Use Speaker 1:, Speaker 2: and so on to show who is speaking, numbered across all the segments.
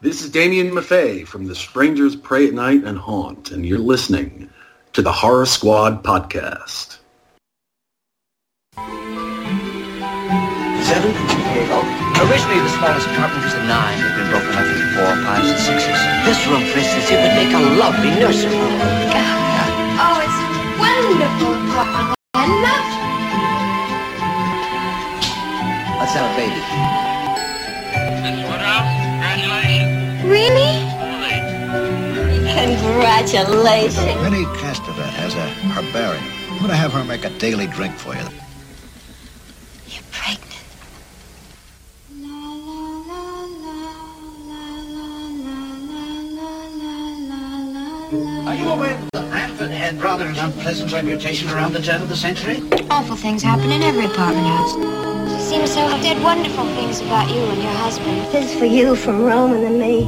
Speaker 1: This is Damien Maffei from The Strangers Pray at Night and Haunt, and you're listening to the Horror Squad podcast.
Speaker 2: Seven? Originally, the smallest carpenters of nine had been broken up into four, fives, and sixes. This room, for instance, it would make a lovely nursery.
Speaker 3: Oh, it's wonderful, Papa. I love
Speaker 2: Let's have a baby.
Speaker 4: Congratulations.
Speaker 3: you. Really? Congratulations.
Speaker 5: Rennie Castavet has a herbarium. I'm going to have her make a daily drink for you.
Speaker 3: You're pregnant.
Speaker 5: Are you aware that the Manford had rather an unpleasant reputation around the turn of the century?
Speaker 6: Awful things happen in every apartment house.
Speaker 3: She seems to have said wonderful things about you and your husband.
Speaker 7: This is for you from Roman and me.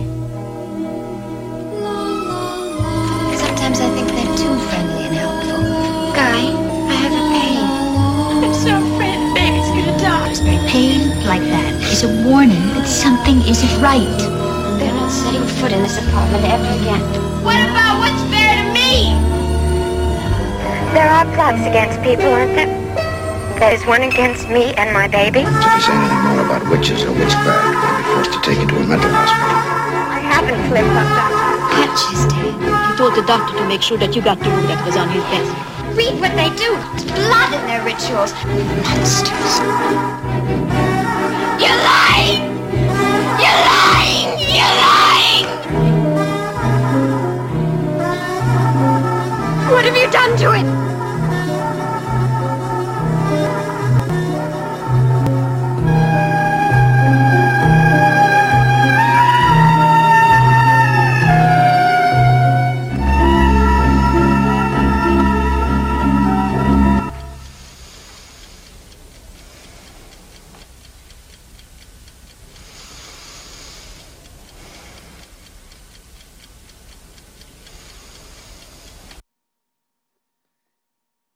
Speaker 6: Sometimes I think they're too friendly and helpful.
Speaker 3: Guy, I have a pain. I'm so afraid the baby's gonna die.
Speaker 6: Pain like that is a warning that something isn't right.
Speaker 3: They're not setting foot in this apartment ever again. What about what's fair to me?
Speaker 7: There are plots against people, aren't there? There's one against me and my baby.
Speaker 5: If they say anything more about witches or witchcraft, they'll be forced to take you to a mental hospital.
Speaker 7: I haven't flipped up that.
Speaker 6: Patches, Dad.
Speaker 8: He told the doctor to make sure that you got the room that was on his best.
Speaker 3: Read what they do. It's blood in their rituals. Monsters. You're lying! You're lying! You're lying! What have you done to it?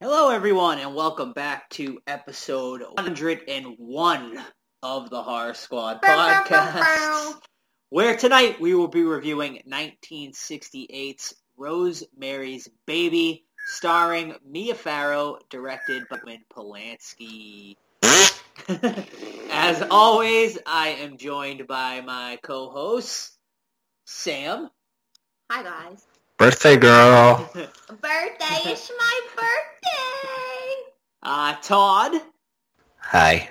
Speaker 8: Hello, everyone, and welcome back to episode 101 of the Horror Squad podcast, where tonight we will be reviewing 1968's Rosemary's Baby, starring Mia Farrow, directed by Gwen Polanski. As always, I am joined by my co-host, Sam.
Speaker 3: Hi, guys.
Speaker 9: Birthday girl.
Speaker 3: Birthday is my birthday!
Speaker 8: Uh, Todd.
Speaker 9: Hi.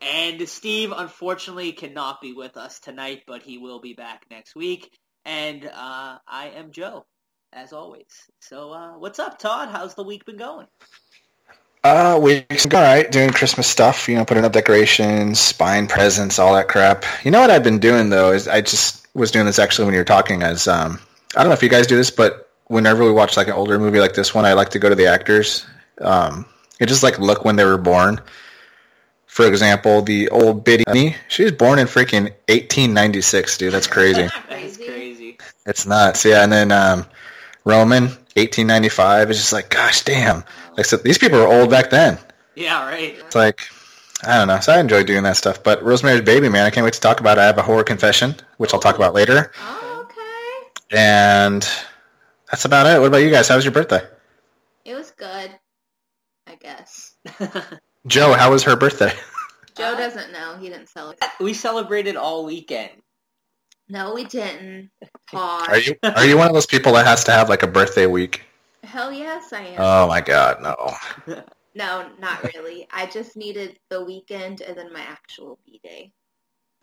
Speaker 8: And Steve, unfortunately, cannot be with us tonight, but he will be back next week. And uh, I am Joe, as always. So uh, what's up, Todd? How's the week been going?
Speaker 9: Uh, week's all right. Doing Christmas stuff, you know, putting up decorations, buying presents, all that crap. You know what I've been doing though is I just was doing this actually when you were talking. As um, I don't know if you guys do this, but whenever we watch like an older movie like this one, I like to go to the actors. Um, and just like look when they were born. For example, the old Biddy, she was born in freaking 1896, dude. That's crazy.
Speaker 8: That's crazy.
Speaker 9: It's nuts, yeah. And then um, Roman, 1895. It's just like, gosh, damn. Like, so these people were old back then.
Speaker 8: Yeah, right.
Speaker 9: It's like, I don't know. So I enjoy doing that stuff. But Rosemary's Baby, man, I can't wait to talk about. it. I have a horror confession, which I'll talk about later.
Speaker 3: Oh, okay.
Speaker 9: And that's about it. What about you guys? How was your birthday?
Speaker 3: It was good, I guess.
Speaker 9: Joe, how was her birthday?
Speaker 3: Joe doesn't know. He didn't celebrate.
Speaker 8: we celebrated all weekend.
Speaker 3: No, we didn't. Aw.
Speaker 9: Are you are you one of those people that has to have like a birthday week?
Speaker 3: Hell yes, I am.
Speaker 9: Oh my god, no.
Speaker 3: no, not really. I just needed the weekend and then my actual B day.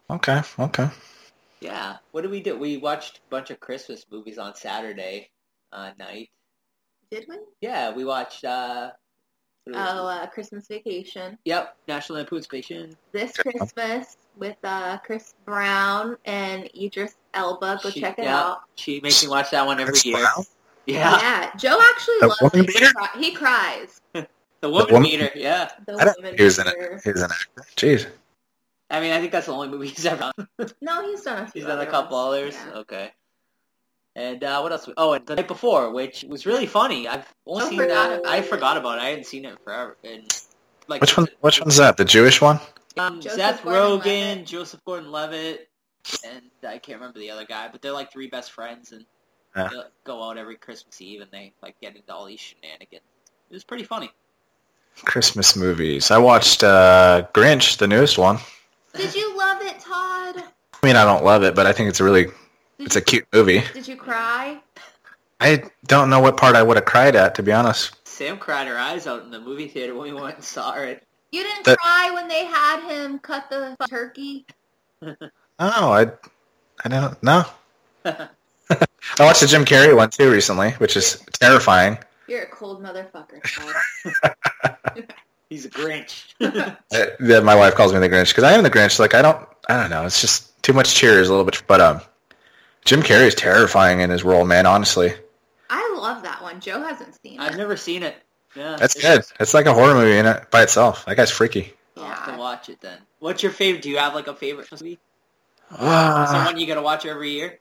Speaker 9: Okay, okay.
Speaker 8: Yeah. What did we do? We watched a bunch of Christmas movies on Saturday uh, night.
Speaker 3: Did we?
Speaker 8: Yeah, we watched. Uh, what did we-
Speaker 3: Oh, uh, Christmas Vacation.
Speaker 8: Yep, National Lampoon's Vacation.
Speaker 3: This Christmas with uh, Chris Brown and Idris Elba. Go
Speaker 8: She-
Speaker 3: check it
Speaker 8: yeah,
Speaker 3: out.
Speaker 8: She makes me watch that one every
Speaker 9: Chris
Speaker 8: year.
Speaker 9: Brown?
Speaker 8: Yeah,
Speaker 3: Yeah, Joe actually
Speaker 9: The
Speaker 3: loves
Speaker 9: woman
Speaker 3: it. He,
Speaker 9: beater?
Speaker 3: cri- he cries.
Speaker 8: the woman,
Speaker 9: woman-
Speaker 8: meter. Yeah,
Speaker 3: The
Speaker 9: I don't
Speaker 3: woman
Speaker 9: think he was in
Speaker 3: beater.
Speaker 9: it. He was an actor. Jeez.
Speaker 8: I mean, I think that's the only movie he's ever done.
Speaker 3: No, he's done a few.
Speaker 8: He's done a
Speaker 3: other
Speaker 8: couple
Speaker 3: ones.
Speaker 8: others. Okay. And uh, what else? we- Oh, and the night before, which was really funny. I've only
Speaker 3: I
Speaker 8: seen
Speaker 3: forgot
Speaker 8: that.
Speaker 3: about
Speaker 8: I
Speaker 3: it.
Speaker 8: forgot about it. I hadn't seen it in forever. And like
Speaker 9: Which one which one's that? The Jewish one?
Speaker 8: Um,
Speaker 3: Joseph
Speaker 8: Seth
Speaker 3: Gordon-Levitt.
Speaker 8: Rogen, Joseph Gordon-Levitt, and I can't remember the other guy, but they're like three best friends and
Speaker 9: Yeah.
Speaker 8: they go out every Christmas Eve and they like get into all these shenanigans. It was pretty funny.
Speaker 9: Christmas movies. I watched uh, Grinch, the newest one.
Speaker 3: Did you love it, Todd?
Speaker 9: I mean, I don't love it, but I think it's a really it's a cute movie.
Speaker 3: Did you cry?
Speaker 9: I don't know what part I would have cried at, to be honest.
Speaker 8: Sam cried her eyes out in the movie theater when we went and saw it.
Speaker 3: You didn't
Speaker 9: That-
Speaker 3: cry when they had him cut the f- turkey?
Speaker 9: Oh, I I don't know. I watched the Jim Carrey one too recently, which is terrifying.
Speaker 3: You're a cold motherfucker, Todd.
Speaker 8: He's a Grinch.
Speaker 9: Uh, that my wife calls me the Grinch because I am the Grinch. Like I don't, I don't know. It's just too much cheers, a little bit. But um, Jim Carrey is terrifying in his role, man. Honestly,
Speaker 3: I love that one. Joe hasn't seen
Speaker 8: I've
Speaker 3: it.
Speaker 8: never seen it. Yeah,
Speaker 9: that's
Speaker 8: it's-
Speaker 9: good. It's like a horror movie in it by itself. That guy's freaky.
Speaker 8: I'll have
Speaker 3: Yeah.
Speaker 8: to watch it then. What's your favorite? Do you have like a favorite Christmas movie?
Speaker 9: Ah.
Speaker 8: Someone you gotta watch every year?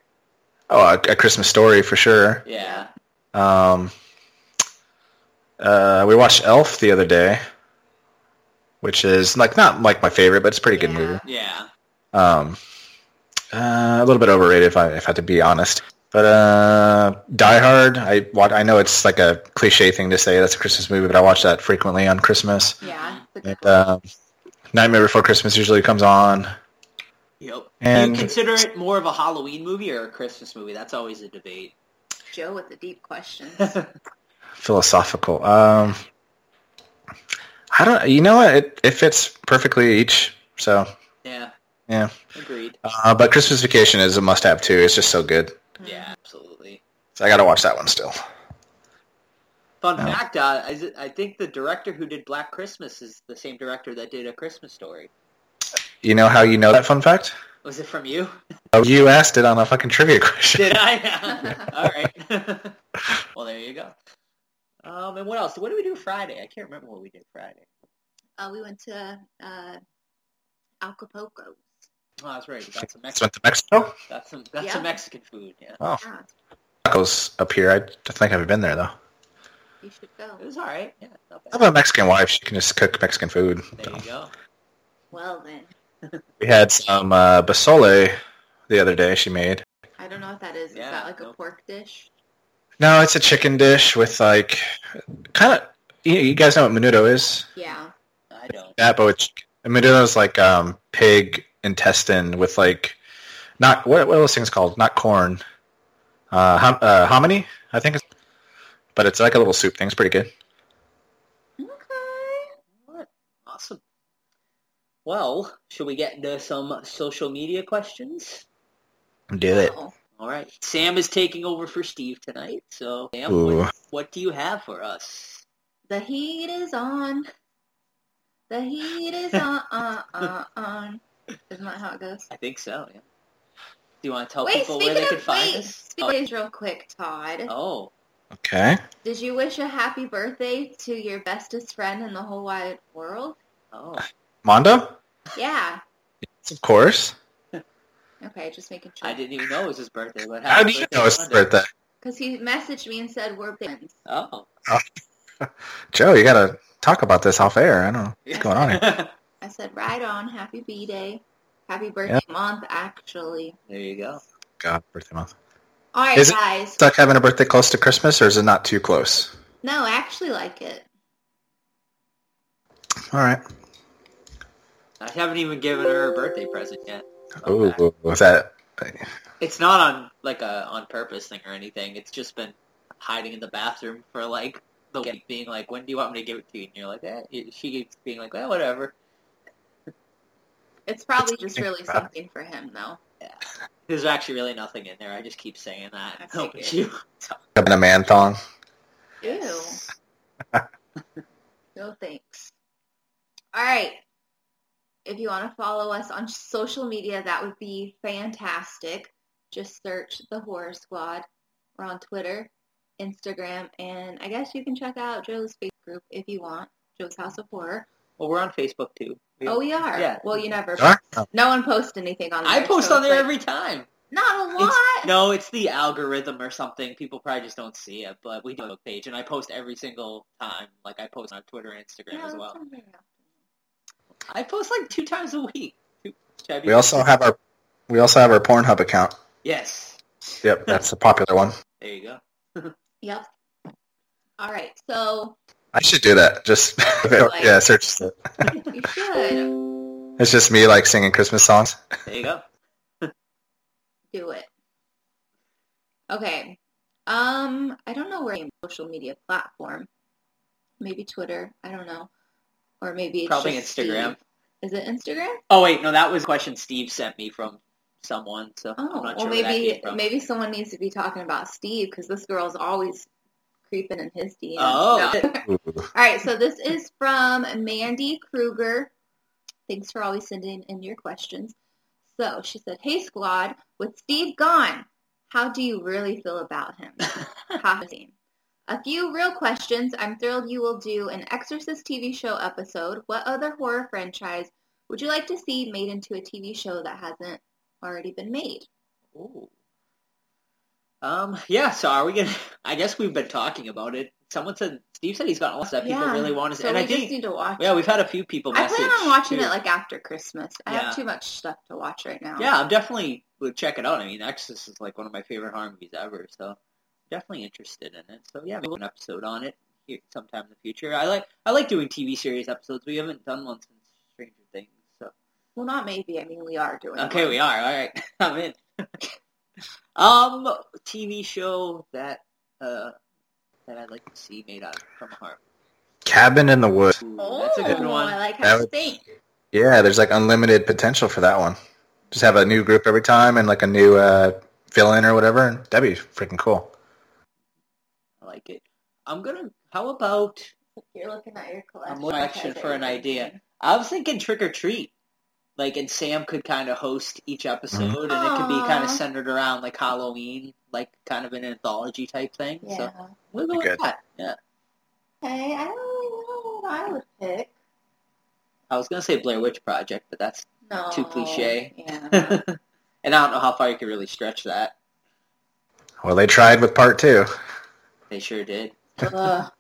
Speaker 9: oh, a, a Christmas story for sure.
Speaker 8: Yeah.
Speaker 9: Um, uh, we watched Elf the other day, which is like not like my favorite, but it's a pretty good
Speaker 3: Yeah.
Speaker 9: movie.
Speaker 8: Yeah.
Speaker 9: Um, uh, a little bit overrated, if I if I had to be honest. But uh, Die Hard, I wa- I know it's like a cliche thing to say. That's a Christmas movie, but I watch that frequently on Christmas.
Speaker 3: Yeah. it's a good
Speaker 9: And, um, Nightmare Before Christmas usually comes on.
Speaker 8: Yep.
Speaker 9: And-
Speaker 8: Do you consider it more of a Halloween movie or a Christmas movie? That's always a debate.
Speaker 3: one. Joe with the deep questions.
Speaker 9: Philosophical. Um, I don't. You know what? It it fits perfectly each. So
Speaker 8: Yeah.
Speaker 9: yeah.
Speaker 8: Agreed.
Speaker 9: Uh, but Christmas Vacation is a must-have too. It's just so good.
Speaker 8: Yeah, absolutely.
Speaker 9: So I got to watch that one still.
Speaker 8: Fun fact, uh, is it- I think the director who did Black Christmas is the same director that did A Christmas Story.
Speaker 9: You know how you know that fun fact?
Speaker 8: Was it from you?
Speaker 9: Oh, you asked it on a fucking trivia question.
Speaker 8: Did I? All right. well, there you go. Um, and what else? What did we do Friday? I can't remember what we did Friday.
Speaker 3: uh, we went to uh,
Speaker 8: Oh,
Speaker 3: Acapulco.
Speaker 8: that's right. That's some
Speaker 9: It's
Speaker 8: Mexican.
Speaker 9: went to Mexico.
Speaker 8: That's some. That's
Speaker 3: Yeah.
Speaker 8: some Mexican food. Yeah.
Speaker 9: Oh,
Speaker 3: Yeah,
Speaker 9: tacos up here. I don't think I've been there though.
Speaker 3: you should go.
Speaker 8: It was all right. Yeah. Not
Speaker 9: I
Speaker 8: bad.
Speaker 9: have a Mexican wife. She can just cook Mexican food.
Speaker 8: There you go.
Speaker 3: Well then,
Speaker 9: We had some uh, basole the other day. She made.
Speaker 3: I don't know what that is.
Speaker 8: Yeah,
Speaker 3: is that like
Speaker 8: no.
Speaker 3: a pork dish?
Speaker 9: No, it's a chicken dish with like kind of. You, you guys know what menudo is?
Speaker 3: Yeah.
Speaker 8: I don't.
Speaker 9: That, but with chicken. menudo is like um, pig intestine with like not what what are those things called? Not corn. Uh, hom- uh, hominy, I think. It's, but it's like a little soup thing. It's pretty good.
Speaker 3: Okay.
Speaker 8: What? Awesome. Well, should we get into some social media questions?
Speaker 9: Do it.
Speaker 3: Oh,
Speaker 8: All right. Sam is taking over for Steve tonight. So, Sam,
Speaker 9: Ooh.
Speaker 8: what, what do you have for us?
Speaker 3: the heat is on. The heat is on. Uh, uh, on. Isn't that how it goes?
Speaker 8: I think so. Yeah. Do you want to tell
Speaker 3: Wait,
Speaker 8: Oh, people where they
Speaker 3: speaking
Speaker 8: can
Speaker 3: of
Speaker 8: find
Speaker 3: wait,
Speaker 8: us?
Speaker 3: speaking of ways real quick, Todd.
Speaker 8: Oh,
Speaker 9: Okay.
Speaker 3: Did you wish a happy birthday to your bestest friend in the whole wide world?
Speaker 8: oh,
Speaker 9: Mondo?
Speaker 3: Yeah.
Speaker 9: Of course.
Speaker 3: Okay, just making sure.
Speaker 8: I didn't even know it was his birthday. But
Speaker 9: How do you know it's his birthday?
Speaker 3: Because he messaged me and said we're friends.
Speaker 8: Oh,
Speaker 9: Joe, you gotta talk about this off air. I don't know what's going on here.
Speaker 3: I said, right on. Happy B Day. Happy birthday month, actually.
Speaker 8: there you go.
Speaker 9: God, birthday month.
Speaker 3: All right,
Speaker 9: Is it-
Speaker 3: guys.
Speaker 9: Stuck having a birthday close to Christmas, or is it not too close?
Speaker 3: No, I actually like it.
Speaker 9: All right.
Speaker 8: I haven't even given her a birthday present yet.
Speaker 9: Ooh, was that?
Speaker 8: It's not on like a on purpose thing or anything. It's just been hiding in the bathroom for like the week, being like, "When do you want me to give it to you?" And you're like, eh. "She keeps being like, eh, whatever."
Speaker 3: It's probably just really something for him, though.
Speaker 8: There's actually really nothing in there. I just keep saying that.
Speaker 3: I
Speaker 8: and hoping
Speaker 3: figured.
Speaker 8: she-
Speaker 9: Having a man thong?
Speaker 3: Ew. no thanks. All right. If you want to follow us on social media, that would be fantastic. Just search The Horror Squad. We're on Twitter, Instagram, and I guess you can check out Joe's Facebook group if you want, Joe's House of Horror.
Speaker 8: Well, we're on Facebook too. We-
Speaker 3: Oh, we are.
Speaker 8: Yeah.
Speaker 3: Well, you never.
Speaker 9: Huh?
Speaker 3: No one posts anything on there.
Speaker 8: I post
Speaker 3: so
Speaker 8: on
Speaker 3: it's
Speaker 8: there
Speaker 3: like,
Speaker 8: every time.
Speaker 3: Not a lot.
Speaker 8: It's- no, it's the algorithm or something. People probably just don't see it, but we do have a page, and I post every single time. Like I post on Twitter and Instagram
Speaker 3: No,
Speaker 8: as
Speaker 3: it's
Speaker 8: well.
Speaker 3: on there.
Speaker 8: I post like two times a week. Two- should I be-
Speaker 9: We also have our We also have our Pornhub account.
Speaker 8: Yes.
Speaker 9: Yep, that's a popular one.
Speaker 8: There you go.
Speaker 3: Yep. All right. So
Speaker 9: I should do that. Just
Speaker 3: Like-
Speaker 9: yeah, search. it.
Speaker 3: you should
Speaker 9: It's just me like singing Christmas songs.
Speaker 8: There you go.
Speaker 3: do it. Okay. Um, I don't know where a social media platform. Maybe Twitter. I don't know. Or maybe it's
Speaker 8: Probably
Speaker 3: just
Speaker 8: Instagram.
Speaker 3: Steve. Is it Instagram?
Speaker 8: Oh wait, no, that was a question Steve sent me from someone. So
Speaker 3: Oh,
Speaker 8: I'm not
Speaker 3: well,
Speaker 8: sure where that
Speaker 3: maybe
Speaker 8: came from.
Speaker 3: maybe someone needs to be talking about Steve because this girl's always creeping in his DMs.
Speaker 8: Oh.
Speaker 3: No. All right, so this is from Mandy Kruger. Thanks for always sending in your questions. So she said, "Hey squad, with Steve gone, how do you really feel about him?" Ha, scene. A few real questions. I'm thrilled you will do an Exorcist TV show episode. What other horror franchise would you like to see made into a TV show that hasn't already been made?
Speaker 8: Ooh. Um. Yeah. So are we gonna? I guess we've been talking about it. Someone said Steve said he's got all that people
Speaker 3: Yeah,
Speaker 8: really want to.
Speaker 3: So
Speaker 8: and
Speaker 3: we
Speaker 8: I
Speaker 3: just
Speaker 8: think
Speaker 3: need to watch.
Speaker 8: yeah,
Speaker 3: it.
Speaker 8: we've had a few people.
Speaker 3: I plan
Speaker 8: message,
Speaker 3: on watching
Speaker 8: too.
Speaker 3: it like after Christmas. I
Speaker 8: Yeah.
Speaker 3: have too much stuff to watch right now.
Speaker 8: Yeah, I'm definitely would check it out. I mean, Exorcist is like one of my favorite horror movies ever, so definitely interested in it. So yeah, maybe we'll do an episode on it here sometime in the future. I like I like doing TV series episodes. We haven't done one since Stranger Things. So
Speaker 3: Well, not maybe. I mean, we are doing.
Speaker 8: okay,
Speaker 3: one.
Speaker 8: we are all right. I'm in. um, TV show that uh that I'd like to see made out of from horror.
Speaker 9: Cabin in the Woods.
Speaker 8: Ooh,
Speaker 3: Oh,
Speaker 8: that's a good
Speaker 3: I
Speaker 8: one.
Speaker 3: like how
Speaker 9: That
Speaker 3: you
Speaker 9: would-
Speaker 3: think.
Speaker 9: Yeah, there's like unlimited potential for that one. Just have a new group every time and like a new uh, fill-in or whatever, and that'd be freaking cool.
Speaker 8: I like it. I'm gonna. How about
Speaker 3: You're looking at your collection.
Speaker 8: I'm looking
Speaker 3: That
Speaker 8: action
Speaker 3: has
Speaker 8: for an
Speaker 3: everything.
Speaker 8: idea. I was thinking trick or treat. Like, and Sam could kind of host each episode, and it could be kind
Speaker 3: Aw.
Speaker 8: of centered around like Halloween, like kind of an anthology type thing.
Speaker 3: Yeah.
Speaker 8: So we'll go with
Speaker 9: Good.
Speaker 8: that. Yeah,
Speaker 3: Okay. I don't really know what I would pick.
Speaker 8: I was gonna say Blair Witch Project, but that's
Speaker 3: No.
Speaker 8: Too cliche.
Speaker 3: Yeah.
Speaker 8: and I don't know how far you could really stretch that.
Speaker 9: Well, they tried with part two.
Speaker 8: They sure did.
Speaker 3: Ugh,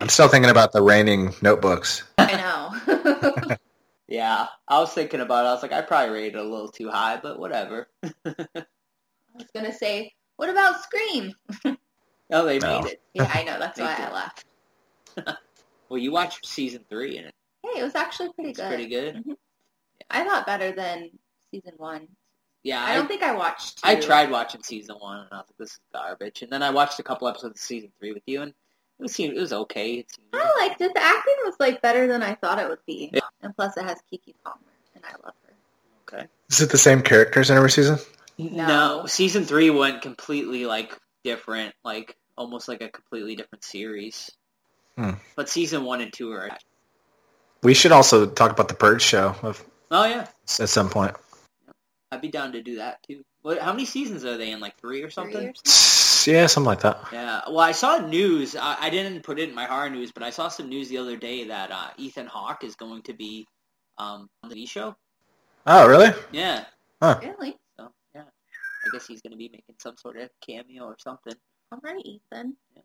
Speaker 9: I'm still thinking about the raining notebooks.
Speaker 3: I know.
Speaker 8: Yeah, I was thinking about. it. I was like, I probably rated it a little too high, but whatever.
Speaker 3: I was gonna say, what about Scream?
Speaker 8: No, they
Speaker 9: No.
Speaker 8: made it.
Speaker 3: Yeah, I know. That's why
Speaker 8: Thank
Speaker 3: I
Speaker 8: you.
Speaker 3: laughed.
Speaker 8: Well, you watched season three, and
Speaker 3: Hey, it was actually pretty
Speaker 8: it's
Speaker 3: good. Mm-hmm.
Speaker 8: pretty good.
Speaker 3: I thought better than season one.
Speaker 8: Yeah,
Speaker 3: I, don't think I watched.
Speaker 8: I
Speaker 3: two.
Speaker 8: tried watching season one, and I was like, "This is garbage." And then I watched a couple episodes of season three with you, and it was seemed it was okay. It seemed,
Speaker 3: I liked it. The acting was like better than I thought it would be,
Speaker 8: Yeah.
Speaker 3: and plus it has Kiki Palmer, and I love her.
Speaker 8: okay.
Speaker 9: Is it the same characters in every season?
Speaker 3: No.
Speaker 8: No. season three went completely like different, like almost like a completely different series.
Speaker 9: Hmm.
Speaker 8: But season one and two are.
Speaker 9: We should also talk about the Purge show of,
Speaker 8: Oh yeah,
Speaker 9: at some point.
Speaker 8: I'd be down to do that too. What? How many seasons are they in? Like three or something?
Speaker 3: Three or
Speaker 9: Yeah, something like that.
Speaker 8: Yeah. Well, I saw news. I, I didn't put it in my horror news, but I saw some news the other day that uh, Ethan Hawke is going to be um, on the TV show.
Speaker 9: Oh, really?
Speaker 8: Yeah.
Speaker 3: something. Really?
Speaker 8: So yeah, I guess he's gonna be making some sort of cameo or something.
Speaker 3: All right, Ethan.
Speaker 8: Yeah.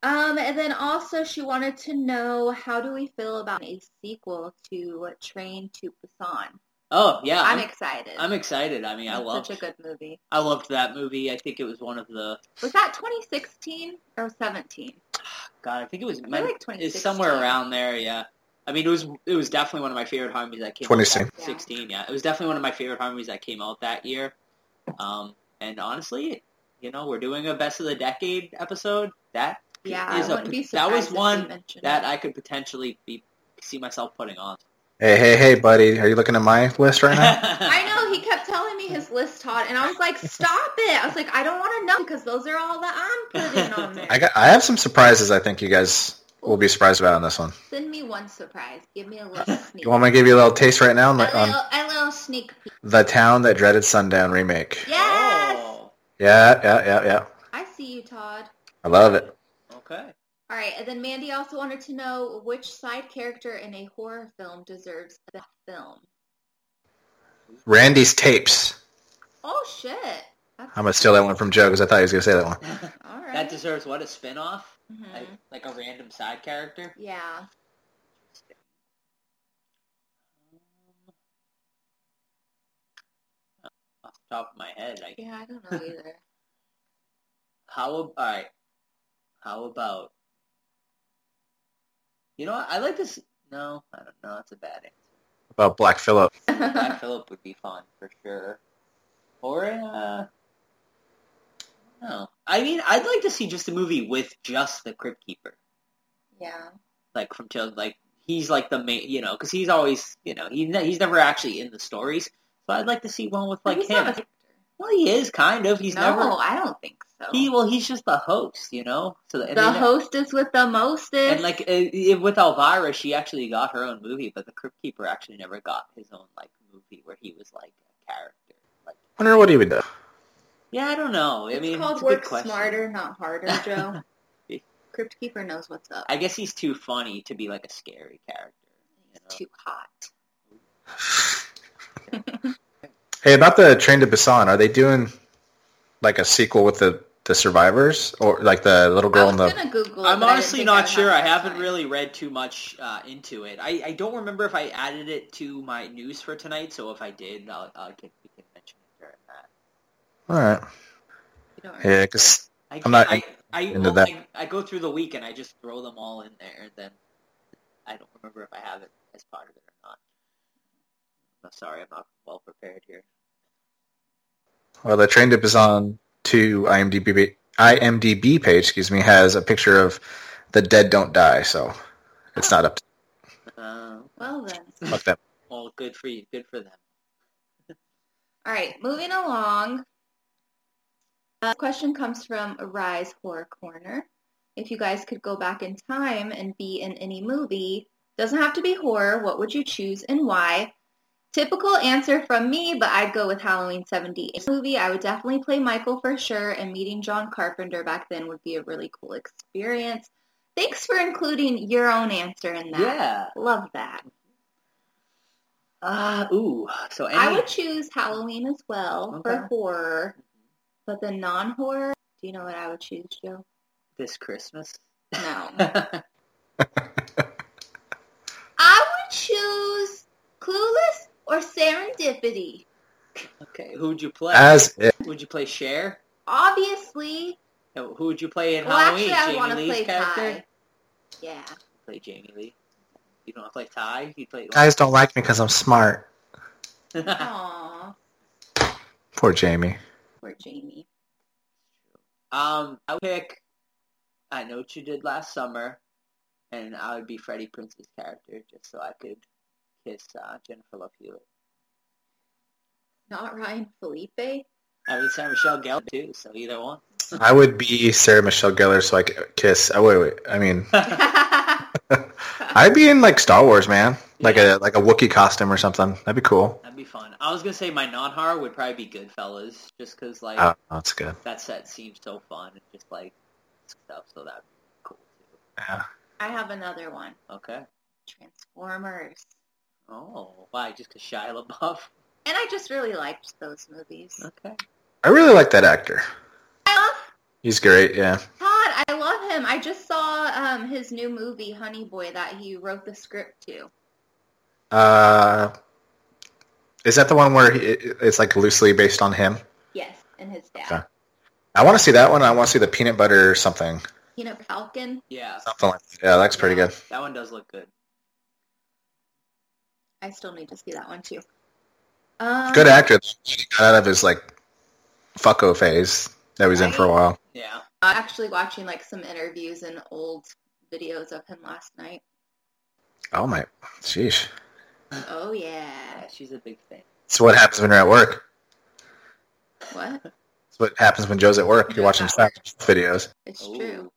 Speaker 3: Um, and then also she wanted to know how do we feel about a sequel to Train to Busan?
Speaker 8: Oh yeah,
Speaker 3: I'm
Speaker 8: I'm,
Speaker 3: excited.
Speaker 8: I'm excited. I mean, I
Speaker 3: It's
Speaker 8: loved
Speaker 3: such a good movie.
Speaker 8: I loved that movie. I think it was one of the
Speaker 3: Was that 2016 or 17?
Speaker 8: God. I think it was
Speaker 3: feel
Speaker 8: meant-
Speaker 3: like
Speaker 8: it's
Speaker 3: 2016.
Speaker 8: somewhere around there. Yeah. I mean, it was it was definitely one of my favorite horror movies that came out.
Speaker 9: 2016.
Speaker 8: that- 16, yeah. It was definitely one of my favorite horror movies that came out that year. Um, and honestly, you know, we're doing a best of the decade episode. That
Speaker 3: Yeah,
Speaker 8: Is
Speaker 3: I
Speaker 8: a-
Speaker 3: wouldn't be
Speaker 8: that
Speaker 3: surprised
Speaker 8: was
Speaker 3: if they
Speaker 8: one
Speaker 3: mentioned
Speaker 8: that
Speaker 3: it.
Speaker 8: I could potentially be see myself putting on.
Speaker 9: Hey, hey, hey, buddy. Are you looking at my list right now?
Speaker 3: I know he kept telling me his list, Todd, and I was like, "Stop it!" I was like, "I don't want to know because those are all that I'm putting on there."
Speaker 9: I got. I have some surprises. I think you guys will be surprised about on this one.
Speaker 3: Send me one surprise. Give me a little sneak.
Speaker 9: You want me to give you a little taste right now on,
Speaker 3: a,
Speaker 9: the- on
Speaker 3: little, a little sneak peek.
Speaker 9: the town that dreaded sundown remake?
Speaker 3: Yes,
Speaker 8: Oh,
Speaker 9: Yeah, yeah, yeah, yeah.
Speaker 3: I see you, Todd.
Speaker 9: I love it.
Speaker 8: okay.
Speaker 3: All right, and then Mandy also wanted to know which side character in a horror film deserves that film.
Speaker 9: Randy's tapes.
Speaker 3: Oh shit! That's
Speaker 9: I'm gonna steal that one from Joe because I thought he was gonna say that one.
Speaker 3: All right.
Speaker 8: That deserves what a spin-off?
Speaker 3: Mhm.
Speaker 8: Like, like a random side character.
Speaker 3: Yeah.
Speaker 8: top of my head. I,
Speaker 3: Yeah, I don't know either.
Speaker 8: how all right? How about you know? what? I like this. No, I don't know. It's a bad answer.
Speaker 9: About Black Phillip.
Speaker 8: Black Phillip would be fun for sure. Or uh, no, I mean, I'd like to see just a movie with just the Crypt Keeper,
Speaker 3: yeah.
Speaker 8: like from Till, like he's like the main, you know, because he's always, you know, he ne- he's never actually in the stories. So I'd like to see one with like
Speaker 3: he's
Speaker 8: him.
Speaker 3: not a character.
Speaker 8: Well, he is kind of. He's
Speaker 3: no,
Speaker 8: never.
Speaker 3: I don't think so.
Speaker 8: He well, he's just the host, you know. So and
Speaker 3: the
Speaker 8: they-
Speaker 3: hostess with the mostest.
Speaker 8: And like uh, with Elvira, she actually got her own movie, but the Crypt Keeper actually never got his own like movie where he was like a character. Like,
Speaker 9: Wonder what he would do.
Speaker 8: yeah, I don't know. I mean,
Speaker 3: it's called
Speaker 8: it's a good
Speaker 3: work
Speaker 8: question.
Speaker 3: smarter, not harder, Joe. Crypt Keeper knows what's up.
Speaker 8: I guess he's too funny to be like a scary character. You know?
Speaker 3: It's too hot.
Speaker 9: Hey, about the Train to Busan, are they doing like a sequel with the the survivors or like the little
Speaker 3: I
Speaker 9: girl
Speaker 3: was
Speaker 9: in the?
Speaker 3: gonna Google. it,
Speaker 8: I'm
Speaker 3: but I didn't
Speaker 8: honestly
Speaker 3: think
Speaker 8: not
Speaker 3: I'd
Speaker 8: sure.
Speaker 3: have
Speaker 8: I
Speaker 3: enough
Speaker 8: haven't
Speaker 3: time.
Speaker 8: really read too much uh, into it. I, I don't remember if I added it to my news for tonight. So if I did, I'll, I'll get, we can mention it during that.
Speaker 9: All right.
Speaker 3: You don't
Speaker 9: Yeah, because
Speaker 8: I,
Speaker 9: I'm not
Speaker 8: I, I,
Speaker 9: into
Speaker 8: well,
Speaker 9: that.
Speaker 8: I, I go through the week and I just throw them all in there, and then I don't remember if I have it as part of it or not. I'm sorry, I'm not well prepared here.
Speaker 9: well, the Train to Busan two IMDb IMDb page, excuse me, has a picture of the dead don't die, so it's not up. to
Speaker 8: Uh,
Speaker 3: Well then.
Speaker 9: Fuck that.
Speaker 8: well, good for you, good for them.
Speaker 3: All right, moving along. Uh, question comes from Rise Horror Corner. If you guys could go back in time and be in any movie, doesn't have to be horror, what would you choose and why? Typical answer from me, but I'd go with Halloween 78 movie. I would definitely play Michael for sure, and meeting John Carpenter back then would be a really cool experience. Thanks for including your own answer in that.
Speaker 8: Yeah.
Speaker 3: Love that.
Speaker 8: Uh, ooh. So any,
Speaker 3: I would choose Halloween as well
Speaker 8: Okay.
Speaker 3: for horror, but the non-horror. Do you know what I would choose, Joe?
Speaker 8: this Christmas.
Speaker 3: No,
Speaker 8: I
Speaker 3: I would choose Clueless or Serendipity.
Speaker 8: Okay, who would you play?
Speaker 9: As if,
Speaker 8: would you play Cher?
Speaker 3: Obviously,
Speaker 8: No, Who would you play in
Speaker 3: well,
Speaker 8: Halloween?
Speaker 3: actually, I want
Speaker 8: Jamie
Speaker 3: to
Speaker 8: Lee's
Speaker 3: play
Speaker 8: character.
Speaker 3: Ty. Yeah,
Speaker 8: Play Jamie Lee. You don't want to play Ty. You play
Speaker 9: guys don't like me because I'm smart.
Speaker 3: Aww,
Speaker 9: Poor Jamie.
Speaker 3: poor Jamie.
Speaker 8: Um, I would pick. I know what you did last summer, and I would be Freddie Prince's character just so I could kiss uh, Jennifer Love Hewitt.
Speaker 3: Not Ryan Felipe.
Speaker 8: I mean, Sarah Michelle Gellar too, so either one.
Speaker 9: I would be Sarah Michelle Gellar, so I could kiss. Oh wait, wait. I mean,
Speaker 3: That'd
Speaker 9: I'd be in like Star Wars, man, like a like a Wookiee costume or something. That'd be cool.
Speaker 8: That'd be fun. I was gonna say my non-horror would probably be Goodfellas, just 'cause like
Speaker 9: Oh, that's good.
Speaker 8: that set seems so fun and just like stuff. So that'd be cool too.
Speaker 9: Yeah.
Speaker 3: I have another one.
Speaker 8: Okay.
Speaker 3: Transformers.
Speaker 8: Oh, why? Just 'cause Shia LaBeouf?
Speaker 3: And I just really liked those movies.
Speaker 8: Okay.
Speaker 9: I really like that actor.
Speaker 3: I love
Speaker 9: He's great. Yeah.
Speaker 3: Todd, I love him. I just saw um, his new movie, Honey Boy, that he wrote the script to.
Speaker 9: Uh, is that the one where he, it- it's like loosely based on him?
Speaker 3: Yes, and his dad.
Speaker 9: Okay. I want to see that one. I want to see the peanut butter or something.
Speaker 3: Peanut Falcon.
Speaker 8: Yeah,
Speaker 9: Something like that. Yeah, that's pretty good.
Speaker 8: that one does look good.
Speaker 3: I still need to see that one too. Um,
Speaker 9: Good actor. He got out of his like fucko phase that he was in for a while.
Speaker 8: Yeah.
Speaker 3: I'm actually watching like some interviews and old videos of him last night.
Speaker 9: Oh my, jeez.
Speaker 3: Oh yeah.
Speaker 8: Yeah, she's a big fan.
Speaker 9: It's what happens when you're at work.
Speaker 3: What?
Speaker 9: It's what happens when Joe's at work. You're watching
Speaker 3: Yeah.
Speaker 9: videos.
Speaker 3: It's
Speaker 8: Ooh.
Speaker 3: true.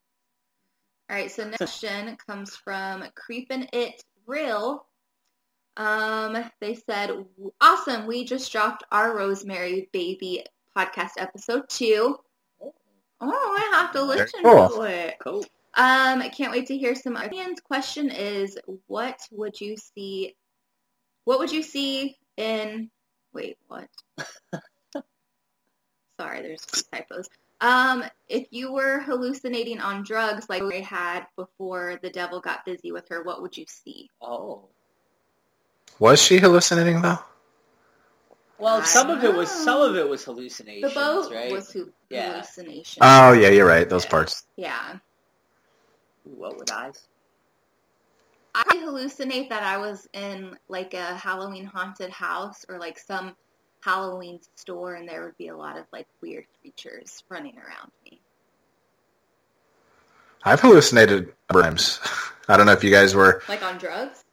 Speaker 3: All right, so next question comes from Creepin' It Real. Um, they said, awesome, we just dropped our Rosemary Baby podcast episode two. Oh, I have to listen
Speaker 9: cool.
Speaker 3: to it.
Speaker 8: Cool.
Speaker 3: Um, I can't wait to hear some audience. Question is, what would you see? What would you see in? Wait, what? Sorry, there's two typos. Um, if you were hallucinating on drugs like Ray had before the devil got busy with her, what would you see?
Speaker 8: Oh.
Speaker 9: Was she hallucinating though?
Speaker 8: Well,
Speaker 3: I
Speaker 8: some of it was
Speaker 3: know.
Speaker 8: some of it was
Speaker 3: The
Speaker 8: hallucinations,
Speaker 3: boat
Speaker 8: right?
Speaker 3: was hu-
Speaker 8: Yeah.
Speaker 3: hallucination.
Speaker 9: Oh yeah, you're right. Those parts.
Speaker 3: yeah.
Speaker 8: What with eyes?
Speaker 3: I could hallucinate that I was in like a Halloween haunted house or like some Halloween store and there would be a lot of like weird creatures running around me.
Speaker 9: I've hallucinated times. I don't know if you guys were
Speaker 3: Like on drugs?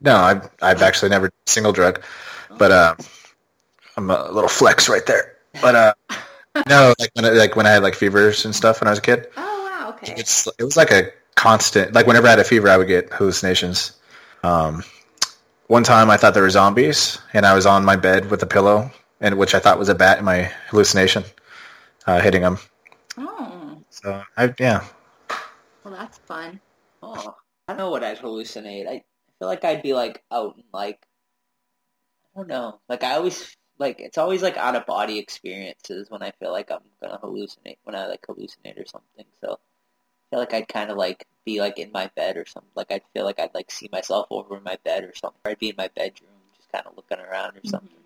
Speaker 9: No, I've I've actually never done a single drug, but uh, I'm a little flex right there. But uh, no, like when I, like when I had like fevers and stuff when I was a kid,
Speaker 3: Oh wow, okay.
Speaker 9: it's it was like a constant. Like whenever I had a fever, I would get hallucinations. Um, one time I thought there were zombies, and I was on my bed with a pillow, and which I thought was a bat in my hallucination, uh, hitting them.
Speaker 3: Oh,
Speaker 9: So I yeah,
Speaker 3: well that's fun.
Speaker 8: Oh, I don't know what I'd hallucinate. I feel like I'd be like out and like I don't know. Like I always like it's always like out of body experiences when I feel like I'm gonna hallucinate when I like hallucinate or something. So I feel like I'd kind of like be like in my bed or something. Like I'd feel like I'd like see myself over in my bed or something. Or I'd be in my bedroom just kind of looking around or
Speaker 3: Mm-hmm.
Speaker 8: something.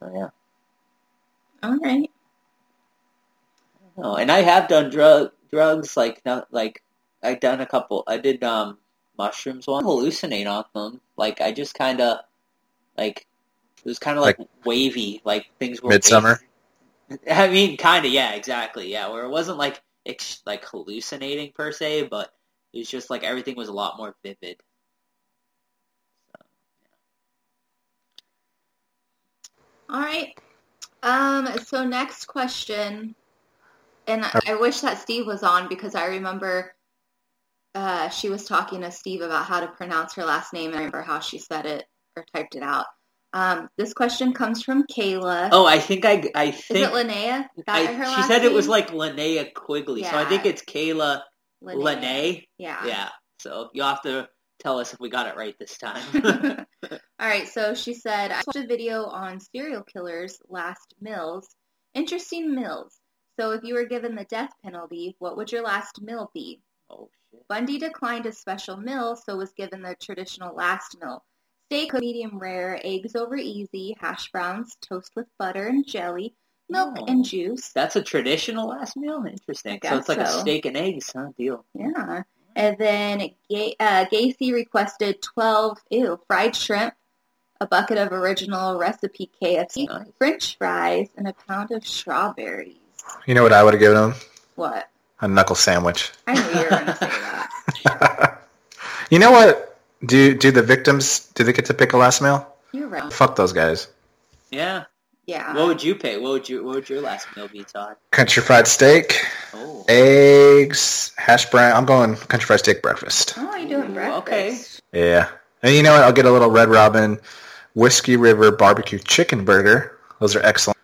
Speaker 8: So yeah.
Speaker 3: All right.
Speaker 8: Oh, and I have done drug drugs like not like I done a couple. I did um mushrooms. Well, I hallucinate on them. Like I just kind of like it was kind of like, wavy. Like things were
Speaker 9: Midsummer?
Speaker 8: wavy. I mean, kind of yeah, exactly yeah. Where it wasn't like ex- like hallucinating per se, but it was just like everything was a lot more vivid.
Speaker 3: All right. Um, so next question, and I, I wish that Steve was on because I remember uh, she was talking to Steve about how to pronounce her last name. I remember how she said it or typed it out. Um, this question comes from Kayla.
Speaker 8: Oh, I think I I
Speaker 3: Is
Speaker 8: think
Speaker 3: it Linnea? That
Speaker 8: I-
Speaker 3: her
Speaker 8: she
Speaker 3: last
Speaker 8: said it was
Speaker 3: name?
Speaker 8: like Linnea Quigley. So I
Speaker 3: Yeah.
Speaker 8: think it's Kayla Linnea.
Speaker 3: Yeah.
Speaker 8: Yeah. So you'll have to tell us if we got it right this time.
Speaker 3: All right, so she said, I watched a video on serial killers last meals. Interesting meals. So if you were given the death penalty, what would your last meal be?
Speaker 8: oh shit.
Speaker 3: Bundy declined a special meal, so was given the traditional last meal. Steak, medium rare, eggs over easy, hash browns, toast with butter and jelly, milk
Speaker 8: Oh.
Speaker 3: and juice.
Speaker 8: That's a traditional last meal? Interesting.
Speaker 3: I
Speaker 8: So it's
Speaker 3: guess
Speaker 8: like a
Speaker 3: so.
Speaker 8: steak and eggs, huh? Deal.
Speaker 3: Yeah. And then Ga uh, Gacy requested 12, ew, fried shrimp, a bucket of original recipe KFC,
Speaker 8: Nice.
Speaker 3: french fries, and a pound of strawberries.
Speaker 9: you know what I would have given him
Speaker 3: What?
Speaker 9: a knuckle sandwich.
Speaker 3: I knew you were going to say that.
Speaker 9: You know what? Do do the victims do they get to pick a last meal?
Speaker 3: You're right.
Speaker 9: Fuck those guys.
Speaker 8: Yeah.
Speaker 3: Yeah.
Speaker 8: What would you pay? What would you what would your last meal be, Todd?
Speaker 9: Country fried steak,
Speaker 8: Oh.
Speaker 9: eggs, hash brown. I'm going country fried steak breakfast.
Speaker 3: oh, you doing
Speaker 8: Ooh,
Speaker 3: breakfast?
Speaker 8: okay.
Speaker 9: Yeah. And you know what? I'll get a little Red Robin Whiskey River barbecue chicken burger. Those are excellent.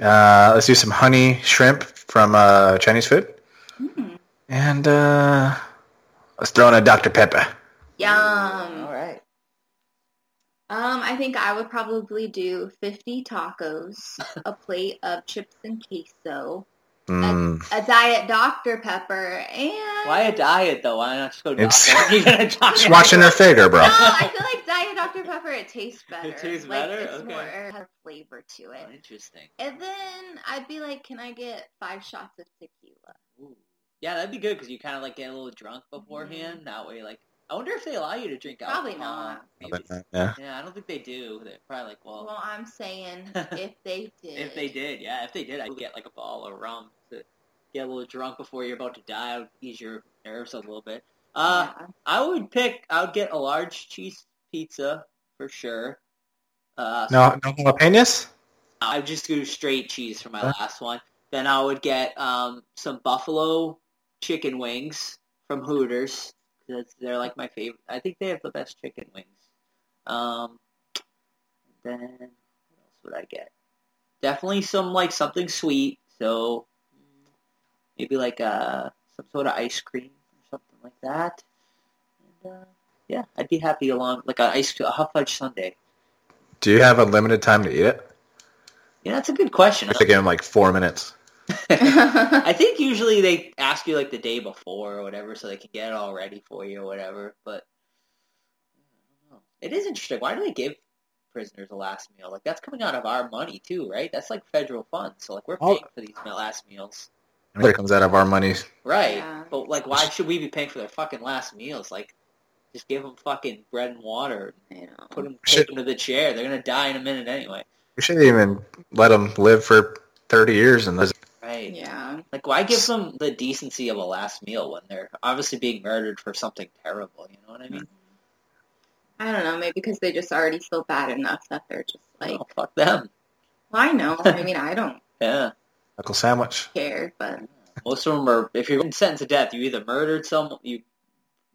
Speaker 9: Uh, let's do some honey shrimp from uh, Chinese food. And uh, let's throw in a Dr. Pepper.
Speaker 3: Yum.
Speaker 8: All right.
Speaker 3: Um, I think I would probably do 50 tacos, a plate of chips and queso,
Speaker 9: Mm.
Speaker 3: a diet Dr. Pepper, and...
Speaker 8: Why a diet though? Why not just go to
Speaker 9: It's-
Speaker 8: doctor? You gotta diet.
Speaker 9: Just watching her figure, bro.
Speaker 3: No, I feel like Diet Dr. Pepper, it tastes better.
Speaker 8: tastes
Speaker 3: like,
Speaker 8: better?
Speaker 3: It's
Speaker 8: Okay.
Speaker 3: more it has flavor to
Speaker 8: Oh,
Speaker 3: it.
Speaker 8: Interesting.
Speaker 3: And then I'd be like, can I get five shots of tequila?
Speaker 8: Ooh. Yeah, that'd be good because you kind of like get a little drunk beforehand. That way, like, I wonder if they allow you to drink alcohol.
Speaker 3: Mm-hmm. Probably not.
Speaker 8: Maybe.
Speaker 9: Yeah.
Speaker 8: Yeah, I don't think they do. They're probably like, well,
Speaker 3: Well, I'm saying if they did.
Speaker 8: If they did, yeah, if they did, I'd get like a ball of rum to get a little drunk before you're about to die. It would ease your nerves a little bit. Uh,
Speaker 3: Yeah.
Speaker 8: I would pick. I would get a large cheese pizza for sure. Uh,
Speaker 9: No, no jalapenos?
Speaker 8: I would just do straight cheese for my
Speaker 9: Huh?
Speaker 8: last one. Then I would get um, some buffalo chicken wings from Hooters. That's, they're like my favorite. I think they have the best chicken wings. Um, then what else would I get? Definitely some like something sweet. So mm, maybe like uh, some sort of ice cream or something like that. And, uh, yeah, I'd be happy along like an ice a hot fudge sundae.
Speaker 9: Do you have a limited time to eat it?
Speaker 8: Yeah, that's a good question.
Speaker 9: I have to give him like four minutes.
Speaker 8: I think usually they ask you like the day before or whatever, so they can get it all ready for you or whatever. But I don't know. it is interesting. Why do they give prisoners a last meal. Like that's coming out of our money too, right? That's like federal funds. So like we're
Speaker 9: Oh.
Speaker 8: paying for these last meals.
Speaker 9: That comes out of our money.
Speaker 8: Right.
Speaker 3: Yeah.
Speaker 8: But like, why should we be paying for their fucking last meals? Like, just give them fucking bread and water.
Speaker 3: I know.
Speaker 8: Put them, take
Speaker 9: Shit.
Speaker 8: them to the chair. They're gonna die in a minute anyway.
Speaker 9: We should even let them live for 30 years and those.
Speaker 8: Right.
Speaker 3: Yeah.
Speaker 8: Like, why give them the decency of a last meal when they're obviously being murdered for something terrible? You know what I mean?
Speaker 3: I don't know. Maybe because they just already feel bad enough that they're just like,
Speaker 8: oh, fuck them.
Speaker 3: well, I know. I mean, I don't
Speaker 8: Yeah.
Speaker 9: Knuckle sandwich.
Speaker 3: care, but
Speaker 8: Most of them are. If you're sentenced to death, you either murdered someone, you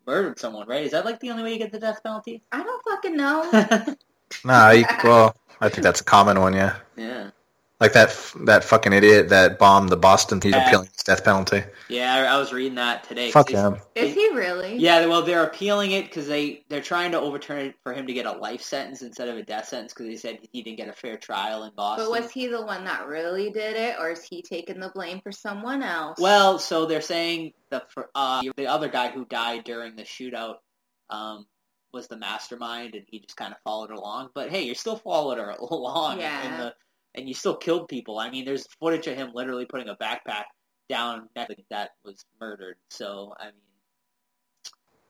Speaker 8: murdered someone, right? Is that like the only way you get the death penalty?
Speaker 3: I don't fucking know.
Speaker 8: yeah.
Speaker 9: Nah, you, well, I think that's a common one, yeah. Like that f- that fucking idiot that bombed the Boston, he's
Speaker 8: Yeah.
Speaker 9: appealing his death penalty.
Speaker 8: Yeah. I- I was reading that today.
Speaker 9: Fuck
Speaker 8: It's-
Speaker 9: him.
Speaker 3: Is he really?
Speaker 8: Yeah, well, they're appealing it because they they're trying to overturn it for him to get a life sentence instead of a death sentence because they said he didn't get a fair trial in Boston.
Speaker 3: But was he the one that really did it, or is he taking the blame for someone else?
Speaker 8: well, so they're saying the fir- uh, the other guy who died during the shootout um, was the mastermind, and he just kind of followed along. But hey, you're still followed her along,
Speaker 3: Yeah.
Speaker 8: and, the, and you still killed people. I mean, there's footage of him literally putting a backpack down next to the- that was murdered. So I mean,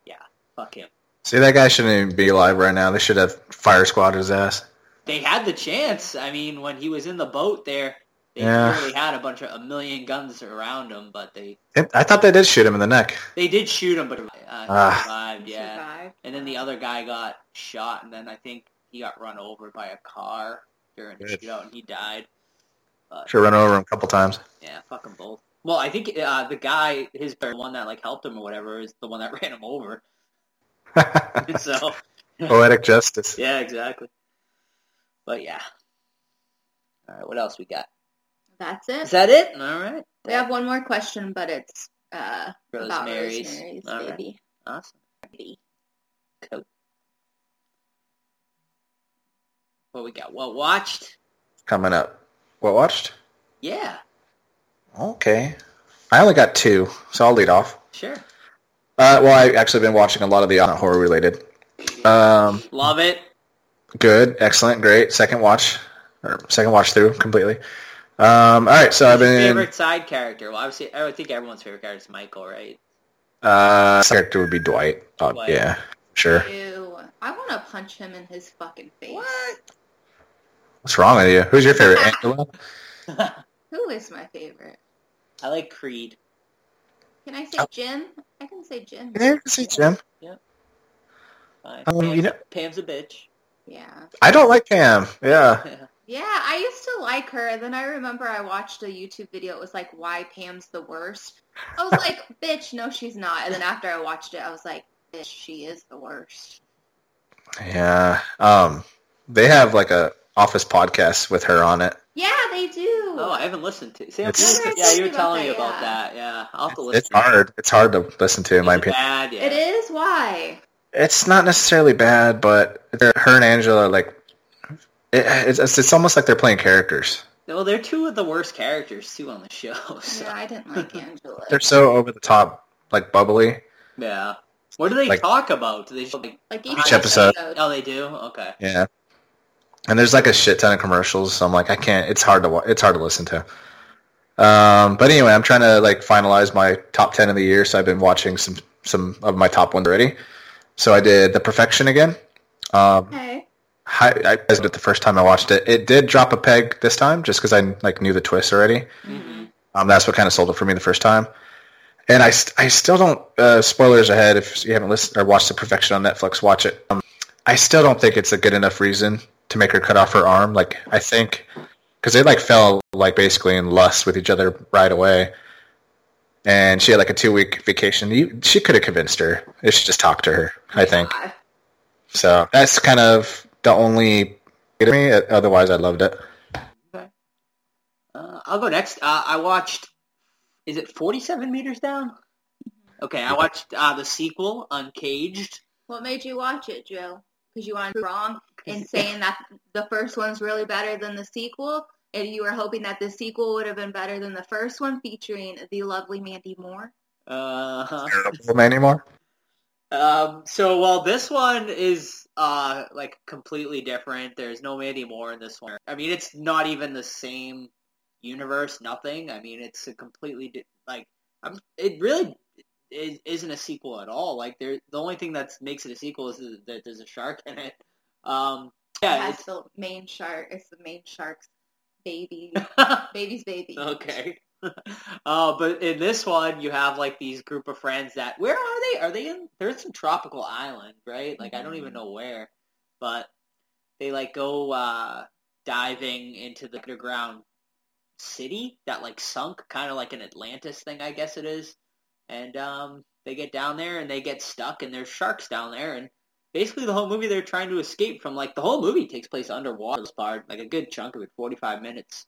Speaker 8: yeah, fuck him.
Speaker 9: See, that guy shouldn't even be alive right now. They should have fire squad his ass.
Speaker 8: they had the chance. I mean, when he was in the boat there, they
Speaker 9: Yeah.
Speaker 8: clearly had a bunch of a million guns around him, but they
Speaker 9: I I thought they did shoot him in the neck.
Speaker 8: they did shoot him, but uh, he
Speaker 9: Ah.
Speaker 8: survived.
Speaker 3: He
Speaker 8: Yeah,
Speaker 3: survived.
Speaker 8: and then the other guy got shot, and then I think he got run over by a car during the
Speaker 9: Good.
Speaker 8: shootout, and he died.
Speaker 9: Should have run over him a couple times.
Speaker 8: Yeah, fuck 'em both. Well, I think uh, the guy, his the one that like helped him or whatever, is the one that ran him over. so
Speaker 9: Poetic justice.
Speaker 8: yeah, exactly. But yeah. All right, what else we got?
Speaker 3: That's
Speaker 8: Is
Speaker 3: it.
Speaker 8: that it? All right.
Speaker 3: we have one more question, but it's uh, about
Speaker 8: Rosemary's.
Speaker 3: Rosemary's
Speaker 8: All right.
Speaker 3: baby.
Speaker 8: Awesome. Cool. What we got? Well watched.
Speaker 9: Coming up. What watched?
Speaker 8: Yeah,
Speaker 9: Okay. I only got two, so I'll lead off.
Speaker 8: sure.
Speaker 9: Uh, well, I've actually been watching a lot of the uh, horror related. Um,
Speaker 8: Love it.
Speaker 9: good, excellent, great. Second watch, or second watch through completely. Um, all right, so I've
Speaker 8: Who's your
Speaker 9: been
Speaker 8: favorite side character. Well, obviously, I would think everyone's favorite character is Michael, right?
Speaker 9: uh, character would be Dwight. Oh,
Speaker 8: Dwight.
Speaker 9: yeah, sure.
Speaker 3: Ew. I want to punch him in his fucking face.
Speaker 8: What?
Speaker 9: What's wrong with you? Who's your favorite? Angela.
Speaker 3: Who is my favorite?
Speaker 8: I like Creed.
Speaker 3: Can I say Jim? I can say Jim.
Speaker 9: Yeah, you can see Jim.
Speaker 8: Fine.
Speaker 9: Um,
Speaker 8: Pam-
Speaker 9: you know-
Speaker 8: Pam's a bitch.
Speaker 3: Yeah.
Speaker 9: I don't like Pam. Yeah,
Speaker 3: Yeah, I used to like her. Then I remember I watched a YouTube video. It was like, why Pam's the worst. I was like, bitch, no, she's not. And then after I watched it, I was like, bitch, she is the worst.
Speaker 9: yeah. Um, they have like a office podcast with her on it.
Speaker 3: Yeah, they do.
Speaker 8: Oh, I haven't listened to. Sam,
Speaker 9: It's-
Speaker 8: yeah,
Speaker 3: it's-
Speaker 8: you were telling me
Speaker 3: about
Speaker 8: about
Speaker 3: that,
Speaker 8: that. Yeah, I'll have to listen.
Speaker 9: It's hard. It's hard to listen to, in
Speaker 8: Is
Speaker 9: my
Speaker 8: it
Speaker 9: opinion.
Speaker 8: bad? Yeah.
Speaker 3: It is? Why?
Speaker 9: it's not necessarily bad, but they're- her and Angela are like it, it's it's it's almost like they're playing characters.
Speaker 8: Well, they're two of the worst characters too on the show. So.
Speaker 3: Yeah, I didn't like Angela.
Speaker 9: They're so over the top, like bubbly.
Speaker 8: Yeah. What do they
Speaker 9: Like-
Speaker 8: talk about? Do they show, like,
Speaker 3: Like
Speaker 8: Each
Speaker 9: episode.
Speaker 8: oh, they do. Okay.
Speaker 9: Yeah. And there's like a shit ton of commercials, so I'm like, I can't. It's hard to wa- it's hard to listen to. Um, but anyway, I'm trying to like finalize my top ten of the year, so I've been watching some some of my top ones already. So I did The Perfection again. Um,
Speaker 3: Okay.
Speaker 9: hi, I missed it the first time I watched it. It did drop a peg this time, just because I like knew the twist already. Um, that's what kind of sold it for me the first time. And I, st- I still don't. Uh, spoilers ahead. If you haven't listened or watched The Perfection on Netflix, watch it. Um, I still don't think it's a good enough reason to make her cut off her arm. Like I think because they like fell like basically in lust with each other right away. And she had like a two week vacation. You, she could have convinced her if she just talked to her. I think.
Speaker 3: God.
Speaker 9: So that's kind of the only. Otherwise, I loved it.
Speaker 8: Uh, I'll go next. Uh, I watched. Is it forty-seven meters down?
Speaker 3: Mm-hmm.
Speaker 8: Okay, I watched uh, the sequel, Uncaged.
Speaker 3: What made you watch it, Joe? Because you wanted to be wrong in saying that the first one's really better than the sequel, and you were hoping that the sequel would have been better than the first one, featuring the lovely Mandy Moore.
Speaker 8: Uh,
Speaker 9: Terrible anymore.
Speaker 8: um, so, well, this one is uh, like completely different. There's no Mandy Moore in this one. I mean, it's not even the same universe. Nothing. I mean, it's a completely di- like. I'm, it really is, isn't a sequel at all. Like, there, the only thing that makes it a sequel is that there's a shark in it. Um,
Speaker 3: it
Speaker 8: yeah.
Speaker 3: has
Speaker 8: It's,
Speaker 3: the main shark. It's the main shark's baby, baby's baby.
Speaker 8: okay. Uh, but in this one, you have like these group of friends that where are they? Are they in? They're in some tropical island, right? Like I don't even know where, but they like go uh, diving into the underground city that like sunk, kind of like an Atlantis thing, I guess it is. And um, they get down there and they get stuck, and there's sharks down there, and basically the whole movie they're trying to escape from. Like the whole movie takes place underwater, this part, like a good chunk of it, 45 minutes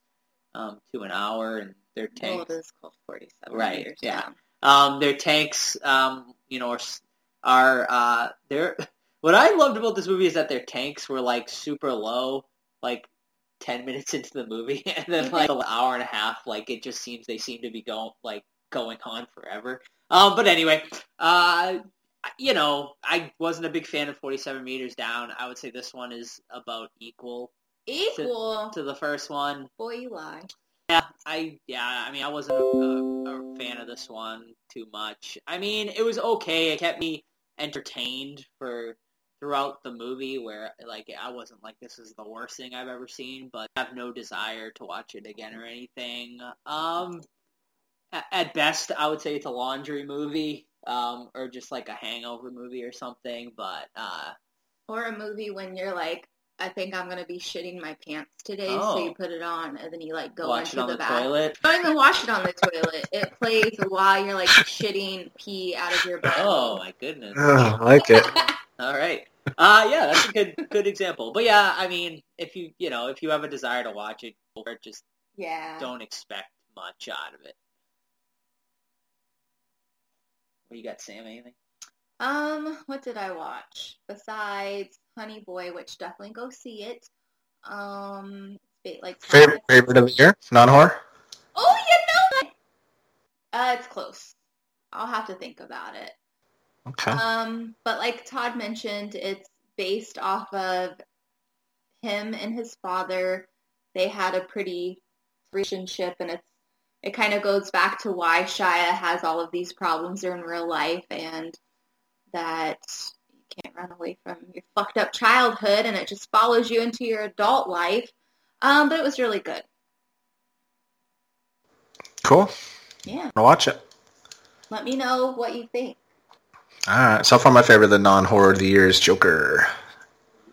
Speaker 8: um, to an hour, and their
Speaker 3: Well,
Speaker 8: tanks
Speaker 3: it is called 47
Speaker 8: Right,
Speaker 3: meters
Speaker 8: yeah.
Speaker 3: down.
Speaker 8: um, their tanks, um, you know, are, s- are uh, they're. What I loved about this movie is that their tanks were like super low, like ten minutes into the movie, and then like an hour and a half, like it just seems they seem to be going like going on forever. Um, but anyway, uh, you know, I wasn't a big fan of Forty Seven Meters Down. I would say this one is about equal
Speaker 3: Equal.
Speaker 8: to the first one.
Speaker 3: Boy, you lie.
Speaker 8: Yeah, I yeah, I mean, I wasn't a, a, a fan of this one too much. I mean, it was okay. It kept me entertained for throughout the movie. Where like I wasn't like this is the worst thing I've ever seen, but I have no desire to watch it again or anything. Um, a- at best, I would say it's a laundry movie, um, or just like a hangover movie or something. But uh,
Speaker 3: Or a movie when you're like, I think I'm gonna be shitting my pants today,
Speaker 8: Oh.
Speaker 3: so you put it on and then you like go
Speaker 8: watch it
Speaker 3: into
Speaker 8: on the,
Speaker 3: bathroom.
Speaker 8: toilet.
Speaker 3: Don't even wash it on the toilet. It plays while you're like shitting pee out of your butt.
Speaker 8: Oh my goodness.
Speaker 9: Oh, I like it.
Speaker 8: All right. Uh yeah, that's a good good example. But yeah, I mean, if you you know if you have a desire to watch it, or just
Speaker 3: yeah.
Speaker 8: don't expect much out of it. What you got, Sam? Anything?
Speaker 3: Um, what did I watch besides Honey Boy, which definitely go see it. Um, it's ba- like
Speaker 9: Favorite, favorite of the year? Non-horror?
Speaker 3: Oh, you know it. Uh, it's close. I'll have to think about it.
Speaker 9: Okay.
Speaker 3: Um, but like Todd mentioned, it's based off of him and his father. They had a pretty relationship, and it's it kind of goes back to why Shia has all of these problems in real life, and that you can't run away from your fucked up childhood, and it just follows you into your adult life. Um, but it was really good.
Speaker 9: Cool.
Speaker 3: Yeah,
Speaker 9: I'll watch it.
Speaker 3: let me know what you think.
Speaker 9: All right. So far, my favorite of the non-horror of the year is Joker.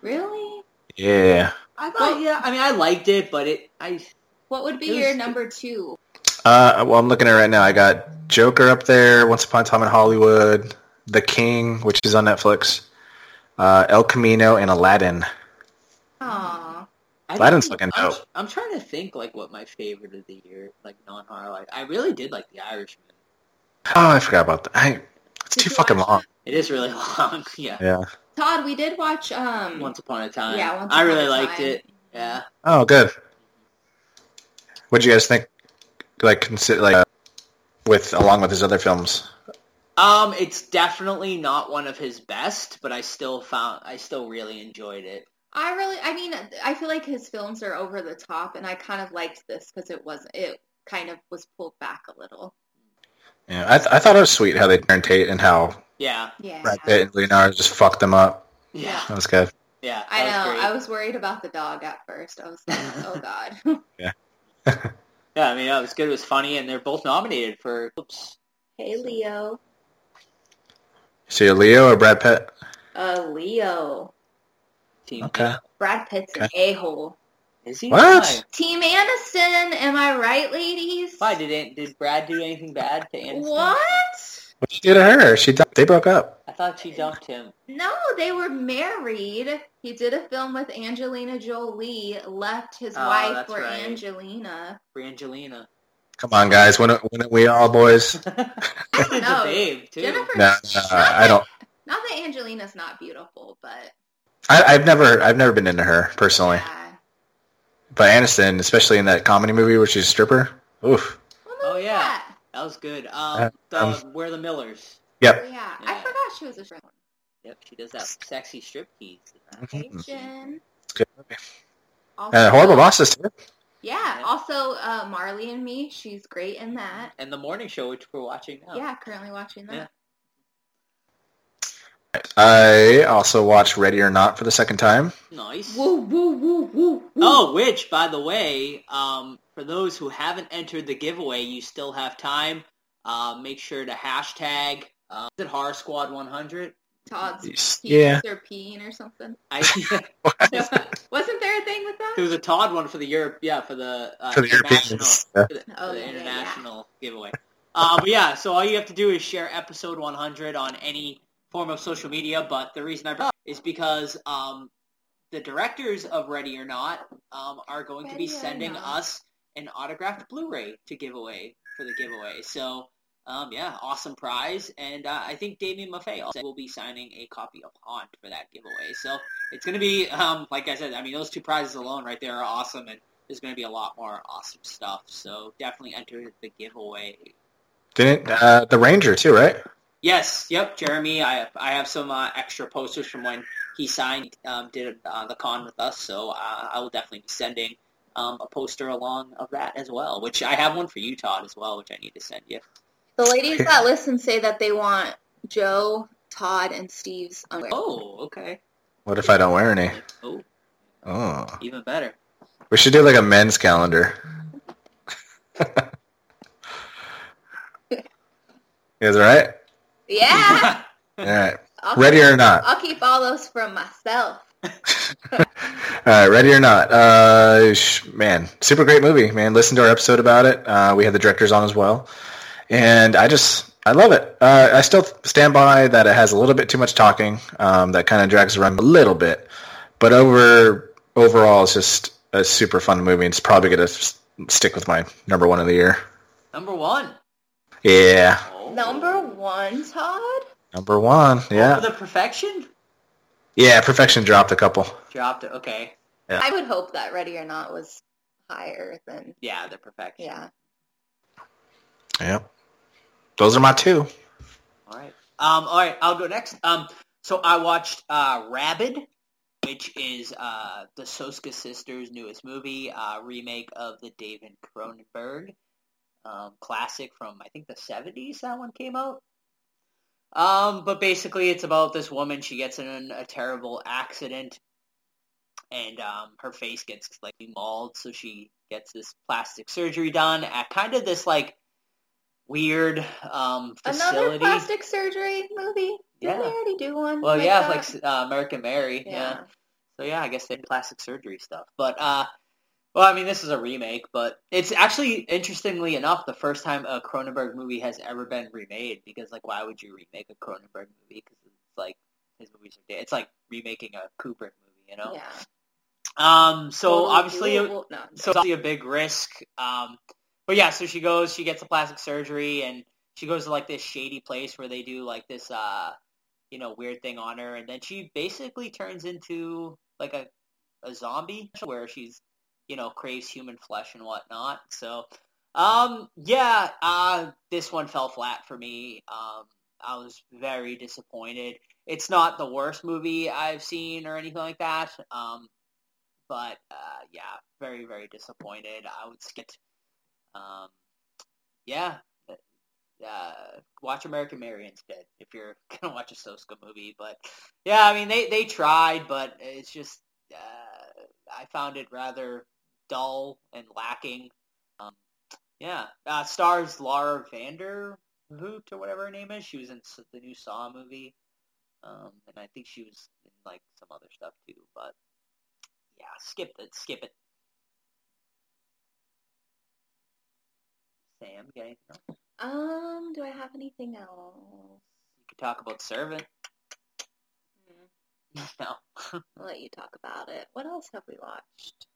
Speaker 3: Really?
Speaker 9: Yeah.
Speaker 8: I thought yeah. I mean, I liked it, but it I
Speaker 3: What would be
Speaker 8: It was-
Speaker 3: your number two?
Speaker 9: Uh, well, I'm looking at it right now. I got Joker up there, Once Upon a Time in Hollywood, The King, which is on Netflix, uh, El Camino, and Aladdin.
Speaker 3: Aw.
Speaker 8: I
Speaker 9: Aladdin's
Speaker 8: think-
Speaker 9: fucking
Speaker 8: I'm,
Speaker 9: dope.
Speaker 8: I'm trying to think like what my favorite of the year, like non-horror. Like I really did like The Irishman.
Speaker 9: Oh, I forgot about that. I, it's
Speaker 3: Did
Speaker 9: too
Speaker 3: you
Speaker 9: fucking
Speaker 3: watch
Speaker 9: long.
Speaker 8: It is really long. yeah.
Speaker 9: Yeah.
Speaker 3: Todd, we did watch um
Speaker 8: Once upon a time.
Speaker 3: Yeah, Once
Speaker 8: I
Speaker 3: Upon
Speaker 8: really
Speaker 3: a
Speaker 8: liked
Speaker 3: Time.
Speaker 8: it. Yeah.
Speaker 9: Oh, good. What'd you guys think? Like, consider like uh, with along with his other films.
Speaker 8: Um, it's definitely not one of his best, but I still found I still really enjoyed it.
Speaker 3: I really I mean I feel like his films are over the top and I kind of liked this cuz it was it kind of was pulled back a little.
Speaker 9: Yeah, I, th- I thought it was sweet how they turned Tate and how
Speaker 8: Yeah,
Speaker 3: Yeah.
Speaker 9: Brad Pitt and Leonardo just fucked them up.
Speaker 8: yeah,
Speaker 9: That was good.
Speaker 8: yeah. That
Speaker 3: I know.
Speaker 8: Was great.
Speaker 3: I was worried about the dog at first. I was like, "Oh god."
Speaker 8: Yeah, I mean, that was good. It was funny, and they're both nominated for. Oops.
Speaker 3: hey Leo.
Speaker 9: So you're Leo or Brad Pitt?
Speaker 3: Uh Leo.
Speaker 8: Team.
Speaker 9: Okay.
Speaker 3: Brad Pitt's an a-hole.
Speaker 8: Is he?
Speaker 9: What?
Speaker 8: Why?
Speaker 3: Team Aniston, am I right, ladies?
Speaker 8: Why did it, did Brad do anything bad to Aniston?
Speaker 3: What?
Speaker 9: What she did to her? She dumped- they broke up.
Speaker 8: I thought she dumped him.
Speaker 3: No, they were married. He did a film with Angelina Jolie, left his
Speaker 8: Oh,
Speaker 3: wife
Speaker 8: that's
Speaker 3: for
Speaker 8: right.
Speaker 3: Angelina.
Speaker 8: For Angelina.
Speaker 9: Come on, guys. Wouldn't, wouldn't we all, boys?
Speaker 8: It's a
Speaker 3: know.
Speaker 8: babe too.
Speaker 3: Jennifer,
Speaker 9: No, no,
Speaker 3: not
Speaker 9: I don't.
Speaker 3: that- Not that Angelina's not beautiful, but
Speaker 9: I, I've never, I've never been into her personally.
Speaker 3: yeah.
Speaker 9: But Aniston, especially in that comedy movie where she's a stripper. Oof.
Speaker 3: What
Speaker 8: Oh,
Speaker 3: movie
Speaker 8: yeah.
Speaker 3: was
Speaker 8: That was good. Um,
Speaker 9: Uh,
Speaker 8: the,
Speaker 9: um,
Speaker 8: We're the Millers.
Speaker 3: that? Oh, yeah. I
Speaker 8: Yeah.
Speaker 9: Mm-hmm.
Speaker 3: forgot she was a stripper.
Speaker 8: Yep, she does that sexy striptease.
Speaker 3: Okay, Jen.
Speaker 9: Good movie.
Speaker 3: Also,
Speaker 9: Uh, horrible bosses. Too.
Speaker 3: Yeah. Also, uh, Marley and Me. She's great in that.
Speaker 8: And the morning show, which we're watching now.
Speaker 3: Yeah. Currently watching that.
Speaker 8: Oh. Yeah.
Speaker 9: I also watched Ready or Not for the second time.
Speaker 8: Nice.
Speaker 3: Woo woo woo woo. woo.
Speaker 8: Oh, which, by the way, um, for those who haven't entered the giveaway, you still have time. Uh, make sure to hashtag uh, is it Horror Squad 100.
Speaker 3: Todd's peeps
Speaker 9: Yeah.
Speaker 3: or peeing or something.
Speaker 8: I,
Speaker 3: No, Wasn't there a thing with that?
Speaker 8: there was a Todd one for the Europe, yeah, for the uh,
Speaker 9: For the
Speaker 8: international,
Speaker 9: Europeans,
Speaker 8: for the,
Speaker 3: Oh,
Speaker 8: for the
Speaker 3: yeah, yeah, yeah.
Speaker 8: international giveaway. Uh, but yeah, so all you have to do is share episode 100 on any form of social media. But the reason I brought it up is because um, the directors of Ready or Not um, are going to be
Speaker 3: Ready or
Speaker 8: sending
Speaker 3: Not.
Speaker 8: us an autographed Blu-ray to give away for the giveaway. So um, yeah, awesome prize, and uh, I think Damien Maffei also will be signing a copy of Haunt for that giveaway. So it's going to be, um, like I said, I mean those two prizes alone right there are awesome, and there's going to be a lot more awesome stuff. So definitely enter the giveaway.
Speaker 9: Didn't uh, the Ranger too? Right?
Speaker 8: Yes, yep, Jeremy, I I have some uh, extra posters from when he signed, um, did uh, the con with us, so uh, I will definitely be sending um, a poster along of that as well. Which I have one for you, Todd, as well, which I need to send you.
Speaker 3: The ladies that listen say that they want Joe, Todd, and Steve's underwear.
Speaker 8: Oh, okay.
Speaker 9: What if I don't wear any?
Speaker 8: Oh,
Speaker 9: Oh,
Speaker 8: even better.
Speaker 9: we should do like a men's calendar. you guys all right?
Speaker 3: Yeah.
Speaker 9: All right.
Speaker 3: I'll,
Speaker 9: Ready or not?
Speaker 3: I'll keep all those from myself.
Speaker 9: All right, ready or not? Uh, sh- man, super great movie, man. Listen to our episode about it. Uh, we had the directors on as well, and I just I love it. Uh, I still stand by that it has a little bit too much talking. Um, that kind of drags the run a little bit, but over overall, it's just a super fun movie. and It's probably gonna s- stick with my number one of the year.
Speaker 8: Number one.
Speaker 9: Yeah,
Speaker 8: Oh.
Speaker 3: Number one, Todd.
Speaker 9: number one.
Speaker 8: Over
Speaker 9: Yeah,
Speaker 8: the perfection
Speaker 9: yeah. Perfection dropped a couple.
Speaker 8: dropped it. Okay,
Speaker 3: I would hope that Ready or Not was higher than
Speaker 8: yeah, the perfection.
Speaker 3: yeah.
Speaker 9: Yep. Those are my two.
Speaker 8: All right. Um. All right. I'll go next. Um. So I watched uh, Rabid, which is uh, the Soska sisters' newest movie, uh, remake of the David Cronenberg um, classic from I think the seventies. That one came out. Um. But basically, it's about this woman. She gets in a terrible accident, and um, her face gets like mauled. So she gets this plastic surgery done at kind of this like weird um, facility.
Speaker 3: Another plastic surgery movie. Didn't they
Speaker 8: Yeah.
Speaker 3: already do one?
Speaker 8: Well,
Speaker 3: like
Speaker 8: yeah,
Speaker 3: that?
Speaker 8: it's like uh, American Mary. Yeah.
Speaker 3: Oh yeah.
Speaker 8: So yeah, I guess they did plastic surgery stuff. But uh, well, I mean, this is a remake, but it's actually interestingly enough the first time a Cronenberg movie has ever been remade. Because like, why would you remake a Cronenberg movie? Because it's like his movies are dead. It's like remaking a Kubrick movie, you know.
Speaker 3: Yeah.
Speaker 8: Um. So
Speaker 3: Totally
Speaker 8: obviously,
Speaker 3: doable- no.
Speaker 8: so it's obviously a big risk. Um, but yeah, so she goes, she gets a plastic surgery, and she goes to like this shady place where they do like this, uh, you know, weird thing on her, and then she basically turns into like a a zombie where she's, you know, craves human flesh and whatnot. So, um, yeah, uh, this one fell flat for me. Um, I was very disappointed. It's not the worst movie I've seen or anything like that. Um, but uh, yeah, very very disappointed. I would skip. Um, yeah, uh, watch American Mary instead if you're gonna watch a Soska movie. But yeah, I mean they they tried, but it's just uh, I found it rather dull and lacking. Um, yeah, uh, stars Laura Vander Voot or whatever her name is. She was in s- the new Saw movie. Um, and I think she was in like some other stuff too, but yeah, skip it, skip it. Sam, you got anything else?
Speaker 3: Um, do I have anything else?
Speaker 8: You could talk about Servant.
Speaker 3: Mm,
Speaker 8: no.
Speaker 3: I'll let you talk about it. What else have we watched?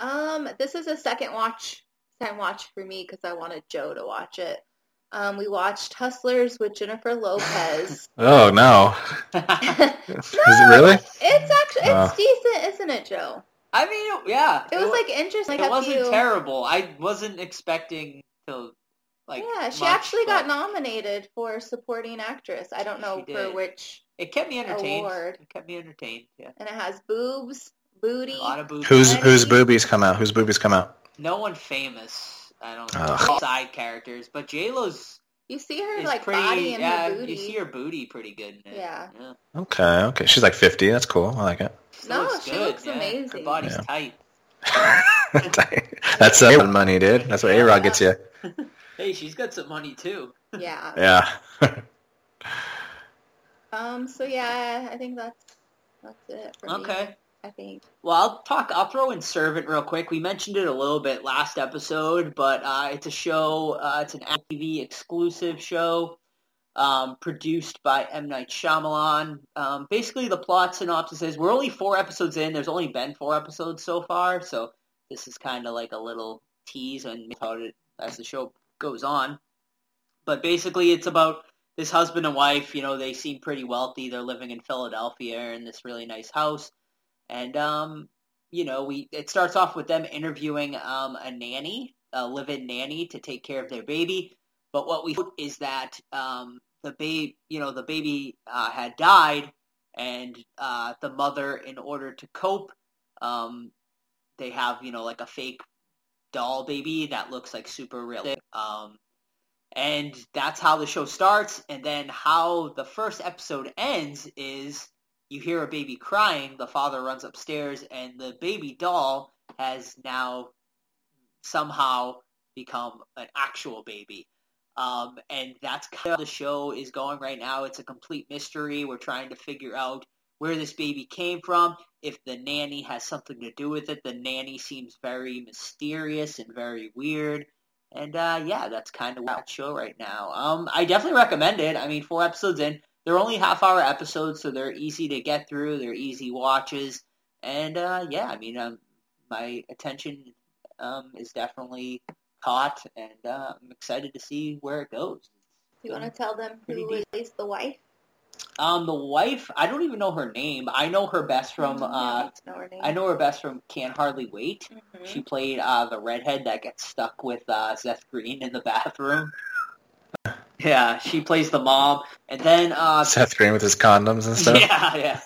Speaker 3: Um, this is a second watch time watch for me because I wanted Joe to watch it. Um, we watched Hustlers with Jennifer Lopez.
Speaker 9: Oh no! Is it really? Uh.
Speaker 3: It's actually
Speaker 9: Wow.
Speaker 3: it's decent, isn't it, Joe?
Speaker 8: I mean, it- yeah.
Speaker 3: It was
Speaker 8: wa-
Speaker 3: like interesting.
Speaker 8: it
Speaker 3: Like, a
Speaker 8: wasn't
Speaker 3: few-
Speaker 8: terrible. I wasn't expecting to Like
Speaker 3: yeah, she
Speaker 8: much,
Speaker 3: actually got
Speaker 8: but
Speaker 3: nominated for supporting actress. I don't know
Speaker 8: She
Speaker 3: for
Speaker 8: did.
Speaker 3: which,
Speaker 8: It kept me entertained.
Speaker 3: award.
Speaker 8: It kept me entertained. Yeah,
Speaker 3: and it has boobs, booty.
Speaker 8: a lot of boobs.
Speaker 9: Whose
Speaker 3: Honey.
Speaker 9: whose boobies come out? Whose boobies come out?
Speaker 8: No one famous. I don't know.
Speaker 9: Ugh.
Speaker 8: Side characters, but J Lo's
Speaker 3: you see her
Speaker 8: is
Speaker 3: like
Speaker 8: pretty.
Speaker 3: body and
Speaker 8: yeah,
Speaker 3: her booty.
Speaker 8: you see her booty pretty good. In it.
Speaker 3: Yeah.
Speaker 9: Okay, okay. She's like fifty. That's cool. I like it.
Speaker 8: She
Speaker 3: No, she looks amazing.
Speaker 8: Her body's
Speaker 9: Yeah.
Speaker 8: tight.
Speaker 9: That's uh, money, dude. That's what A Rod gets you.
Speaker 8: Hey, she's got some money too.
Speaker 3: Yeah.
Speaker 9: Yeah.
Speaker 3: Um. So yeah, I think that's that's it. For me,
Speaker 8: Okay.
Speaker 3: I think.
Speaker 8: Well, I'll talk. I'll throw in Servant real quick. We mentioned it a little bit last episode, but uh, it's a show. Uh, it's an TV exclusive show um, produced by M Night Shyamalan. Um, basically, the plot synopsis is we're only four episodes in. There's only been four episodes so far, so this is kind of like a little tease on how it as the show goes on. But basically, it's about this husband and wife. You know, they seem pretty wealthy. They're living in Philadelphia in this really nice house and um, you know, we it starts off with them interviewing um, a nanny, a live-in nanny, to take care of their baby. But what we note is that um, the babe, you know, the baby uh, had died, and uh, the mother, in order to cope, um, they have you know like a fake doll baby that looks like super real. Um, and that's how the show starts. And then how the first episode ends is you hear a baby crying. The father runs upstairs, and the baby doll has now somehow become an actual baby. Um, and that's kind of how the show is going right now. It's a complete mystery. We're trying to figure out where this baby came from, if the nanny has something to do with it. The nanny seems very mysterious and very weird. And uh, yeah, that's kind of that show right now. Um, I definitely recommend it. I mean, four episodes in, they're only half hour episodes, so they're easy to get through. They're easy watches, and uh, yeah, I mean, um, my attention um, is definitely caught, and uh, I'm excited to see where it goes.
Speaker 3: Do you want to tell them
Speaker 8: Pretty
Speaker 3: who
Speaker 8: deep.
Speaker 3: is the wife?
Speaker 8: Um, the wife, I don't even know her name. I know her best from.
Speaker 3: No,
Speaker 8: Uh,
Speaker 3: it's not her name.
Speaker 8: I know her best from Can't Hardly Wait.
Speaker 3: Mhm.
Speaker 8: She played uh, the redhead that gets stuck with uh, Seth Green in the bathroom. Yeah, she plays the mom, and then uh,
Speaker 9: Seth Green with his condoms and stuff.
Speaker 8: Yeah, yeah.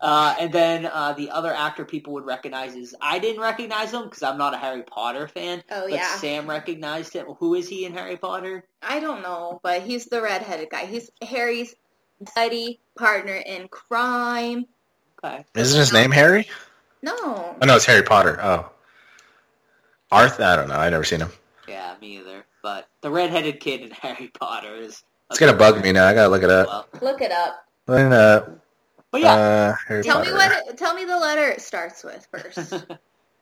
Speaker 8: Uh, and then uh, the other actor people would recognize is I didn't recognize him because I'm not a Harry Potter fan.
Speaker 3: Oh
Speaker 8: but
Speaker 3: yeah.
Speaker 8: Sam recognized him. Who is he in Harry Potter?
Speaker 3: I don't know, but he's the redheaded guy. He's Harry's buddy partner in crime.
Speaker 8: Okay.
Speaker 9: Isn't his name Harry?
Speaker 3: No.
Speaker 9: Oh no, it's Harry Potter. Oh, Arthur. I don't know. I never seen him.
Speaker 8: Yeah, me either. But the redheaded kid in Harry Potter is.
Speaker 9: It's gonna bug me now. I gotta look it up.
Speaker 8: Well,
Speaker 3: Look it up.
Speaker 9: Then, uh,
Speaker 8: but yeah,
Speaker 9: uh, Harry
Speaker 3: Oh, Tell
Speaker 9: Potter.
Speaker 3: me what. It, tell me the letter it starts with first.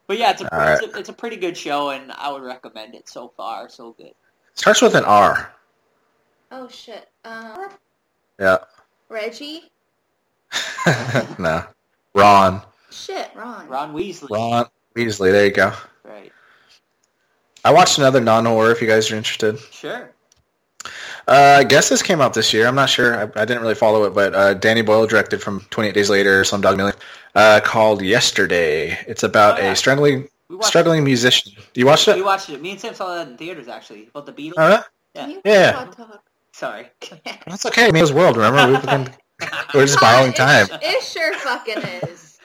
Speaker 8: but yeah, it's a,
Speaker 9: uh, All right.
Speaker 8: it's a it's a pretty good show, and I would recommend it so far. So good.
Speaker 9: starts with an R.
Speaker 3: oh shit. Um,
Speaker 9: Yeah.
Speaker 3: Reggie.
Speaker 9: no, Ron.
Speaker 3: Shit, Ron.
Speaker 8: Ron Weasley.
Speaker 9: Ron Weasley. There you go.
Speaker 8: Right.
Speaker 9: I watched another non-horror. If you guys are interested,
Speaker 8: Sure.
Speaker 9: uh, I guess this came out this year. I'm not sure. I, I didn't really follow it, but uh, Danny Boyle directed from 28 Days Later, Some Dog Million, uh, called Yesterday. It's about
Speaker 8: Oh, yeah.
Speaker 9: a struggling
Speaker 8: We watched
Speaker 9: struggling musician. You watched
Speaker 8: it. We
Speaker 9: it?
Speaker 8: watched it. Me and Sam saw that in theaters actually. About the Beatles.
Speaker 9: All right.
Speaker 3: Can you
Speaker 9: Yeah.
Speaker 3: hot dog?
Speaker 8: Sorry.
Speaker 9: That's okay. Mio's World. Remember, we became, we're just borrowing time.
Speaker 3: It, it sure fucking is.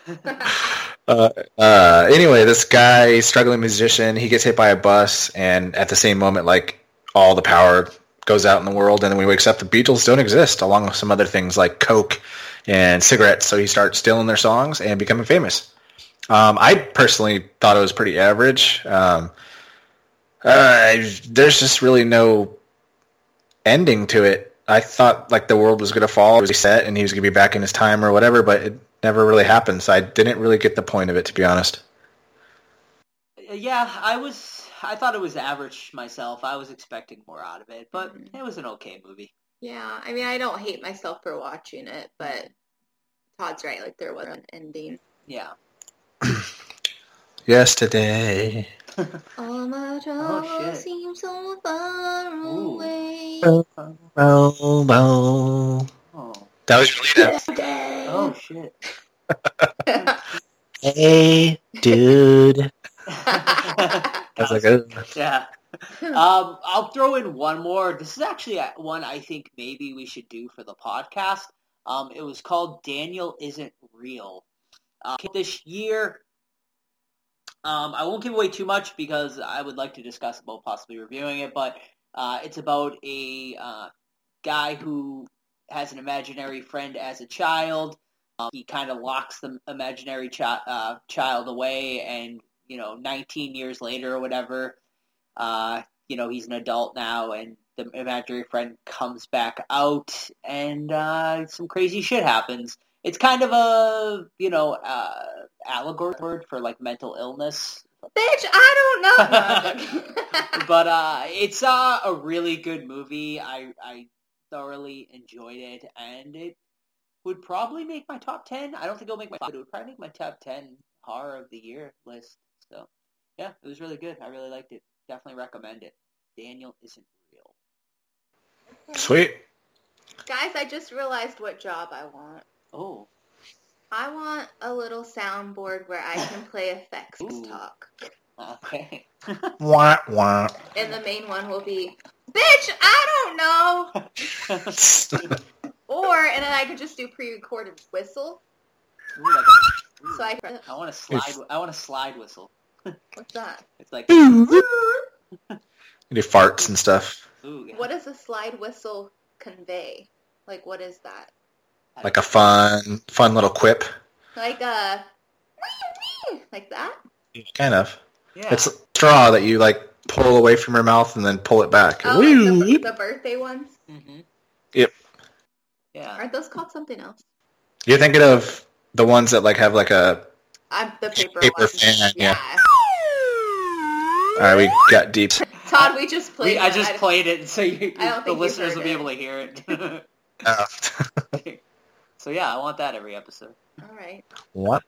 Speaker 9: Uh, uh, anyway, this guy, struggling musician, he gets hit by a bus, and at the same moment, like all the power goes out in the world, and then we wakes up. The Beatles don't exist, along with some other things like coke and cigarettes. So he starts stealing their songs and becoming famous. Um, I personally thought it was pretty average. Um, uh, there's just really no ending to it. I thought like the world was going to fall, it was set, and he was going to be back in his time or whatever, but it never really happened. So I didn't really get the point of it, to be honest.
Speaker 8: Yeah, I was. I thought it was average myself. I was expecting more out of it, but
Speaker 3: Mhm.
Speaker 8: it was an okay movie.
Speaker 3: yeah. I mean, I don't hate myself for watching it, but Todd's right. Like there was an ending.
Speaker 8: Yeah.
Speaker 9: Yesterday.
Speaker 3: All my troubles
Speaker 8: Oh, shit.
Speaker 3: seem so far
Speaker 8: Ooh.
Speaker 3: away.
Speaker 9: Oh, oh.
Speaker 8: Oh.
Speaker 9: That was your lead
Speaker 8: Oh shit.
Speaker 9: Hey, dude. I was like, oh.
Speaker 8: yeah. um, I'll throw in one more. This is actually a- one I think maybe we should do for the podcast. Um, it was called Daniel Isn't Real. Uh, this year, um, I won't give away too much because I would like to discuss about possibly reviewing it, but uh, it's about a uh, guy who has an imaginary friend as a child. Um, he kind of locks the imaginary chi- uh, child away, and you know, 19 years later or whatever, uh, you know, he's an adult now, and the imaginary friend comes back out, and uh, some crazy shit happens. It's kind of a you know uh, allegory word for like mental illness
Speaker 3: Bitch, I don't know. No, I'm joking.
Speaker 8: but uh, it's uh, a really good movie. I I thoroughly enjoyed it, and it would probably make my top ten. I don't think it'll make my top, but it would probably make my top ten horror of the year list. So yeah, it was really good. I really liked it. Definitely recommend it. Daniel isn't real.
Speaker 9: Sweet.
Speaker 3: Guys, I just realized what job I want.
Speaker 8: Oh,
Speaker 3: I want a little soundboard where I can play effects
Speaker 8: Ooh.
Speaker 3: talk.
Speaker 8: okay.
Speaker 9: Wah, wah.
Speaker 3: And the main one will be, bitch, I don't know. Or, and then I could just do pre-recorded whistle.
Speaker 8: Ooh, like a- ooh.
Speaker 3: So I can,
Speaker 8: I want to slide. I want a slide whistle.
Speaker 3: what's that?
Speaker 8: It's like
Speaker 9: do farts and stuff.
Speaker 8: ooh, yeah.
Speaker 3: What does a slide whistle convey? Like, what is that?
Speaker 9: Like a fun, fun little quip.
Speaker 3: Like a, like that?
Speaker 9: Kind of.
Speaker 8: Yeah.
Speaker 9: It's a straw that you like pull away from your mouth and then pull it back.
Speaker 3: Oh, like the, the birthday ones?
Speaker 8: hmm
Speaker 9: Yep.
Speaker 8: Yeah.
Speaker 3: Aren't those called something else?
Speaker 9: You're thinking of the ones that like have like a.
Speaker 3: I'm the paper,
Speaker 9: Paper
Speaker 3: ones.
Speaker 9: fan, yeah. All right, we got deep.
Speaker 3: Todd, we just played.
Speaker 8: We, I
Speaker 3: that.
Speaker 8: just played it, so you,
Speaker 3: I don't think
Speaker 8: the
Speaker 3: you
Speaker 8: listeners
Speaker 3: heard
Speaker 8: will be
Speaker 3: it.
Speaker 8: able to hear it.
Speaker 9: Uh,
Speaker 8: so yeah, I want that every episode.
Speaker 3: All right.
Speaker 9: what?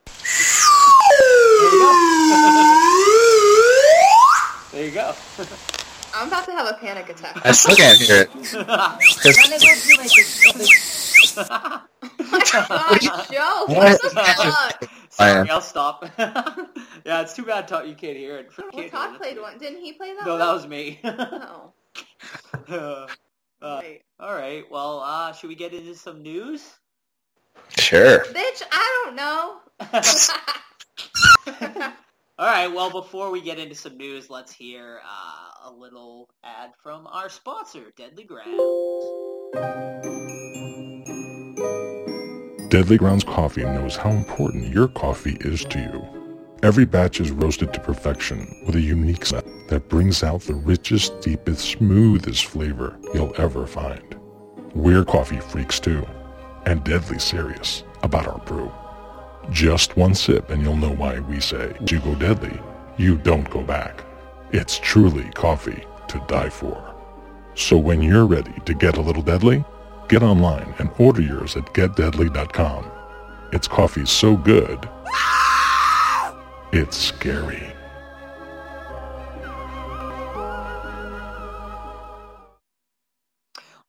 Speaker 8: There you go. there you go.
Speaker 3: I'm about to have a panic attack.
Speaker 9: I still can't hear it. Just-
Speaker 3: Oh Gosh, Joe,
Speaker 9: What?
Speaker 3: what the fuck?
Speaker 8: Sorry, I'll stop. yeah, it's too bad Todd, you can't hear it. Can't
Speaker 3: Well,
Speaker 8: hear
Speaker 3: Todd
Speaker 8: it.
Speaker 3: played one. Didn't he play that
Speaker 8: No,
Speaker 3: one?
Speaker 8: that was me.
Speaker 3: Oh,
Speaker 8: Uh,
Speaker 3: right.
Speaker 8: all right. Well, uh, should we get into some news?
Speaker 9: Sure.
Speaker 3: Bitch, I don't know.
Speaker 8: All right. Well, before we get into some news, let's hear uh, a little ad from our sponsor, Deadly Ground.
Speaker 10: Deadly Grounds Coffee knows how important your coffee is to you. Every batch is roasted to perfection with a unique set that brings out the richest, deepest, smoothest flavor you'll ever find. We're coffee freaks too, and deadly serious about our brew. Just one sip and you'll know why we say, you go deadly, you don't go back. It's truly coffee to die for. So when you're ready to get a little deadly, get online and order yours at getdeadly.com. It's coffee so good, it's scary.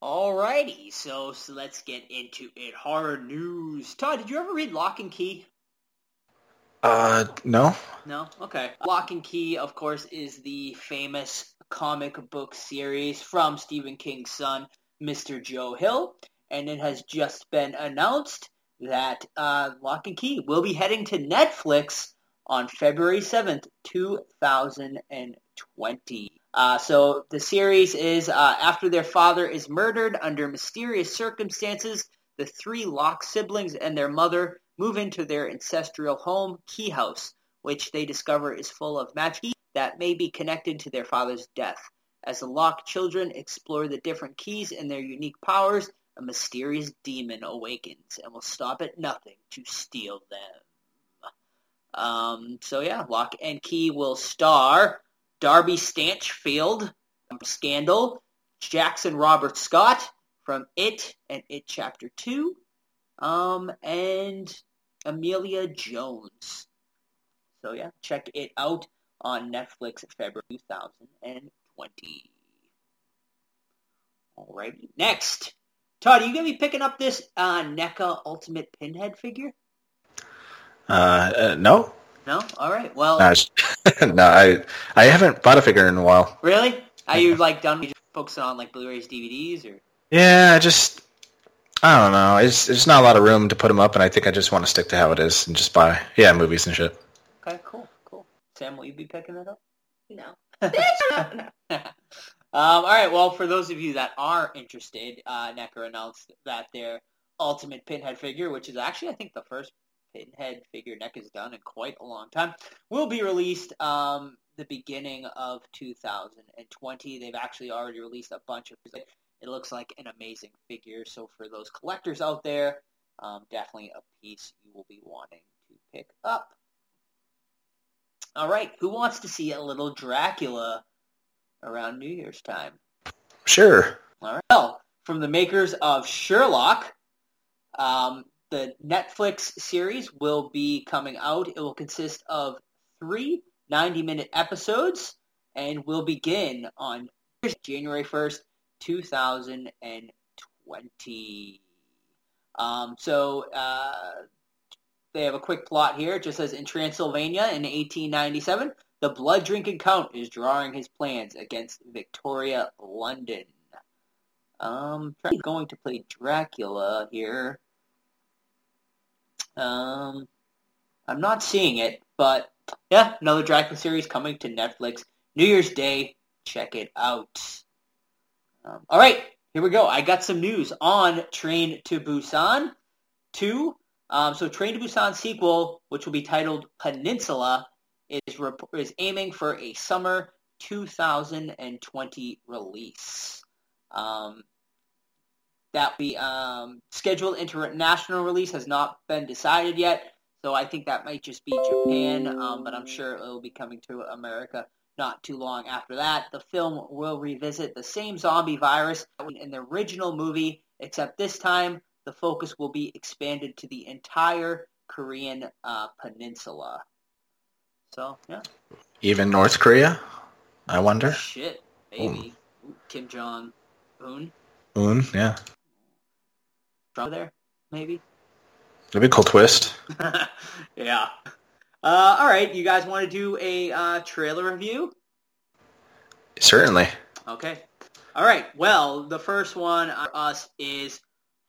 Speaker 8: Alrighty, so, so let's get into it. Horror news. Todd, did you ever read Lock and Key?
Speaker 9: Uh, no.
Speaker 8: No? Okay. Lock and Key, of course, is the famous comic book series from Stephen King's son, Mr. Joe Hill, and it has just been announced that uh, Lock and Key will be heading to Netflix on February 7th, 2020. Uh, so the series is uh, after their father is murdered under mysterious circumstances, the three Locke siblings and their mother move into their ancestral home, Key House, which they discover is full of magic that may be connected to their father's death. As the Locke children explore the different keys and their unique powers, a mysterious demon awakens and will stop at nothing to steal them. Um, so yeah, Lock and Key will star Darby Stanchfield from Scandal, Jackson Robert Scott from It and It Chapter Two, um, and Amelia Jones. So yeah, check it out on Netflix February 2020. Alrighty, next. Todd, are you gonna be picking up this uh, NECA Ultimate Pinhead figure?
Speaker 9: Uh, uh no.
Speaker 8: No. All right. Well,
Speaker 9: No, I, no, I I haven't bought a figure in a while.
Speaker 8: Really? Are you like done with focusing on like Blu-rays, DVDs, or
Speaker 9: Yeah, I just I don't know. It's there's not a lot of room to put them up, and I think I just want to stick to how it is and just buy yeah movies and shit.
Speaker 8: okay, cool, cool. Sam, will you be picking it up?
Speaker 3: No.
Speaker 8: Um, all right. Well, for those of you that are interested, uh, Necker announced that their ultimate Pinhead figure, which is actually I think the first Pinhead figure Necker's done in quite a long time, will be released um, the beginning of 2020. They've actually already released a bunch of. It looks like an amazing figure. So for those collectors out there, um, definitely a piece you will be wanting to pick up. All right. Who wants to see a little Dracula? around New Year's time.
Speaker 9: Sure.
Speaker 8: All right. Well, from the makers of Sherlock, um, the Netflix series will be coming out. It will consist of three 90-minute episodes and will begin on January 1st, 2020. Um, so uh, they have a quick plot here. It just says, in Transylvania in 1897, the blood-drinking count is drawing his plans against Victoria London. Um, he's going to play Dracula here. Um, I'm not seeing it, but yeah, another Dracula series coming to Netflix New Year's Day. Check it out. Um, all right, here we go. I got some news on Train to Busan 2. Um, so Train to Busan sequel, which will be titled Peninsula, is rep- is aiming for a summer 2020 release. Um, that be um, scheduled international release has not been decided yet, so I think that might just be Japan, um, but I'm sure it will be coming to America not too long after that. The film will revisit the same zombie virus in the original movie, except this time the focus will be expanded to the entire Korean uh, peninsula. So yeah,
Speaker 9: Even North Korea, I wonder.
Speaker 8: shit, baby, Ooh, Kim Jong Un,
Speaker 9: Mm, yeah,
Speaker 8: drama there, maybe.
Speaker 9: that'd be a cool twist.
Speaker 8: yeah. Uh, all right, you guys want to do a uh, trailer review?
Speaker 9: Certainly.
Speaker 8: Okay. All right. Well, the first one for us is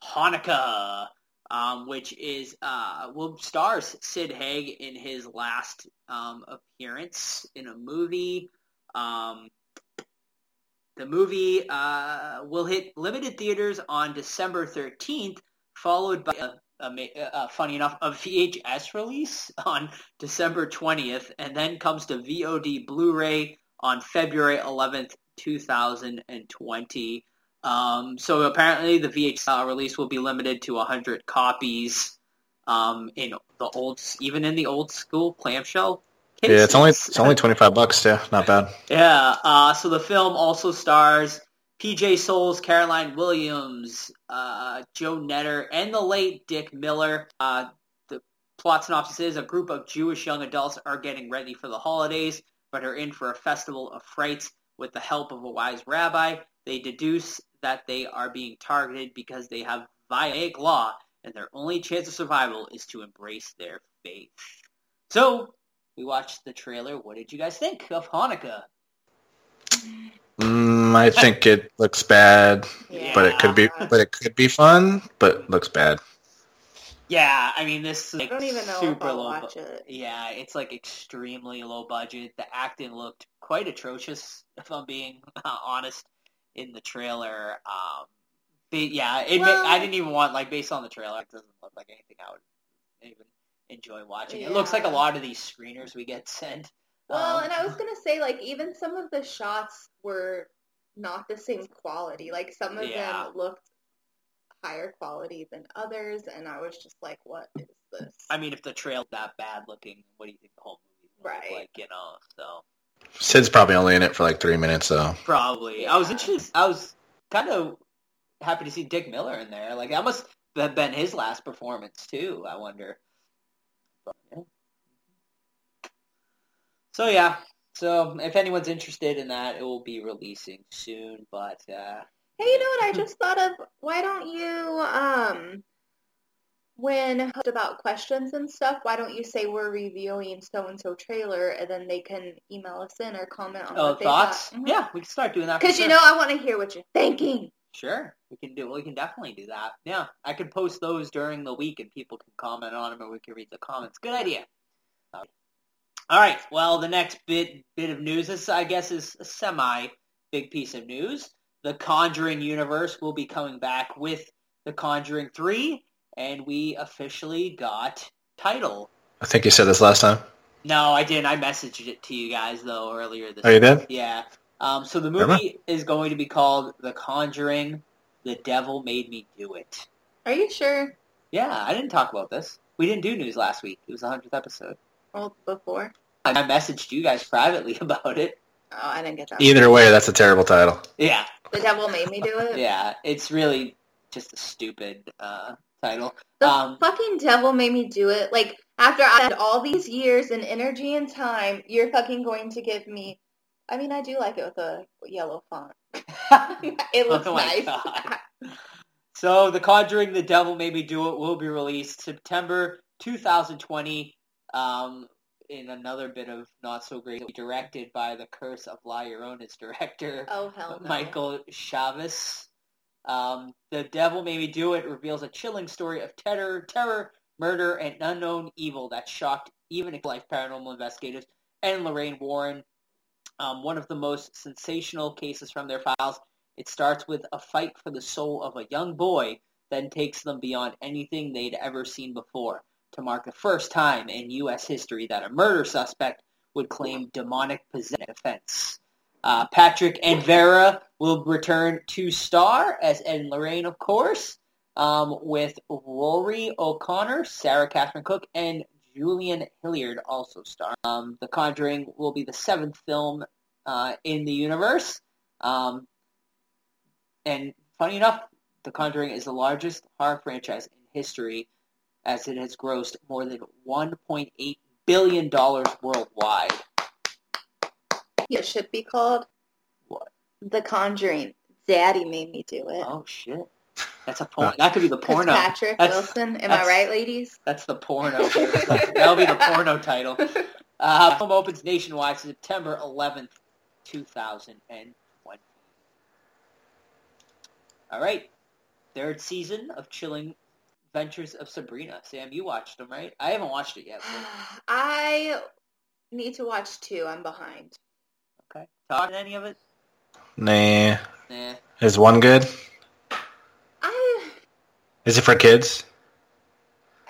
Speaker 8: Hanukkah, um, which is uh, will stars Sid Haig in his last um, appearance in a movie. Um, the movie uh, will hit limited theaters on December thirteenth, followed by a, a, ma- uh, funny enough a VHS release on December twentieth, and then comes to VOD Blu-ray on February 11th, 2020. Um, so apparently the VHS uh, release will be limited to 100 copies um, in the old, even in the old school clamshell. case.
Speaker 9: Yeah, it's only it's
Speaker 8: uh,
Speaker 9: only twenty five bucks. Yeah, not bad.
Speaker 8: Yeah, uh, so the film also stars PJ Souls, Caroline Williams, uh, Joe Netter, and the late Dick Miller. Uh, the plot synopsis is a group of Jewish young adults are getting ready for the holidays, but are in for a festival of frights with the help of a wise rabbi. They deduce that they are being targeted because they have vague law, and their only chance of survival is to embrace their faith. So, we watched the trailer. What did you guys think of Hanukkah?
Speaker 9: Mm, I think it looks bad, but it could be but it could be fun, but looks bad.
Speaker 8: Yeah, I mean this is like
Speaker 3: I don't even know if
Speaker 8: super Um,
Speaker 3: I'll
Speaker 8: low. bu-
Speaker 3: watch it.
Speaker 8: yeah, it's like extremely low budget. The acting looked quite atrocious, if I'm being uh, honest, in the trailer. Um, but yeah, it ma-
Speaker 3: Well-
Speaker 8: I didn't even want like based on the trailer, it doesn't look like anything I would even enjoy watching. It looks like a
Speaker 3: Yeah.
Speaker 8: lot of these screeners we get sent.
Speaker 3: Well,
Speaker 8: um,
Speaker 3: and I was gonna say like even some of the shots were not the same quality. Like some of
Speaker 8: Yeah.
Speaker 3: them looked higher quality than others, and I was just like, "What is this?"
Speaker 8: I mean, if the trailer's that bad looking, what do you think the whole movie's gonna look
Speaker 3: Right.
Speaker 8: like? You know, so.
Speaker 9: Sid's probably only in it for like three minutes though.
Speaker 8: Probably. I was interested. I was kind of happy to see Dick Miller in there. Like that must have been his last performance too. I wonder. But, yeah. So yeah. So if anyone's interested in that, it will be releasing soon. But uh,
Speaker 3: hey, you know what? I just thought of why don't you um when about questions and stuff, why don't you say we're reviewing so and so trailer, and then they can email us in or comment on
Speaker 8: Oh,
Speaker 3: what they
Speaker 8: thoughts?
Speaker 3: thought. Mhm.
Speaker 8: Yeah, we can start doing that. for
Speaker 3: Because you
Speaker 8: sure.
Speaker 3: know, I want to hear what you're thinking.
Speaker 8: Sure, we can do. We can definitely do that. Yeah, I can post those during the week, and people can comment on them, or we can read the comments. Good idea. All right. Well, the next bit bit of news is, I guess, is a semi big piece of news. The Conjuring universe will be coming back with The Conjuring Three, and we officially got title.
Speaker 9: I think you said this last time.
Speaker 8: No, I didn't. I messaged it to you guys though earlier this.
Speaker 9: Oh, you did?
Speaker 8: Yeah. Um, so the
Speaker 9: Fair
Speaker 8: movie is going to be called The Conjuring: The Devil Made Me Do It.
Speaker 3: Are you sure?
Speaker 8: Yeah, I didn't talk about this. We didn't do news last week. It was the hundredth episode.
Speaker 3: Well, before.
Speaker 8: I I messaged you guys privately about it.
Speaker 3: Oh, I didn't get that.
Speaker 9: Either way, that's a terrible title.
Speaker 8: Yeah,
Speaker 3: The devil made me do it.
Speaker 8: yeah. It's really just a stupid uh, title.
Speaker 3: The
Speaker 8: Um,
Speaker 3: fucking devil made me do it. Like after I had all these years and energy and time, you're fucking going to give me. I mean, I do like it with a yellow font. it looks
Speaker 8: Oh my
Speaker 3: nice.
Speaker 8: God. So, The Conjuring: The Devil Made Me Do It will be released September 2020. Um, in another bit of not so great, directed by the Curse of La Llorona's director
Speaker 3: Oh hell no.
Speaker 8: Michael Chavez. Um, the Devil Made Me Do It reveals a chilling story of terror, terror, murder, and unknown evil that shocked even life paranormal investigators and Lorraine Warren. Um, one of the most sensational cases from their files. It starts with a fight for the soul of a young boy, then takes them beyond anything they'd ever seen before to mark the first time in U.S. history that a murder suspect would claim demonic possession offense. Uh, Patrick and Vera will return to star as Ed and Lorraine, of course, um, with Rory O'Connor, Sarah Catherine Cook, and Julian Hilliard also star. Um, the Conjuring will be the seventh film uh, in the universe, um, and funny enough, The Conjuring is the largest horror franchise in history, as it has grossed more than 1.8 billion dollars worldwide.
Speaker 3: It should be called
Speaker 8: What?
Speaker 3: The Conjuring. Daddy made me do it.
Speaker 8: Oh shit. That's a porn. That could be the
Speaker 3: 'Cause
Speaker 8: porno.
Speaker 3: Patrick
Speaker 8: That's-
Speaker 3: Wilson. Am I
Speaker 8: that's-
Speaker 3: right, ladies?
Speaker 8: That's the porno. That'll be the porno title. Uh, film opens nationwide September 11th, 2020. All right. Third season of Chilling Adventures of Sabrina. Sam, you watched them, right? I haven't watched it yet. but-
Speaker 3: I need to watch two. I'm behind.
Speaker 8: Okay. Talking any of it?
Speaker 9: Nah.
Speaker 8: Nah.
Speaker 9: Is one good?
Speaker 3: I
Speaker 9: Is it for kids?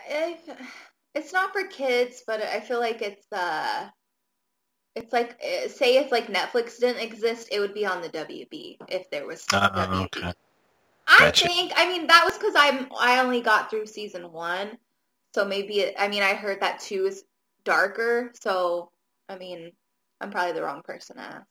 Speaker 3: I, it's not for kids, but I feel like it's uh, it's like eh, say if like Netflix didn't exist, it would be on the WB if there was still
Speaker 9: Oh,
Speaker 3: WB.
Speaker 9: okay.
Speaker 3: I
Speaker 9: Gotcha.
Speaker 3: think I mean that was because I'm I only got through season one, so maybe it, I mean I heard that two is darker, so I mean I'm probably the wrong person to ask.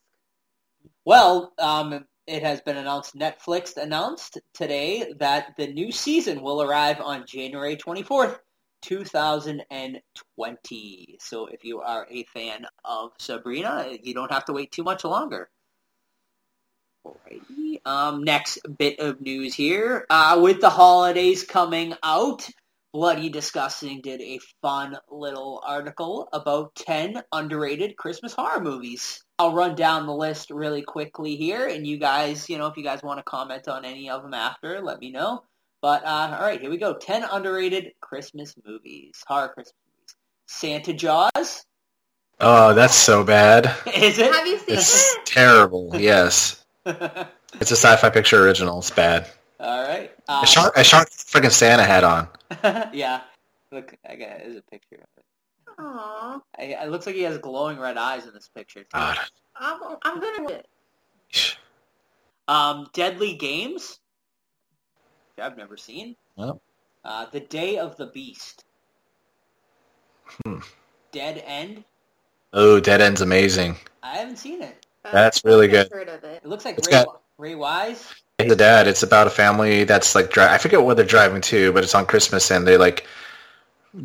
Speaker 8: Well, um, it has been announced, Netflix announced today that the new season will arrive on January 24th, 2020. So if you are a fan of Sabrina, you don't have to wait too much longer. Alrighty. Um, next bit of news here. Uh, with the holidays coming out, Bloody Disgusting did a fun little article about 10 underrated Christmas horror movies. I'll run down the list really quickly here, and you guys, you know, if you guys want to comment on any of them after, let me know. But, uh, all right, here we go. 10 underrated Christmas movies, horror Christmas movies. Santa Jaws,
Speaker 9: Oh, that's so bad.
Speaker 8: is it?
Speaker 3: Have you seen
Speaker 9: It's
Speaker 3: it?
Speaker 9: terrible. Yes, it's a sci-fi picture original. It's bad.
Speaker 8: all right.
Speaker 9: A
Speaker 8: Uh,
Speaker 9: shark, a shark, freaking Santa hat on.
Speaker 8: yeah. Look, I got, there's a picture of it.
Speaker 3: Aw,
Speaker 8: I, it looks like he has glowing red eyes in this picture. too.
Speaker 9: God.
Speaker 3: I'm, I'm gonna.
Speaker 8: Um, Deadly Games, which I've never seen.
Speaker 9: No.
Speaker 8: Uh, the Day of the Beast.
Speaker 9: Hmm.
Speaker 8: Dead End.
Speaker 9: Oh, Dead End's amazing.
Speaker 8: I haven't seen it.
Speaker 9: That's really
Speaker 3: I've
Speaker 9: good.
Speaker 3: Heard of it?
Speaker 8: It looks like
Speaker 9: It's
Speaker 8: Ray,
Speaker 9: got-
Speaker 8: Ray Wise.
Speaker 9: And the dad. It's about a family that's like dri- I forget what they're driving to, but it's on Christmas and they like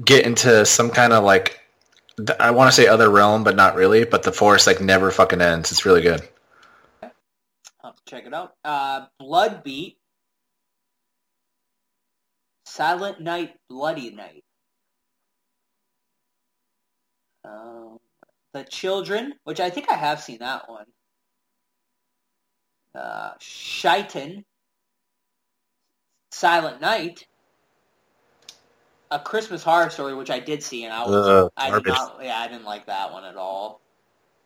Speaker 9: get into some kind of like th- I want to say other realm, but not really. But the forest like never fucking ends. It's really good.
Speaker 8: I'll have to check it out. Uh, Blood Beat. Silent Night, Bloody Night. Um, the Children, which I think I have seen that one. Uh, Shaitan, Silent Night, A Christmas Horror Story, which I did see, and I was,
Speaker 9: Ugh,
Speaker 8: I did
Speaker 9: garbage.
Speaker 8: not, yeah, I didn't like that one at all.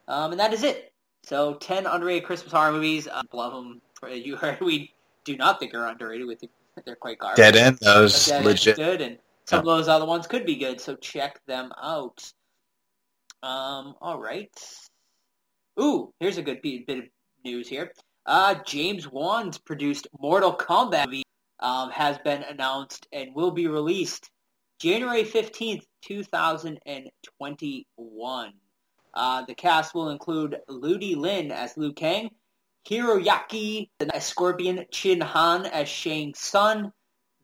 Speaker 8: Um, and that is it. So ten underrated Christmas horror movies. uh, I love them. You heard we do not think are underrated. We think they're quite garbage.
Speaker 9: Dead End, that was
Speaker 8: But Dead End's
Speaker 9: legit.
Speaker 8: good, and some of those other ones could be good. So check them out. Um, all right. Ooh, here's a good bit bit of news here. Uh, James Wan's produced Mortal Kombat movie um, has been announced and will be released January 15th, 2021. Uh, the cast will include Ludi Lin as Liu Kang, Hiroyaki as Scorpion, Chin Han as Shang Sun,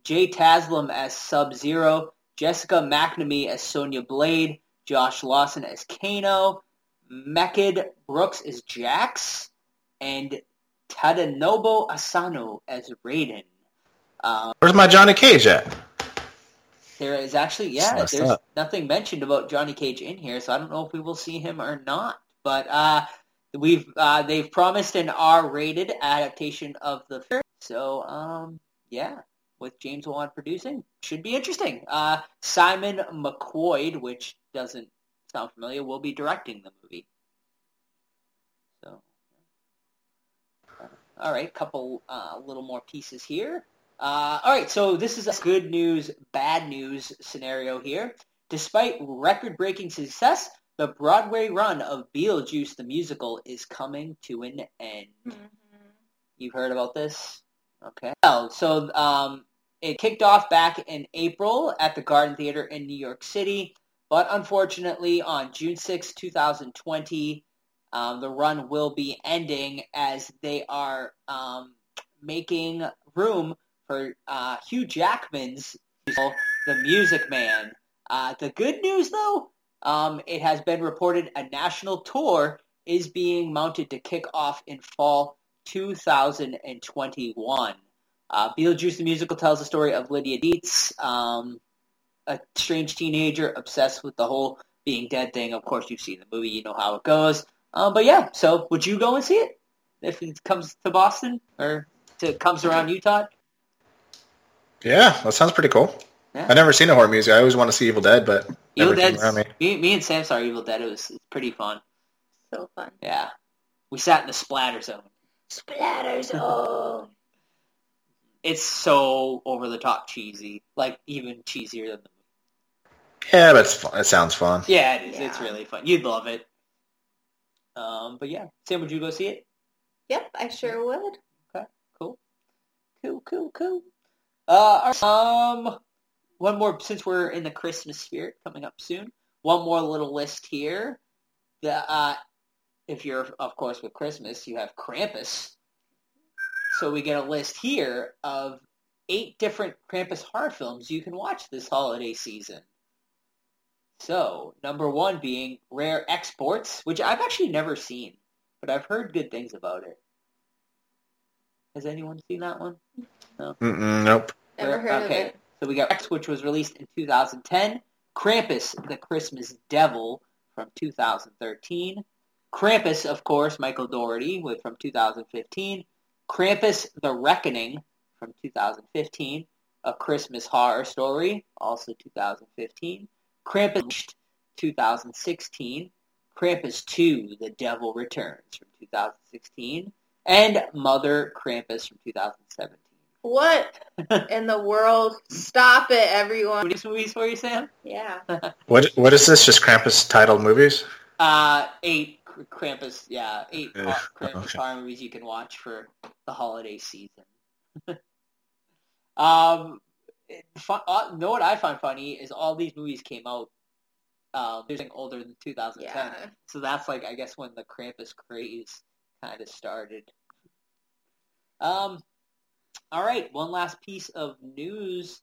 Speaker 8: Jay Taslim as Sub-Zero, Jessica McNamee as Sonya Blade, Josh Lawson as Kano, Mekid Brooks as Jax, and Tadanobu Asano as Raiden. Um,
Speaker 9: Where's my Johnny Cage at?
Speaker 8: there is actually,
Speaker 9: It's
Speaker 8: yeah,
Speaker 9: messed
Speaker 8: there's
Speaker 9: up.
Speaker 8: nothing mentioned about Johnny Cage in here, so I don't know if we will see him or not. But uh, we've uh, they've promised an R-rated adaptation of the film, so um, yeah, with James Wan producing, should be interesting. Uh, Simon McCoy, which doesn't sound familiar, will be directing the movie. So, uh, all right, couple uh, little more pieces here. Uh, all right, so this is a good news, bad news scenario here. Despite record-breaking success, the Broadway run of Beetlejuice the musical is coming to an end. You've heard about this, okay? Oh, so um, it kicked off back in April at the Garden Theater in New York City, but unfortunately, on June 6, 2020, um, the run will be ending as they are um, making room for uh, Hugh Jackman's musical, The Music Man. Uh, the good news, though, um, it has been reported a national tour is being mounted to kick off in fall 2021. Uh, Beetlejuice the Musical tells the story of Lydia Dietz, um, a strange teenager obsessed with the whole being dead thing. Of course, you've seen the movie. You know how it goes. Um, but yeah, so would you go and see it if it comes to Boston or to comes around Utah?
Speaker 9: Yeah, that sounds pretty cool.
Speaker 8: Yeah.
Speaker 9: I've never seen a horror music. I always want to see Evil Dead, but
Speaker 8: Evil
Speaker 9: never came
Speaker 8: Dead.
Speaker 9: around me.
Speaker 8: Me, me and Sam saw Evil Dead. It was it's pretty fun.
Speaker 3: So fun.
Speaker 8: Yeah, we sat in the splatter zone.
Speaker 3: Splatters. Oh.
Speaker 8: It's so over the top cheesy, like even cheesier than the
Speaker 9: Yeah, but it's fun. it sounds fun.
Speaker 8: Yeah, it is.
Speaker 3: Yeah.
Speaker 8: It's really fun. You'd love it. Um, but yeah, Sam, would you go see it?
Speaker 3: Yep, I sure would.
Speaker 8: Cool, cool, cool, cool. Uh, all right, um, one more since we're in the Christmas spirit coming up soon. One more little list here. The uh, if you're of course with Christmas, you have Krampus. So we get a list here of eight different Krampus horror films you can watch this holiday season. So number one being Rare Exports, which I've actually never seen, but I've heard good things about it. Has anyone seen that one?
Speaker 9: Mm-mm, nope.
Speaker 3: Never
Speaker 8: Where-
Speaker 3: heard
Speaker 8: okay.
Speaker 3: of it.
Speaker 8: So we got X, which was released in 2010. Krampus, the Christmas Devil, from 2013. Krampus, of course, Michael Doherty, with from 2015. Krampus, The Reckoning, from 2015. A Christmas Horror Story, also 2015. Krampus, 2016. Krampus 2, The Devil Returns, from 2016. And Mother Krampus, from 2017.
Speaker 3: What in the world? Stop it, everyone.
Speaker 8: These movies for you, Sam?
Speaker 3: Yeah.
Speaker 9: What what is this? Just Krampus titled movies?
Speaker 8: Uh, eight Kr- Krampus, yeah, eight
Speaker 9: Ugh,
Speaker 8: hor- Krampus
Speaker 9: okay.
Speaker 8: horror movies you can watch for the holiday season. um, it- fun, uh, know what I find funny is all these movies came out. Um, they're getting older than 2010,
Speaker 3: Yeah.
Speaker 8: so that's like I guess when the Krampus craze kind of started. Um, all right, one last piece of news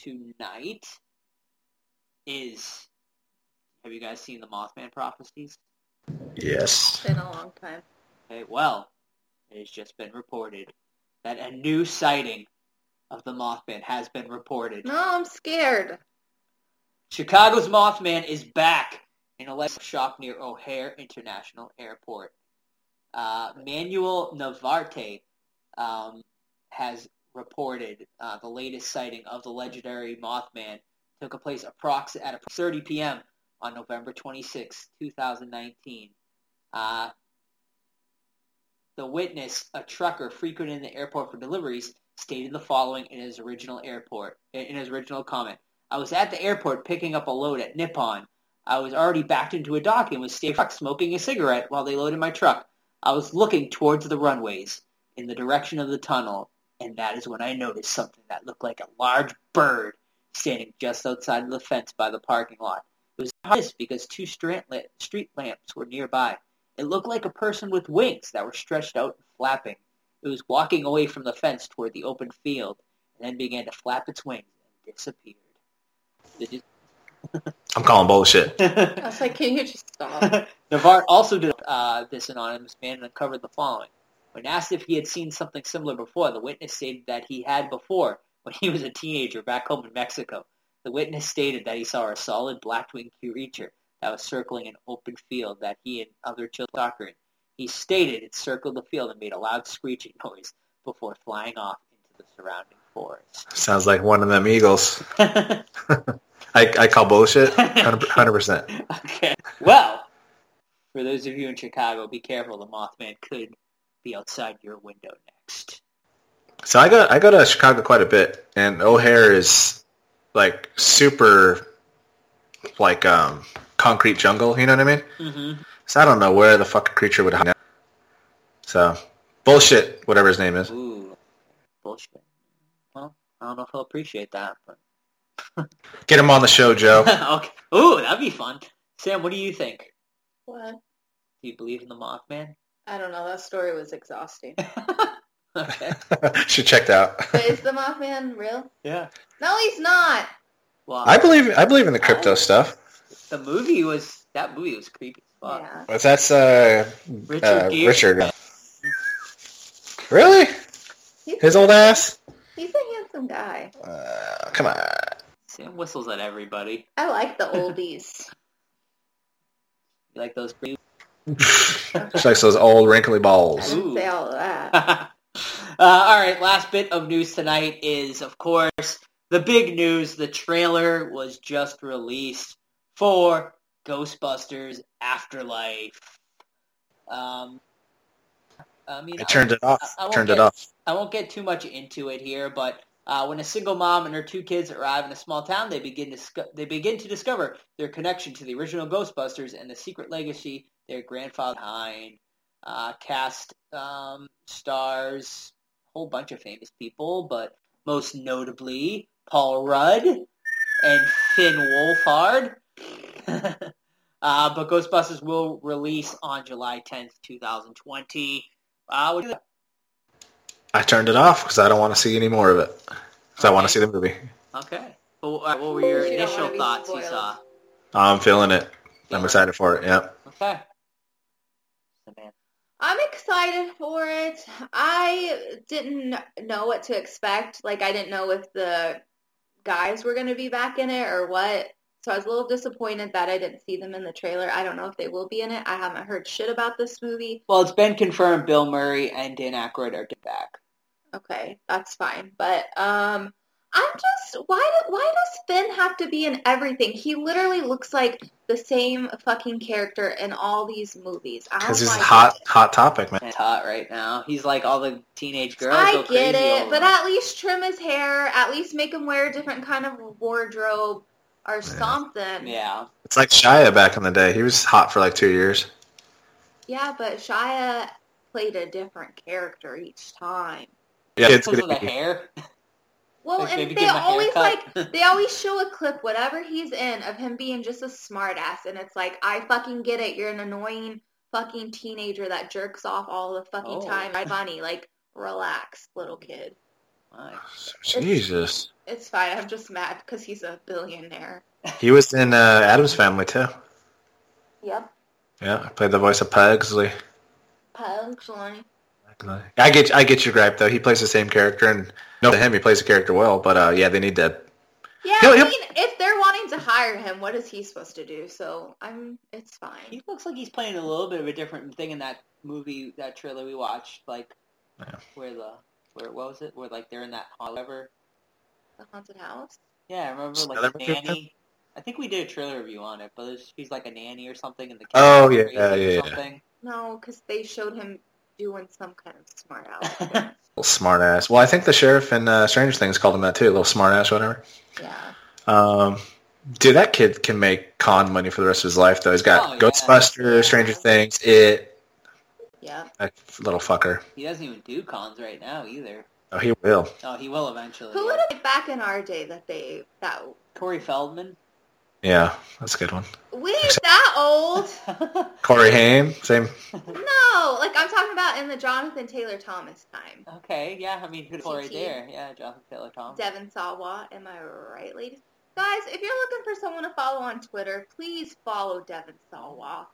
Speaker 8: tonight is: Have you guys seen the Mothman prophecies?
Speaker 9: Yes.
Speaker 3: It's been a long time.
Speaker 8: Okay, well, it has just been reported that a new sighting of the Mothman has been reported.
Speaker 3: No, I'm scared.
Speaker 8: Chicago's Mothman is back in a electric shock near O'Hare International Airport. Uh, Manuel Navarte um, has reported uh, the latest sighting of the legendary Mothman took place approx- at 30 p.m. on November 26, 2019. Uh, the witness, a trucker frequenting the airport for deliveries, stated the following in his original airport in his original comment. I was at the airport picking up a load at Nippon. I was already backed into a dock and was staying smoking a cigarette while they loaded my truck. I was looking towards the runways in the direction of the tunnel, and that is when I noticed something that looked like a large bird standing just outside of the fence by the parking lot. It was obvious because two street lamps were nearby. It looked like a person with wings that were stretched out and flapping. It was walking away from the fence toward the open field and then began to flap its wings and disappeared. You...
Speaker 9: I'm calling bullshit.
Speaker 3: I was like, can you just stop?
Speaker 8: Navarre also did uh, this anonymous man and uncovered the following. When asked if he had seen something similar before, the witness stated that he had before when he was a teenager back home in Mexico. The witness stated that he saw a solid black-winged creature that was circling an open field that he and other children were soccer in. He stated it circled the field and made a loud screeching noise before flying off into the surrounding forest.
Speaker 9: Sounds like one of them eagles. I, I call bullshit 100%.
Speaker 8: okay. Well, for those of you in Chicago, be careful. The Mothman could be outside your window next.
Speaker 9: So I go I go to Chicago quite a bit, and O'Hare is like super like um concrete jungle. You know what I mean?
Speaker 8: Mm-hmm.
Speaker 9: So I don't know where the fuck a creature would hide. So bullshit, whatever his name is.
Speaker 8: Ooh, bullshit. Well, I don't know if he'll appreciate that, but
Speaker 9: get him on the show, Joe.
Speaker 8: okay. Ooh, that'd be fun. Sam, what do you think?
Speaker 3: What?
Speaker 8: Do you believe in the Mothman?
Speaker 3: I don't know. That story was exhausting.
Speaker 8: okay.
Speaker 9: she checked out.
Speaker 3: But is the Mothman real?
Speaker 8: Yeah.
Speaker 3: No, he's not.
Speaker 8: Well,
Speaker 9: I believe I believe in the crypto stuff.
Speaker 8: The movie was that movie was creepy as fuck.
Speaker 3: Yeah.
Speaker 9: But that's uh,
Speaker 8: Richard
Speaker 9: uh
Speaker 8: Gere.
Speaker 9: Richard. Really?
Speaker 3: He's,
Speaker 9: His old ass?
Speaker 3: he's a handsome guy.
Speaker 9: Uh, come on.
Speaker 8: Sam whistles at everybody.
Speaker 3: I like the oldies.
Speaker 8: You like those pre-
Speaker 9: She likes those old wrinkly
Speaker 3: I
Speaker 9: balls.
Speaker 3: didn't say
Speaker 8: Ooh.
Speaker 3: all of that.
Speaker 8: uh, all right, last bit of news tonight is, of course, the big news. The trailer was just released for Ghostbusters Afterlife. Um, I mean,
Speaker 9: I turned it off.
Speaker 8: I- I won't
Speaker 9: turned it
Speaker 8: get-
Speaker 9: off.
Speaker 8: I won't get too much into it here, but uh, when a single mom and her two kids arrive in a small town, they begin to sco- they begin to discover their connection to the original Ghostbusters and the secret legacy their grandfather behind. Uh, cast um, stars a whole bunch of famous people, but most notably Paul Rudd and Finn Wolfhard. uh, but Ghostbusters will release on July 10th, 2020. Uh, what do you
Speaker 9: I turned it off because I don't want to see any more of it. Because I want to
Speaker 8: Okay.
Speaker 9: see the movie.
Speaker 8: Okay. Well, all right, what were your
Speaker 3: You don't
Speaker 8: initial
Speaker 3: wanna be
Speaker 8: thoughts you
Speaker 3: spoiled.
Speaker 8: saw?
Speaker 9: I'm feeling it. I'm
Speaker 8: Feeling-
Speaker 9: excited for it. Yep.
Speaker 8: Okay. Samantha.
Speaker 3: I'm excited for it. I didn't know what to expect. Like, I didn't know if the guys were going to be back in it or what. So I was a little disappointed that I didn't see them in the trailer. I don't know if they will be in it. I haven't heard shit about this movie.
Speaker 8: Well, it's been confirmed Bill Murray and Dan Aykroyd are back.
Speaker 3: Okay, that's fine. But um I'm just why do, why does Finn have to be in everything? He literally looks like the same fucking character in all these movies. I don't
Speaker 9: Because he's a
Speaker 3: like
Speaker 9: hot,
Speaker 3: it.
Speaker 9: hot topic, man.
Speaker 8: It's hot right now. He's like all the teenage girls.
Speaker 3: I
Speaker 8: go
Speaker 3: get
Speaker 8: crazy
Speaker 3: it,
Speaker 8: over
Speaker 3: but
Speaker 8: him.
Speaker 3: at least trim his hair, at least make him wear a different kind of wardrobe or something.
Speaker 8: yeah.
Speaker 9: It's like Shia back in the day. He was hot for like two years.
Speaker 3: Yeah, but Shia played a different character each time.
Speaker 9: Yeah, it's
Speaker 8: Because of the
Speaker 9: gonna be,
Speaker 8: hair.
Speaker 3: Well,
Speaker 8: Like, maybe
Speaker 3: and
Speaker 8: give
Speaker 3: they
Speaker 8: him a
Speaker 3: always
Speaker 8: haircut.
Speaker 3: like they always show a clip, whatever he's in, of him being just a smartass, and it's like, I fucking get it. You're an annoying fucking teenager that jerks off all the fucking
Speaker 8: Oh.
Speaker 3: time. My bunny, like, relax, little kid.
Speaker 8: Nice.
Speaker 9: Jesus.
Speaker 3: It's fine. I'm just mad because he's a billionaire.
Speaker 9: He was in uh, Adam's Family too.
Speaker 3: Yep,
Speaker 9: Yeah, I played the voice of Pugsley.
Speaker 3: punctually.
Speaker 9: I get I get your gripe though. He plays the same character, and no, to him he plays the character well. But uh, yeah, they need to.
Speaker 3: Yeah,
Speaker 9: He'll-
Speaker 3: I
Speaker 9: he'll-
Speaker 3: mean, if they're wanting to hire him, what is he supposed to do? So I'm, it's fine.
Speaker 8: He looks like he's playing a little bit of a different thing in that movie, that trailer we watched, like
Speaker 9: Yeah.
Speaker 8: where the where what was it? Where like they're in that haunt- whatever.
Speaker 3: The haunted house.
Speaker 8: Yeah, I remember
Speaker 9: Is
Speaker 8: like
Speaker 9: that
Speaker 8: the
Speaker 9: ever-
Speaker 8: nanny. I think we did a trailer review on it, but it's, she's like a nanny or something, and the cat
Speaker 9: Oh,
Speaker 8: goes
Speaker 9: yeah,
Speaker 8: crazy
Speaker 9: yeah,
Speaker 8: or
Speaker 9: yeah, yeah.
Speaker 8: something.
Speaker 3: No, because they showed him doing some kind of smart aleck.
Speaker 9: Little smart ass. Well, I think the sheriff in uh, Stranger Things called him that too. Little smart ass, whatever.
Speaker 3: yeah.
Speaker 9: Um, dude, that kid can make con money for the rest of his life though. He's got
Speaker 8: Oh, yeah.
Speaker 9: Ghostbusters, Stranger Things, It,
Speaker 3: Yeah.
Speaker 9: that little fucker.
Speaker 8: He doesn't even do cons right now either.
Speaker 9: Oh, he will.
Speaker 8: Oh, he will eventually.
Speaker 3: Who would
Speaker 8: yeah.
Speaker 3: have been back in our day that they that
Speaker 8: Corey Feldman.
Speaker 9: Yeah, that's a good one.
Speaker 3: we ain't that old?
Speaker 8: okay.
Speaker 9: Corey Haim, same.
Speaker 3: No, like I'm talking about in the Jonathan Taylor Thomas time.
Speaker 8: Yeah. I mean, who's right
Speaker 3: TT.
Speaker 8: there? Yeah, Jonathan Taylor Thomas.
Speaker 3: Devin Sawa, am I right, ladies? Guys, if you're looking for someone to follow on Twitter, please follow Devin Sawa.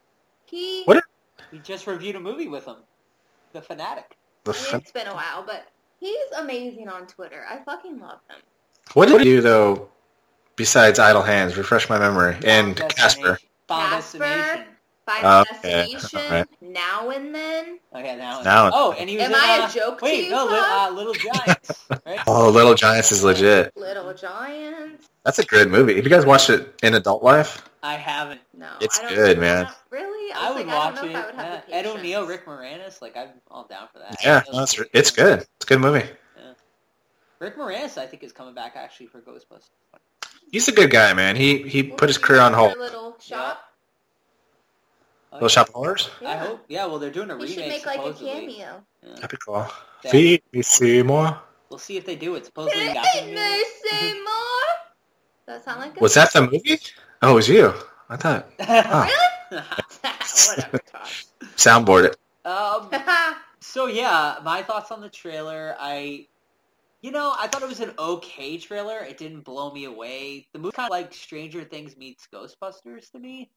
Speaker 3: He
Speaker 9: What
Speaker 8: We just reviewed a movie with him, The Fanatic.
Speaker 9: The
Speaker 3: I mean,
Speaker 9: f-
Speaker 3: it's been a while, but he's amazing on Twitter. I fucking love him.
Speaker 9: what did you do though? Besides Idle Hands, refresh my memory. And
Speaker 8: Final
Speaker 9: Casper.
Speaker 8: Destination- Final
Speaker 3: Casper.
Speaker 8: Destination.
Speaker 3: Final
Speaker 9: Okay,
Speaker 3: Destination,
Speaker 9: alright.
Speaker 3: now and then.
Speaker 8: Okay, now.
Speaker 9: Now
Speaker 8: it's- oh, and he was
Speaker 3: Am
Speaker 8: in,
Speaker 3: I a
Speaker 8: uh,
Speaker 3: joke to
Speaker 8: Wait,
Speaker 3: you,
Speaker 8: no, li-
Speaker 3: Todd?
Speaker 8: uh, Little Giants. Right?
Speaker 9: Oh, Little Giants is legit.
Speaker 3: Little Giants.
Speaker 9: That's a good movie. Have you guys watched it in adult life?
Speaker 8: I haven't.
Speaker 3: No,
Speaker 9: It's
Speaker 3: I don't
Speaker 9: good,
Speaker 3: I
Speaker 9: man.
Speaker 3: don't- really?
Speaker 8: I,
Speaker 3: I, was
Speaker 8: would
Speaker 3: like,
Speaker 8: watch
Speaker 3: I don't know
Speaker 8: it. Eh,
Speaker 3: If I would have the
Speaker 8: yeah. Ed O'Neill,
Speaker 3: patience.
Speaker 8: Rick Moranis, like I'm all down for that.
Speaker 9: Yeah,
Speaker 8: Those
Speaker 9: no, it's,
Speaker 8: three.
Speaker 9: it's good. It's a good movie.
Speaker 8: Rick Moranis, I think, is coming back actually for Ghostbusters.
Speaker 9: He's a good guy, man. He he
Speaker 3: Well,
Speaker 9: put his
Speaker 3: you
Speaker 9: career on
Speaker 3: went to
Speaker 9: hold.
Speaker 3: your Little shop.
Speaker 8: Oh,
Speaker 9: Little
Speaker 8: yeah.
Speaker 9: Shop of Horrors?
Speaker 8: I
Speaker 3: Yeah.
Speaker 8: hope. Yeah, well, they're doing a
Speaker 3: He
Speaker 8: remake.
Speaker 3: should make like a
Speaker 8: supposedly.
Speaker 3: cameo.
Speaker 8: Yeah.
Speaker 9: That'd be cool.
Speaker 8: That-
Speaker 9: Feed me, Seymour.
Speaker 8: We'll see if they do it. Supposedly. he got
Speaker 3: Didn't
Speaker 8: him.
Speaker 3: they say more? Does that sound like a
Speaker 9: Was that the movie? Oh, it was you. I thought.
Speaker 3: whatever Todd.
Speaker 9: Soundboard it.
Speaker 8: um, So yeah, my thoughts on the trailer. I, you know, I thought it was an okay trailer. It didn't blow me away. The movie kind of like Stranger Things meets Ghostbusters to me,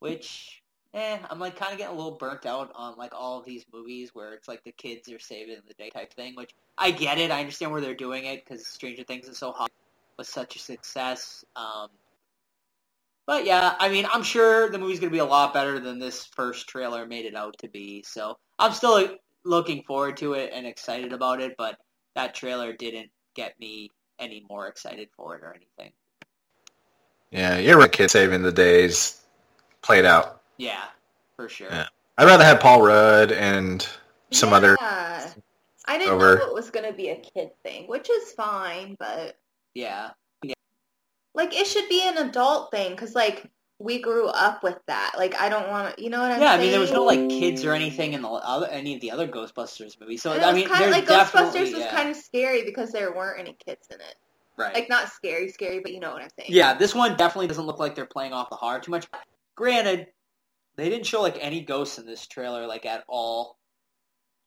Speaker 8: which, eh, I'm like kind of getting a little burnt out on like all of these movies where it's like the kids are saving the day type thing. Which I get it. I understand where they're doing it because Stranger Things is so hot, was such a success. Um, but yeah, I mean, I'm sure the movie's gonna be a lot better than this first trailer made it out to be. So I'm still looking forward to it and excited about it, but that trailer didn't get me any more excited for it or anything.
Speaker 9: Yeah, you're right. Kid saving the days played out.
Speaker 8: Yeah, for sure.
Speaker 9: Yeah. I'd rather have Paul Rudd and some other.
Speaker 3: Yeah. I didn't
Speaker 9: over.
Speaker 3: know it was gonna be a kid thing, which is fine, but
Speaker 8: Yeah.
Speaker 3: like it should be an adult thing because like we grew up with that. Like I don't want to, you know what I'm
Speaker 8: Yeah, I
Speaker 3: saying?
Speaker 8: mean, there was no like kids or anything in the other any of the other Ghostbusters movies. So
Speaker 3: And it
Speaker 8: I
Speaker 3: was
Speaker 8: mean,
Speaker 3: kind of
Speaker 8: there's
Speaker 3: like
Speaker 8: definitely
Speaker 3: Ghostbusters was
Speaker 8: yeah,
Speaker 3: kind of scary because there weren't any kids in it.
Speaker 8: right.
Speaker 3: Like not scary, scary, but you know what I'm saying.
Speaker 8: Yeah, this one definitely doesn't look like they're playing off the horror too much. Granted, they didn't show like any ghosts in this trailer like at all.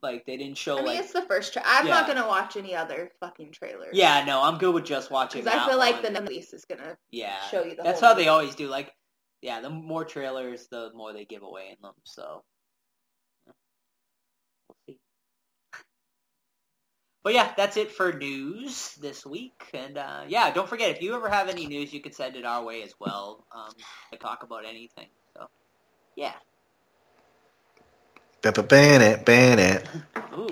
Speaker 8: Like they didn't show
Speaker 3: I mean,
Speaker 8: like
Speaker 3: it's the first. Tra- I'm not
Speaker 8: Yeah.
Speaker 3: gonna watch any other fucking trailers.
Speaker 8: Yeah, no, I'm good with just watching
Speaker 3: because I
Speaker 8: that
Speaker 3: feel like the
Speaker 8: one.
Speaker 3: Netflix is gonna
Speaker 8: yeah.
Speaker 3: show you the.
Speaker 8: That's
Speaker 3: whole
Speaker 8: how they
Speaker 3: movie.
Speaker 8: always do. Like, yeah, the more trailers, the more they give away in them. So we'll see. But yeah, that's it for news this week. And uh, yeah, don't forget if you ever have any news, you can send it our way as well. Um, to talk about anything. So yeah.
Speaker 9: Ban it, ban it.
Speaker 8: Ooh.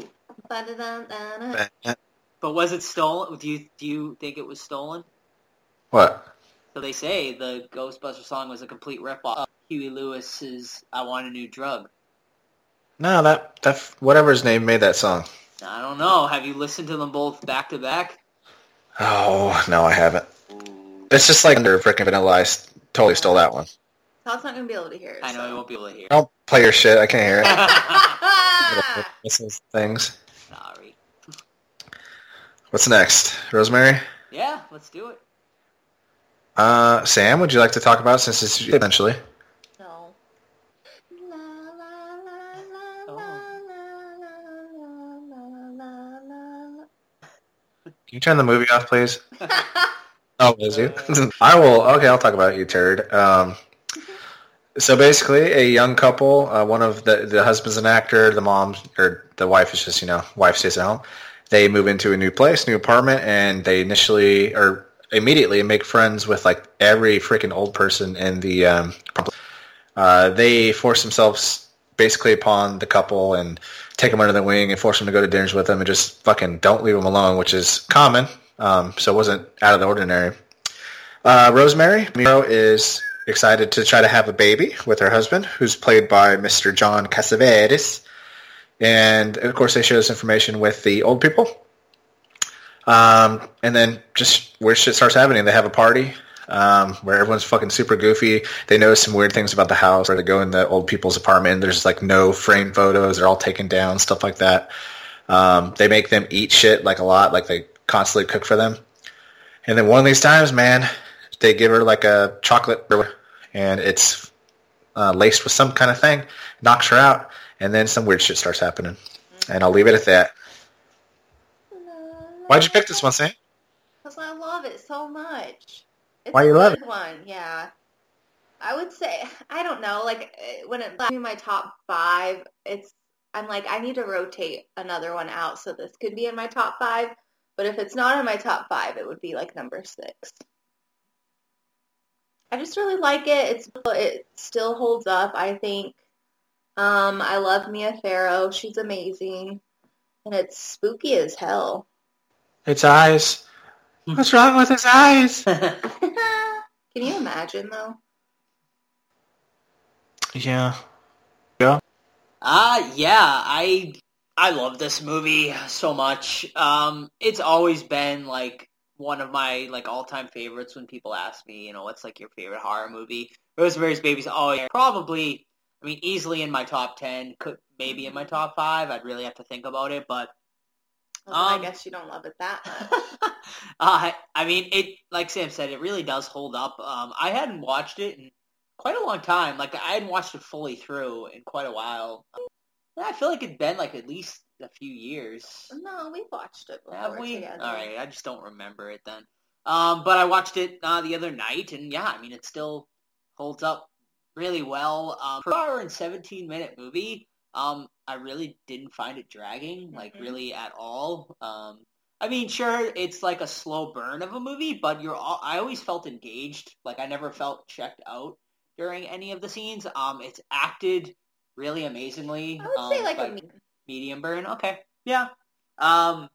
Speaker 3: Ba-da-da-da-da.
Speaker 9: ban it.
Speaker 8: But was it stolen? Do you do you think it was stolen?
Speaker 9: What?
Speaker 8: So they say the Ghostbuster song was a complete ripoff of Huey Lewis's "I Want a New Drug."
Speaker 9: No, that that whatever his name made that song.
Speaker 8: I don't know. Have you listened to them both back to back?
Speaker 9: Oh no, I haven't. It's just like under freaking Vanilla Ice. Totally stole that one.
Speaker 3: Todd's not gonna be able to hear it.
Speaker 8: I know
Speaker 3: so.
Speaker 8: you won't be able to hear.
Speaker 9: Don't play your shit. I can't hear it.
Speaker 3: Ah!
Speaker 9: Misses things.
Speaker 8: Sorry.
Speaker 9: What's next, Rosemary?
Speaker 8: Yeah, let's do it.
Speaker 9: Uh, Sam, would you like to talk about it since it's essentially?
Speaker 3: No. La, la, la, la,
Speaker 8: Oh.
Speaker 3: la, la, la, la, la, la, la.
Speaker 9: Can you turn the movie off, please? Oh, is you? I will. Okay, I'll talk about it, you turd. Um, So basically, a young couple. Uh, one of the the husband's an actor. The mom or the wife is just you know wife stays at home. They move into a new place, new apartment, and they initially or immediately make friends with like every freaking old person in the. Um, uh, they force themselves basically upon the couple and take them under their wing and force them to go to dinners with them and just fucking don't leave them alone, which is common. Um, so it wasn't out of the ordinary. Uh, Rosemary Miro is excited to try to have a baby with her husband, who's played by Mr. John Cassavetes. And of course, they share this information with the old people. Um, and then just where shit starts happening, they have a party um, where everyone's fucking super goofy. They notice some weird things about the house where they go in the old people's apartment. There's like no frame photos. They're all taken down, stuff like that. Um, they make them eat shit like a lot, like they constantly cook for them. And then one of these times, man, they give her like a chocolate and it's uh, laced with some kind of thing, knocks her out, and then some weird shit starts happening. And I'll leave it at that. Why'd you pick this one, Sam?
Speaker 3: Because I love it so much. It's
Speaker 9: Why you
Speaker 3: a
Speaker 9: love
Speaker 3: good
Speaker 9: it?
Speaker 3: One, yeah. I would say I don't know. Like eh, when it left me my top five, it's I'm like I need to rotate another one out so this could be in my top five. But if it's not in my top five, it would be like number six. I just really like it. It's it still holds up. I think. Um, I love Mia Farrow. She's amazing, and it's spooky as hell.
Speaker 9: Its eyes. What's wrong with its eyes?
Speaker 3: Can you imagine though?
Speaker 9: Yeah.
Speaker 8: Ah, yeah, I I love this movie so much. Um, it's always been like one of my like all time favorites. When people ask me, you know, what's like your favorite horror movie? Rosemary's Baby's always probably, I mean, easily in my top ten, could maybe in my top five. I'd really have to think about it, but
Speaker 3: Well, then
Speaker 8: Um,
Speaker 3: I guess you don't love it that much.
Speaker 8: uh, I mean, it like Sam said, it really does hold up. Um, I hadn't watched it in quite a long time. Like I hadn't watched it fully through in quite a while. Yeah, I feel like it's been like at least a few years.
Speaker 3: No, we watched it before.
Speaker 8: Have we?
Speaker 3: together.
Speaker 8: All right, I just don't remember it then. Um, but I watched it uh, the other night, and yeah, I mean, it still holds up really well. Um, per hour and seventeen minute movie, um, I really didn't find it dragging, like
Speaker 3: Mhm.
Speaker 8: really at all. Um, I mean, sure, it's like a slow burn of a movie, but you're all, I always felt engaged. Like I never felt checked out during any of the scenes. Um, it's acted really amazingly.
Speaker 3: I would
Speaker 8: um,
Speaker 3: say like
Speaker 8: by-
Speaker 3: a me-
Speaker 8: medium burn. Okay, yeah. Um,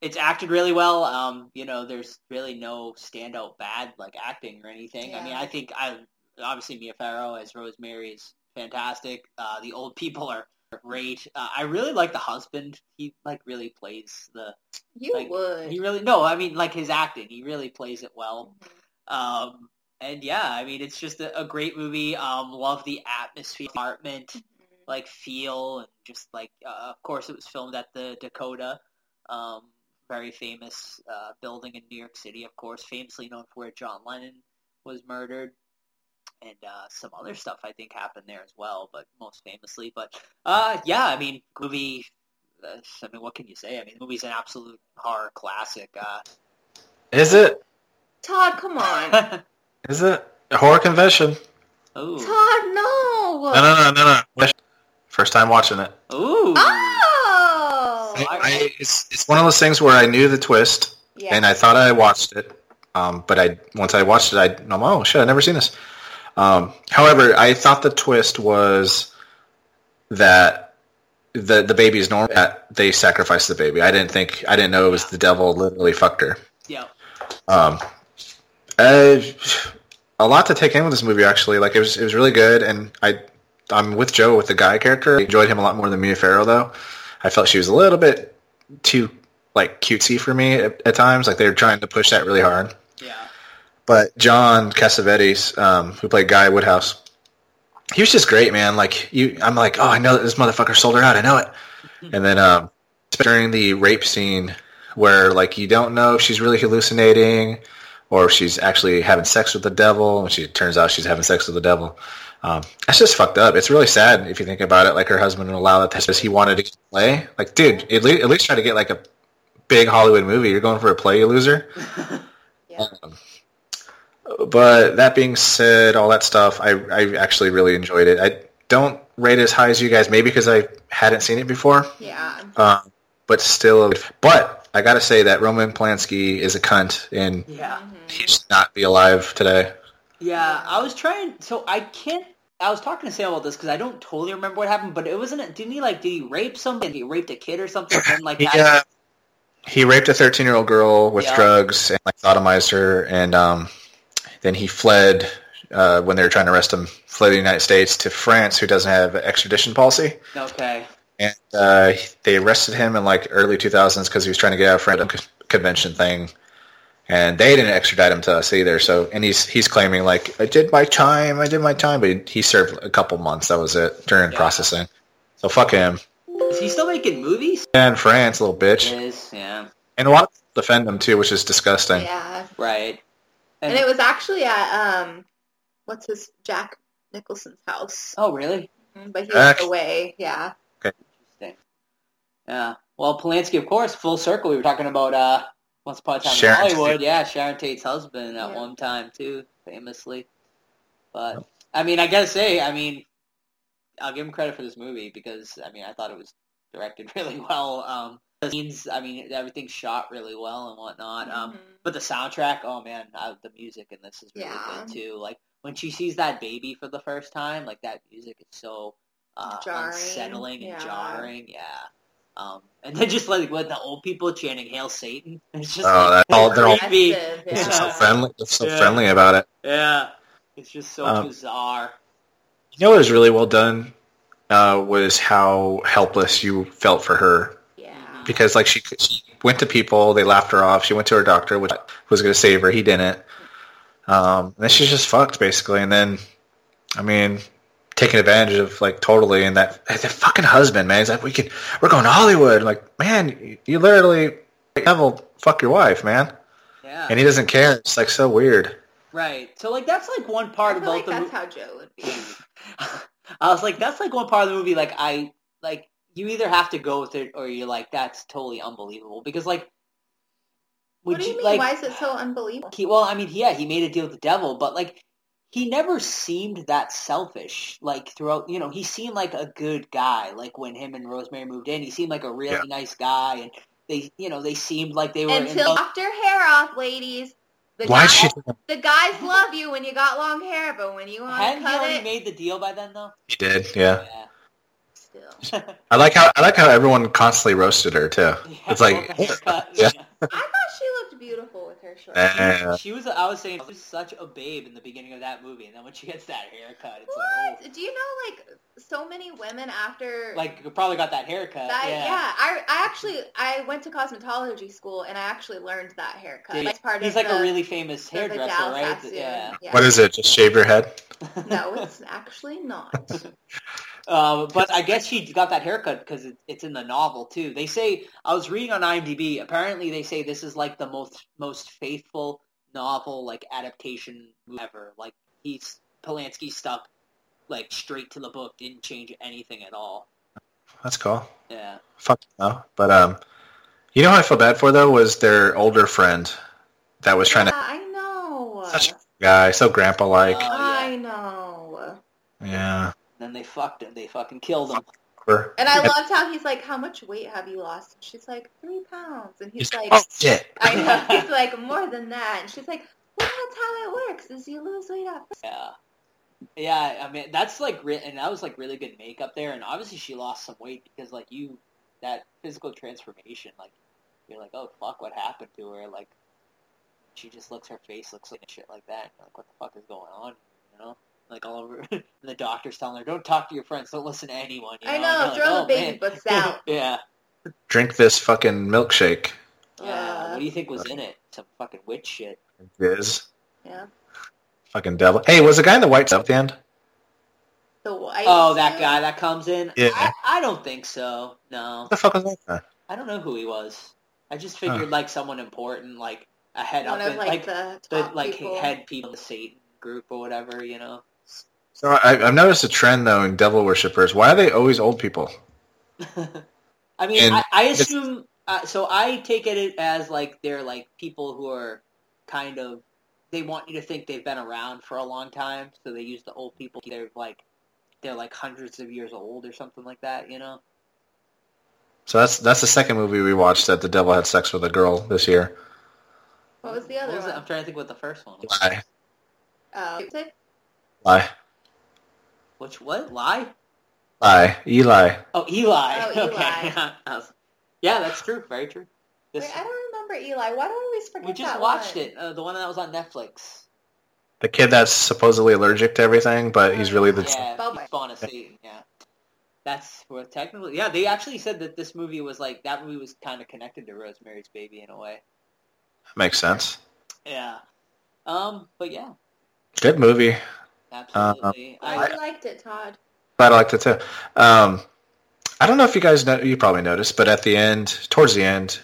Speaker 8: it's acted really well. Um, you know, there's really no standout bad like acting or anything. I mean,
Speaker 3: Yeah.
Speaker 8: I think I obviously Mia Farrow as Rosemary is fantastic. Uh, the old people are great. Uh, I really like the husband. He like really plays the.
Speaker 3: you
Speaker 8: like,
Speaker 3: would.
Speaker 8: He really no, I mean like his acting. He really plays it well.
Speaker 3: Mhm.
Speaker 8: Um, and yeah, I mean it's just a, a great movie. Um, love the atmosphere, apartment like feel and just like uh, of course it was filmed at the Dakota, um, very famous uh, building in New York City, of course, famously known for where John Lennon was murdered. And uh, some other stuff I think happened there as well, but most famously. But uh, yeah, I mean, movie. Uh, I mean, what can you say? I mean, the movie's an absolute horror classic. Uh,
Speaker 9: Is it?
Speaker 3: Todd, come
Speaker 8: Oh.
Speaker 3: on.
Speaker 9: Is it? A horror convention.
Speaker 8: ooh,
Speaker 3: Todd, no.
Speaker 9: No, no, no, no, no. First time watching it.
Speaker 8: ooh,
Speaker 3: Ah! Oh.
Speaker 8: I-
Speaker 9: I, it's, it's one of those things where I knew the twist,
Speaker 3: Yeah.
Speaker 9: and I thought I watched it, um, but I once I watched it, I I'm oh shit, I never seen this. Um, however, I thought the twist was that the the baby is normal. That they sacrificed the baby. I didn't think I didn't know it was the devil literally fucked her.
Speaker 8: yeah,
Speaker 9: Um, uh, a lot to take in with this movie actually. Like it was it was really good, and I I'm with Joe with the guy character. I enjoyed him a lot more than Mia Farrow though. I felt she was a little bit too like cutesy for me at, at times. Like they were trying to push that really hard.
Speaker 8: yeah.
Speaker 9: But John Cassavetes, um, who played Guy Woodhouse, he was just great, man. Like you, I'm like, oh, I know that this motherfucker sold her out. I know it. And then um, during the rape scene, where like you don't know if she's really hallucinating or if she's actually having sex with the devil, and she it turns out she's having sex with the devil. Um, that's just fucked up. It's really sad if you think about it. Like her husband would allow that because he wanted to play. Like, dude, at least, at least try to get like a big Hollywood movie. You're going for a play, you loser.
Speaker 3: Yeah.
Speaker 9: Um, But that being said, all that stuff, I, I actually really enjoyed it. I don't rate it as high as you guys, maybe because I hadn't seen it before.
Speaker 3: Yeah.
Speaker 9: Uh, but still, but I gotta say that Roman Polanski is a cunt, and
Speaker 8: Yeah.
Speaker 9: he should not be alive today.
Speaker 8: Yeah, I was trying. So I can't. I was talking to Sam about this because I don't totally remember what happened, but it wasn't. it- Didn't he like? Did he rape somebody? He raped a kid or something? And like that.
Speaker 9: Yeah. uh, He raped a 13 year old girl with
Speaker 8: Yeah.
Speaker 9: drugs and like sodomized her, and um, then he fled uh, when they were trying to arrest him. Fled the United States to France, who doesn't have an extradition policy,
Speaker 8: Okay.
Speaker 9: and uh, they arrested him in like early 2000s because he was trying to get out of France at a co- convention thing, and they didn't extradite him to us either. So, and he's he's claiming like I did my time, I did my time, but he served a couple months. That was it during
Speaker 8: Yeah.
Speaker 9: processing. So fuck him.
Speaker 8: Is he still making movies?
Speaker 9: And France, little bitch.
Speaker 8: Is yeah.
Speaker 9: And a lot of people defend him too, which is disgusting.
Speaker 3: Yeah.
Speaker 8: Right.
Speaker 3: And it was actually at um, what's his Jack Nicholson's house,
Speaker 8: Oh really?
Speaker 3: but he was
Speaker 9: Jack.
Speaker 3: away. Yeah.
Speaker 8: Interesting. Yeah. Well, Polanski, of course, full circle. We were talking about uh, Once Upon a Time
Speaker 9: Sharon
Speaker 8: in
Speaker 9: Tate.
Speaker 8: Hollywood. Yeah, Sharon Tate's husband at
Speaker 3: Yeah.
Speaker 8: one time too, famously. But I mean, I gotta say, I mean, I'll give him credit for this movie because I mean, I thought it was directed really well. Um, the scenes, I mean, everything's shot really well and whatnot. Um,
Speaker 3: Mhm.
Speaker 8: but the soundtrack, oh man, I, the music in this is really
Speaker 3: Yeah.
Speaker 8: good too. Like when she sees that baby for the first time, like that music is so uh,
Speaker 3: Jarring,
Speaker 8: unsettling and
Speaker 3: yeah.
Speaker 8: jarring. Yeah. Um, and then just like when the old people chanting "Hail Satan," it's just
Speaker 9: Oh,
Speaker 8: like,
Speaker 9: that's all- they're all-
Speaker 8: creepy.
Speaker 3: Aggressive,
Speaker 9: It's
Speaker 3: yeah.
Speaker 9: just so friendly. It's so
Speaker 8: Yeah.
Speaker 9: friendly about it.
Speaker 8: Yeah, it's just so
Speaker 9: Um,
Speaker 8: bizarre.
Speaker 9: You know what was really well done uh, was how helpless you felt for her
Speaker 3: Yeah.
Speaker 9: because like she, she went to people, they laughed her off. She went to her doctor, which was going to save her. He didn't. Um, and then she's just fucked basically. And then, I mean, taken advantage of like totally. And that that fucking husband, man, he's like, we can, we're going to Hollywood. Like, man, you literally devil fuck your wife, man.
Speaker 8: Yeah,
Speaker 9: And he doesn't care. It's like so weird.
Speaker 8: right. So like that's like one
Speaker 3: I
Speaker 8: part
Speaker 3: feel
Speaker 8: about
Speaker 3: like
Speaker 8: the
Speaker 3: that's
Speaker 8: mo-
Speaker 3: how Joe would be.
Speaker 8: I was like, that's like one part of the movie. Like I like you either have to go with it or you're like, that's totally unbelievable because like. Would
Speaker 3: what do you mean?
Speaker 8: like,
Speaker 3: Why is it so unbelievable?
Speaker 8: He, well, I mean, yeah, he made a deal with the devil, but like he never seemed that selfish. Like throughout, you know, he seemed like a good guy. Like when him and Rosemary moved in, he seemed like a really
Speaker 9: Yeah.
Speaker 8: nice guy, and they, you know, they seemed like they were in
Speaker 3: Until
Speaker 8: love.
Speaker 3: after hair off, ladies. The
Speaker 9: Why'd
Speaker 3: guys,
Speaker 9: she
Speaker 3: the guys love you when you got long hair, but when you want to
Speaker 8: Hadn't he
Speaker 3: cut
Speaker 8: already
Speaker 3: it,
Speaker 8: made the deal by then, though?
Speaker 9: He did, yeah.
Speaker 8: Yeah.
Speaker 3: still.
Speaker 9: I like how I like how everyone constantly roasted her too.
Speaker 8: Yeah,
Speaker 9: It's like,
Speaker 8: well, the haircut,
Speaker 9: yeah.
Speaker 3: I thought she looked beautiful with her short. hair.
Speaker 9: eh,
Speaker 8: She was, I was saying, she was such a babe in the beginning of that movie, and then when she gets that haircut, it's like,
Speaker 3: What? Do you know like so many women after
Speaker 8: oh, like you probably got that haircut.
Speaker 3: that, yeah.
Speaker 8: yeah.
Speaker 3: I, I actually I went to cosmetology school and I actually learned that haircut.
Speaker 8: Yeah,
Speaker 3: That's part
Speaker 8: He's
Speaker 3: of
Speaker 8: like
Speaker 3: the,
Speaker 8: a really famous
Speaker 3: the
Speaker 8: hairdresser,
Speaker 3: Vidal
Speaker 8: right?
Speaker 3: Sassoon.
Speaker 8: Yeah.
Speaker 9: what is it? Just shave your head?
Speaker 3: No, it's actually not.
Speaker 8: Uh, but I guess she got that haircut because it, it's in the novel too. They say I was reading on IMDb. Apparently, they say this is like the most most faithful novel like adaptation ever. Like he's Polanski stuck like straight to the book, didn't change anything at all.
Speaker 9: That's cool.
Speaker 8: Yeah,
Speaker 9: Fuck no. But um, you know what I feel bad for though was their older friend that was trying
Speaker 3: yeah,
Speaker 9: to
Speaker 3: I know.
Speaker 9: such a guy, so grandpa like.
Speaker 8: Uh,
Speaker 3: I know.
Speaker 9: yeah.
Speaker 8: then they fucked him. They fucking killed him.
Speaker 9: Or-
Speaker 3: And I loved how he's like, "How much weight have you lost?" And she's like, three pounds." And he's like,
Speaker 9: oh shit.
Speaker 3: "I know." He's like, "More than that." And she's like, "Well, that's how it works. Is you lose weight at first.
Speaker 8: Yeah. Yeah, I mean that's like re- and that was like really good makeup there and obviously she lost some weight because like you that physical transformation like you're like oh fuck what happened to her like she just looks her face looks like shit like that and you're like what the fuck is going on you know like all over and the doctor's telling her don't talk to your friends don't listen to anyone you know?
Speaker 3: I
Speaker 8: And
Speaker 3: know.
Speaker 8: you're
Speaker 3: throw
Speaker 8: like,
Speaker 3: the baby
Speaker 8: "Oh,
Speaker 3: butts out."
Speaker 8: man." yeah.
Speaker 9: Drink this fucking milkshake.
Speaker 8: yeah
Speaker 3: Yeah.
Speaker 8: what do you think was in it some fucking witch shit
Speaker 9: Is
Speaker 3: Yeah.
Speaker 9: fucking devil. Hey, was the guy in the white stuff at the end?
Speaker 3: The white.
Speaker 8: oh that
Speaker 3: suit?
Speaker 8: guy that comes in
Speaker 9: Yeah.
Speaker 8: I, I don't think so no
Speaker 9: What the fuck was that? guy?
Speaker 8: I don't know who he was. I just figured like someone important, like a head
Speaker 3: One
Speaker 8: up,
Speaker 3: of
Speaker 8: in,
Speaker 3: like,
Speaker 8: like,
Speaker 3: the
Speaker 8: the
Speaker 3: top
Speaker 8: like
Speaker 3: people.
Speaker 8: head people, in the Satan group or whatever, you know.
Speaker 9: So I, I've noticed a trend though in devil worshippers. Why are they always old people?
Speaker 8: I mean,
Speaker 9: And
Speaker 8: I, I
Speaker 9: it's-
Speaker 8: assume. Uh, so I take it as like they're like people who are kind of they want you to think they've been around for a long time, so they use the old people. They're like they're like hundreds of years old or something like that, you know.
Speaker 9: So that's that's the second movie we watched that the devil had sex with a girl this year.
Speaker 3: What was the other
Speaker 8: What was it?
Speaker 3: one?
Speaker 8: I'm trying to think what the first one was.
Speaker 9: Lie,
Speaker 3: Oh, it-
Speaker 9: lie,
Speaker 8: Which what? Lie?
Speaker 9: lie, Eli.
Speaker 8: Oh, Eli.
Speaker 3: Oh, Eli.
Speaker 8: Okay. I was- yeah, that's true. Very true. This,
Speaker 3: Wait, I don't remember Eli. Why do I always forget
Speaker 8: we just
Speaker 3: that
Speaker 8: watched
Speaker 3: one?
Speaker 8: it. Uh, the one that was on Netflix.
Speaker 9: The kid that's supposedly allergic to everything, but he's really the
Speaker 8: yeah,
Speaker 3: Bellboy.
Speaker 8: he's Spawn of Satan. Yeah, that's where technically. Yeah, they actually said that this movie was like that movie was kind of connected to Rosemary's Baby in a way.
Speaker 9: makes sense.
Speaker 8: Yeah. Um. But yeah,
Speaker 9: Good movie.
Speaker 8: absolutely.
Speaker 3: I,
Speaker 8: I,
Speaker 3: Oh, liked it, Todd.
Speaker 9: Glad I liked it too. Um, I don't know if you guys know. You probably noticed, but at the end, towards the end,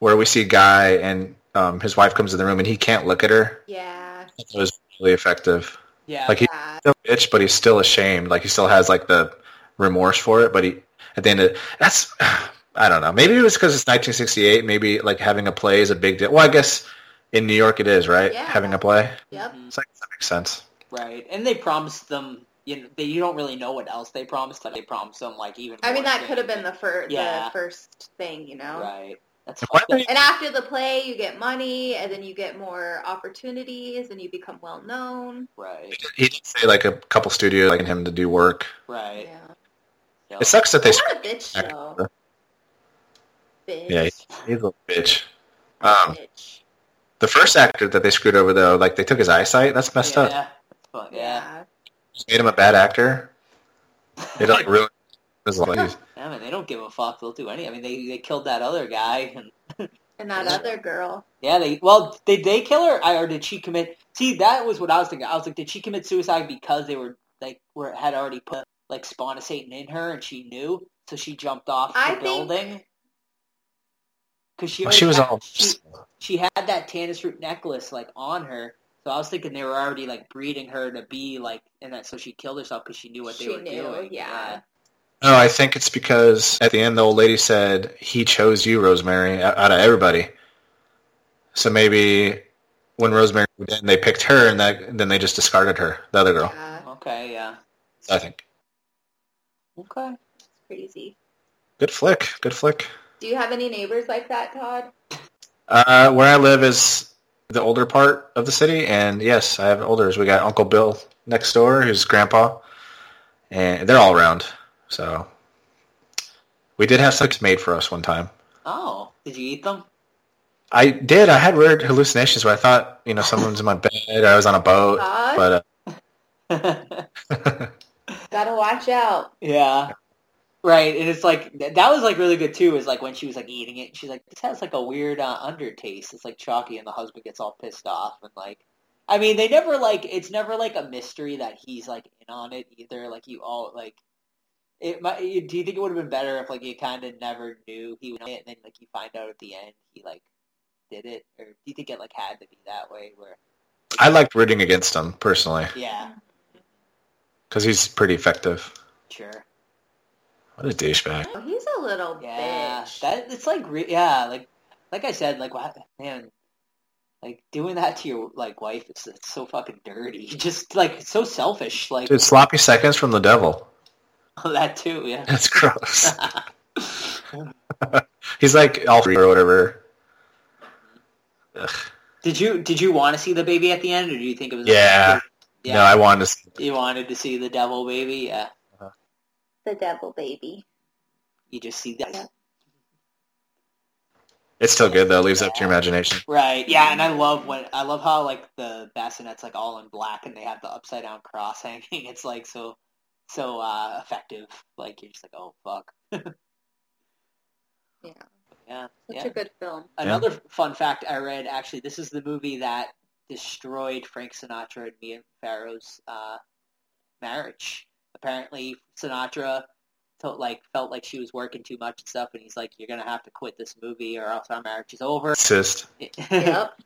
Speaker 9: where we see Guy and um, his wife comes in the room and he can't look at her,
Speaker 3: Yeah.
Speaker 9: it was really effective.
Speaker 8: yeah.
Speaker 9: Like he-
Speaker 3: that.
Speaker 9: Still a bitch, but he's still ashamed. Like he still has like the remorse for it. But he at the end of that's I don't know. Maybe it was because it's 1968. Maybe like having a play is a big deal. Well, I guess in New York it is, right?
Speaker 3: Yeah.
Speaker 9: Having a play.
Speaker 3: Yep.
Speaker 8: Mhm,
Speaker 9: It's like, that makes sense.
Speaker 8: Right, and they promised them. You know, they, you don't really know what else they promised. But they promised them like even.
Speaker 3: I mean,
Speaker 8: more
Speaker 3: that
Speaker 8: shit
Speaker 3: could have been the,
Speaker 8: than-
Speaker 3: fir-
Speaker 8: Yeah.
Speaker 3: the first thing, you know?
Speaker 8: Right. That's
Speaker 9: Why
Speaker 8: fucked
Speaker 9: are
Speaker 8: up.
Speaker 9: they-
Speaker 3: And after the play, you get money, and then you get more opportunities, and you become well known.
Speaker 8: Right.
Speaker 9: He did say like a couple studios liking him to do work.
Speaker 8: Right.
Speaker 3: Yeah.
Speaker 8: So-
Speaker 9: It sucks that they.
Speaker 3: What a bitch show. Bitch.
Speaker 9: Yeah, he's a bitch. Um,
Speaker 3: bitch.
Speaker 9: the first actor that they screwed over though, like they took his eyesight. That's messed
Speaker 8: yeah.
Speaker 9: up.
Speaker 8: That's fuck- yeah.
Speaker 3: Yeah.
Speaker 9: Just made him a bad actor. It like really. it was like,
Speaker 8: I mean, they don't give a fuck. They'll do any. I mean, they they killed that other guy, and
Speaker 3: And that other girl.
Speaker 8: yeah, they well, did they kill her, I- or did she commit? See, that was what I was thinking. I was like, did she commit suicide because they were like, were had already put like spawn of Satan in her, and she knew, so she jumped off the
Speaker 3: I think-
Speaker 8: building. Because she,
Speaker 9: well, she
Speaker 8: already
Speaker 9: was
Speaker 8: had-
Speaker 9: all.
Speaker 8: she, she had that Tanis root necklace like on her, so I was thinking they were already like breeding her to be like, and that so she killed herself because she knew what they
Speaker 3: She
Speaker 8: were
Speaker 3: knew,
Speaker 8: doing.
Speaker 3: yeah.
Speaker 9: No, I think it's because at the end the old lady said he chose you, Rosemary, o- out of everybody. So maybe when Rosemary then they picked her, and that then they just discarded her, the other girl.
Speaker 3: Yeah.
Speaker 8: Okay. Yeah.
Speaker 9: I think
Speaker 8: Okay.
Speaker 3: It's crazy.
Speaker 9: good flick, good flick.
Speaker 3: Do you have any neighbors like that, Todd?
Speaker 9: Uh, where I live is the older part of the city, and yes, I have elders. We got Uncle Bill next door, who's grandpa, and they're all around. So we did have six made for us one time.
Speaker 8: Oh, did you eat them?
Speaker 9: I did. I had weird hallucinations where I thought, you know, someone was in my bed. Or I was on a boat,
Speaker 3: Todd?
Speaker 9: but uh,
Speaker 3: Gotta watch out.
Speaker 8: yeah. Right, and it's like th- that was like really good too. Is like when she was like eating it, she's like, "This has like a weird uh, undertaste." It's like chalky, and the husband gets all pissed off, and like, I mean, they never like it's never like a mystery that he's like in on it either. Like you all like, it might. Do you think it would have been better if like you kind of never knew he was in it, and then like you find out at the end he like did it, or do you think it like had to be that way? Where
Speaker 9: I liked rooting against him personally
Speaker 8: yeah,
Speaker 9: because he's pretty effective.
Speaker 8: sure.
Speaker 9: What a douchebag!
Speaker 3: Oh, he's a little
Speaker 8: Yeah,
Speaker 3: bitch.
Speaker 8: that it's like re- yeah, like like I said, like wow, man, like doing that to your like wife, it's, it's so fucking dirty. Just like it's so selfish, like
Speaker 9: Dude, sloppy seconds from the devil.
Speaker 8: that too. Yeah,
Speaker 9: That's gross. he's like Alfred or whatever.
Speaker 8: did you did you want to see the baby at the end, or do you think it was?
Speaker 9: Yeah.
Speaker 8: yeah.
Speaker 9: No, I wanted to. see-
Speaker 8: you wanted to see the devil baby. Yeah,
Speaker 3: The devil baby.
Speaker 8: you just see that.
Speaker 3: Yeah.
Speaker 9: It's still good though. Leaves it up to your imagination.
Speaker 8: Right, yeah, and I love when I love how like the bassinet's like all in black and they have the upside down cross hanging. It's like so so uh effective. Like you're just like, oh fuck.
Speaker 3: Yeah.
Speaker 8: Yeah.
Speaker 3: Such
Speaker 8: yeah.
Speaker 3: a good film.
Speaker 8: Another fun fact I read actually, this is the movie that destroyed Frank Sinatra and Mia Farrow's uh, marriage. Apparently, Sinatra felt like felt like she was working too much and stuff, and he's like, "You're gonna have to quit this movie, or else our marriage is over."
Speaker 9: Cyst.
Speaker 3: Yep.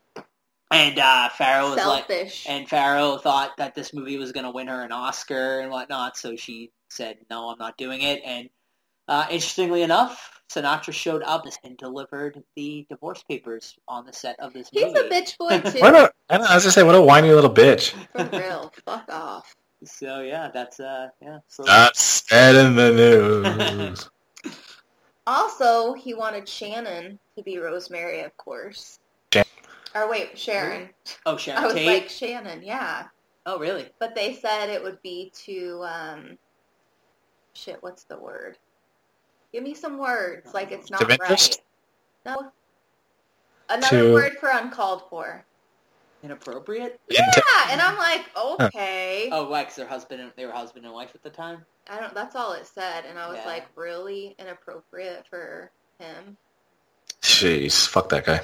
Speaker 8: and uh, Farrow was like,
Speaker 3: Selfish.
Speaker 8: and Farrow thought that this movie was going to win her an Oscar and whatnot, so she said, "No, I'm not doing it." And Uh, interestingly enough, Sinatra showed up and delivered the divorce papers on the set of this
Speaker 3: He's
Speaker 8: movie.
Speaker 3: a bitch boy too.
Speaker 9: What a, I, know, I was gonna say, what a whiny little bitch.
Speaker 3: For real. Fuck off.
Speaker 8: So yeah, that's uh yeah. So
Speaker 9: That's said in the news.
Speaker 3: Also, he wanted Shannon to be Rosemary, of course.
Speaker 9: Shan-
Speaker 3: Or wait, Sharon.
Speaker 8: oh
Speaker 3: I
Speaker 8: Sharon
Speaker 3: was
Speaker 8: Tate.
Speaker 3: like Shannon, yeah.
Speaker 8: oh really?
Speaker 3: But they said it would be to um shit, what's the word? Give me some words. Like it's not
Speaker 9: To
Speaker 3: right.
Speaker 9: interest?
Speaker 3: No. Another
Speaker 9: To-
Speaker 3: word for uncalled for.
Speaker 8: Inappropriate?
Speaker 3: Yeah, and I'm like, okay.
Speaker 8: Oh, like their husband and they were husband and wife at the time.
Speaker 3: I don't that's all it said and I was
Speaker 8: Yeah.
Speaker 3: like really inappropriate for him.
Speaker 9: Jeez, fuck that guy.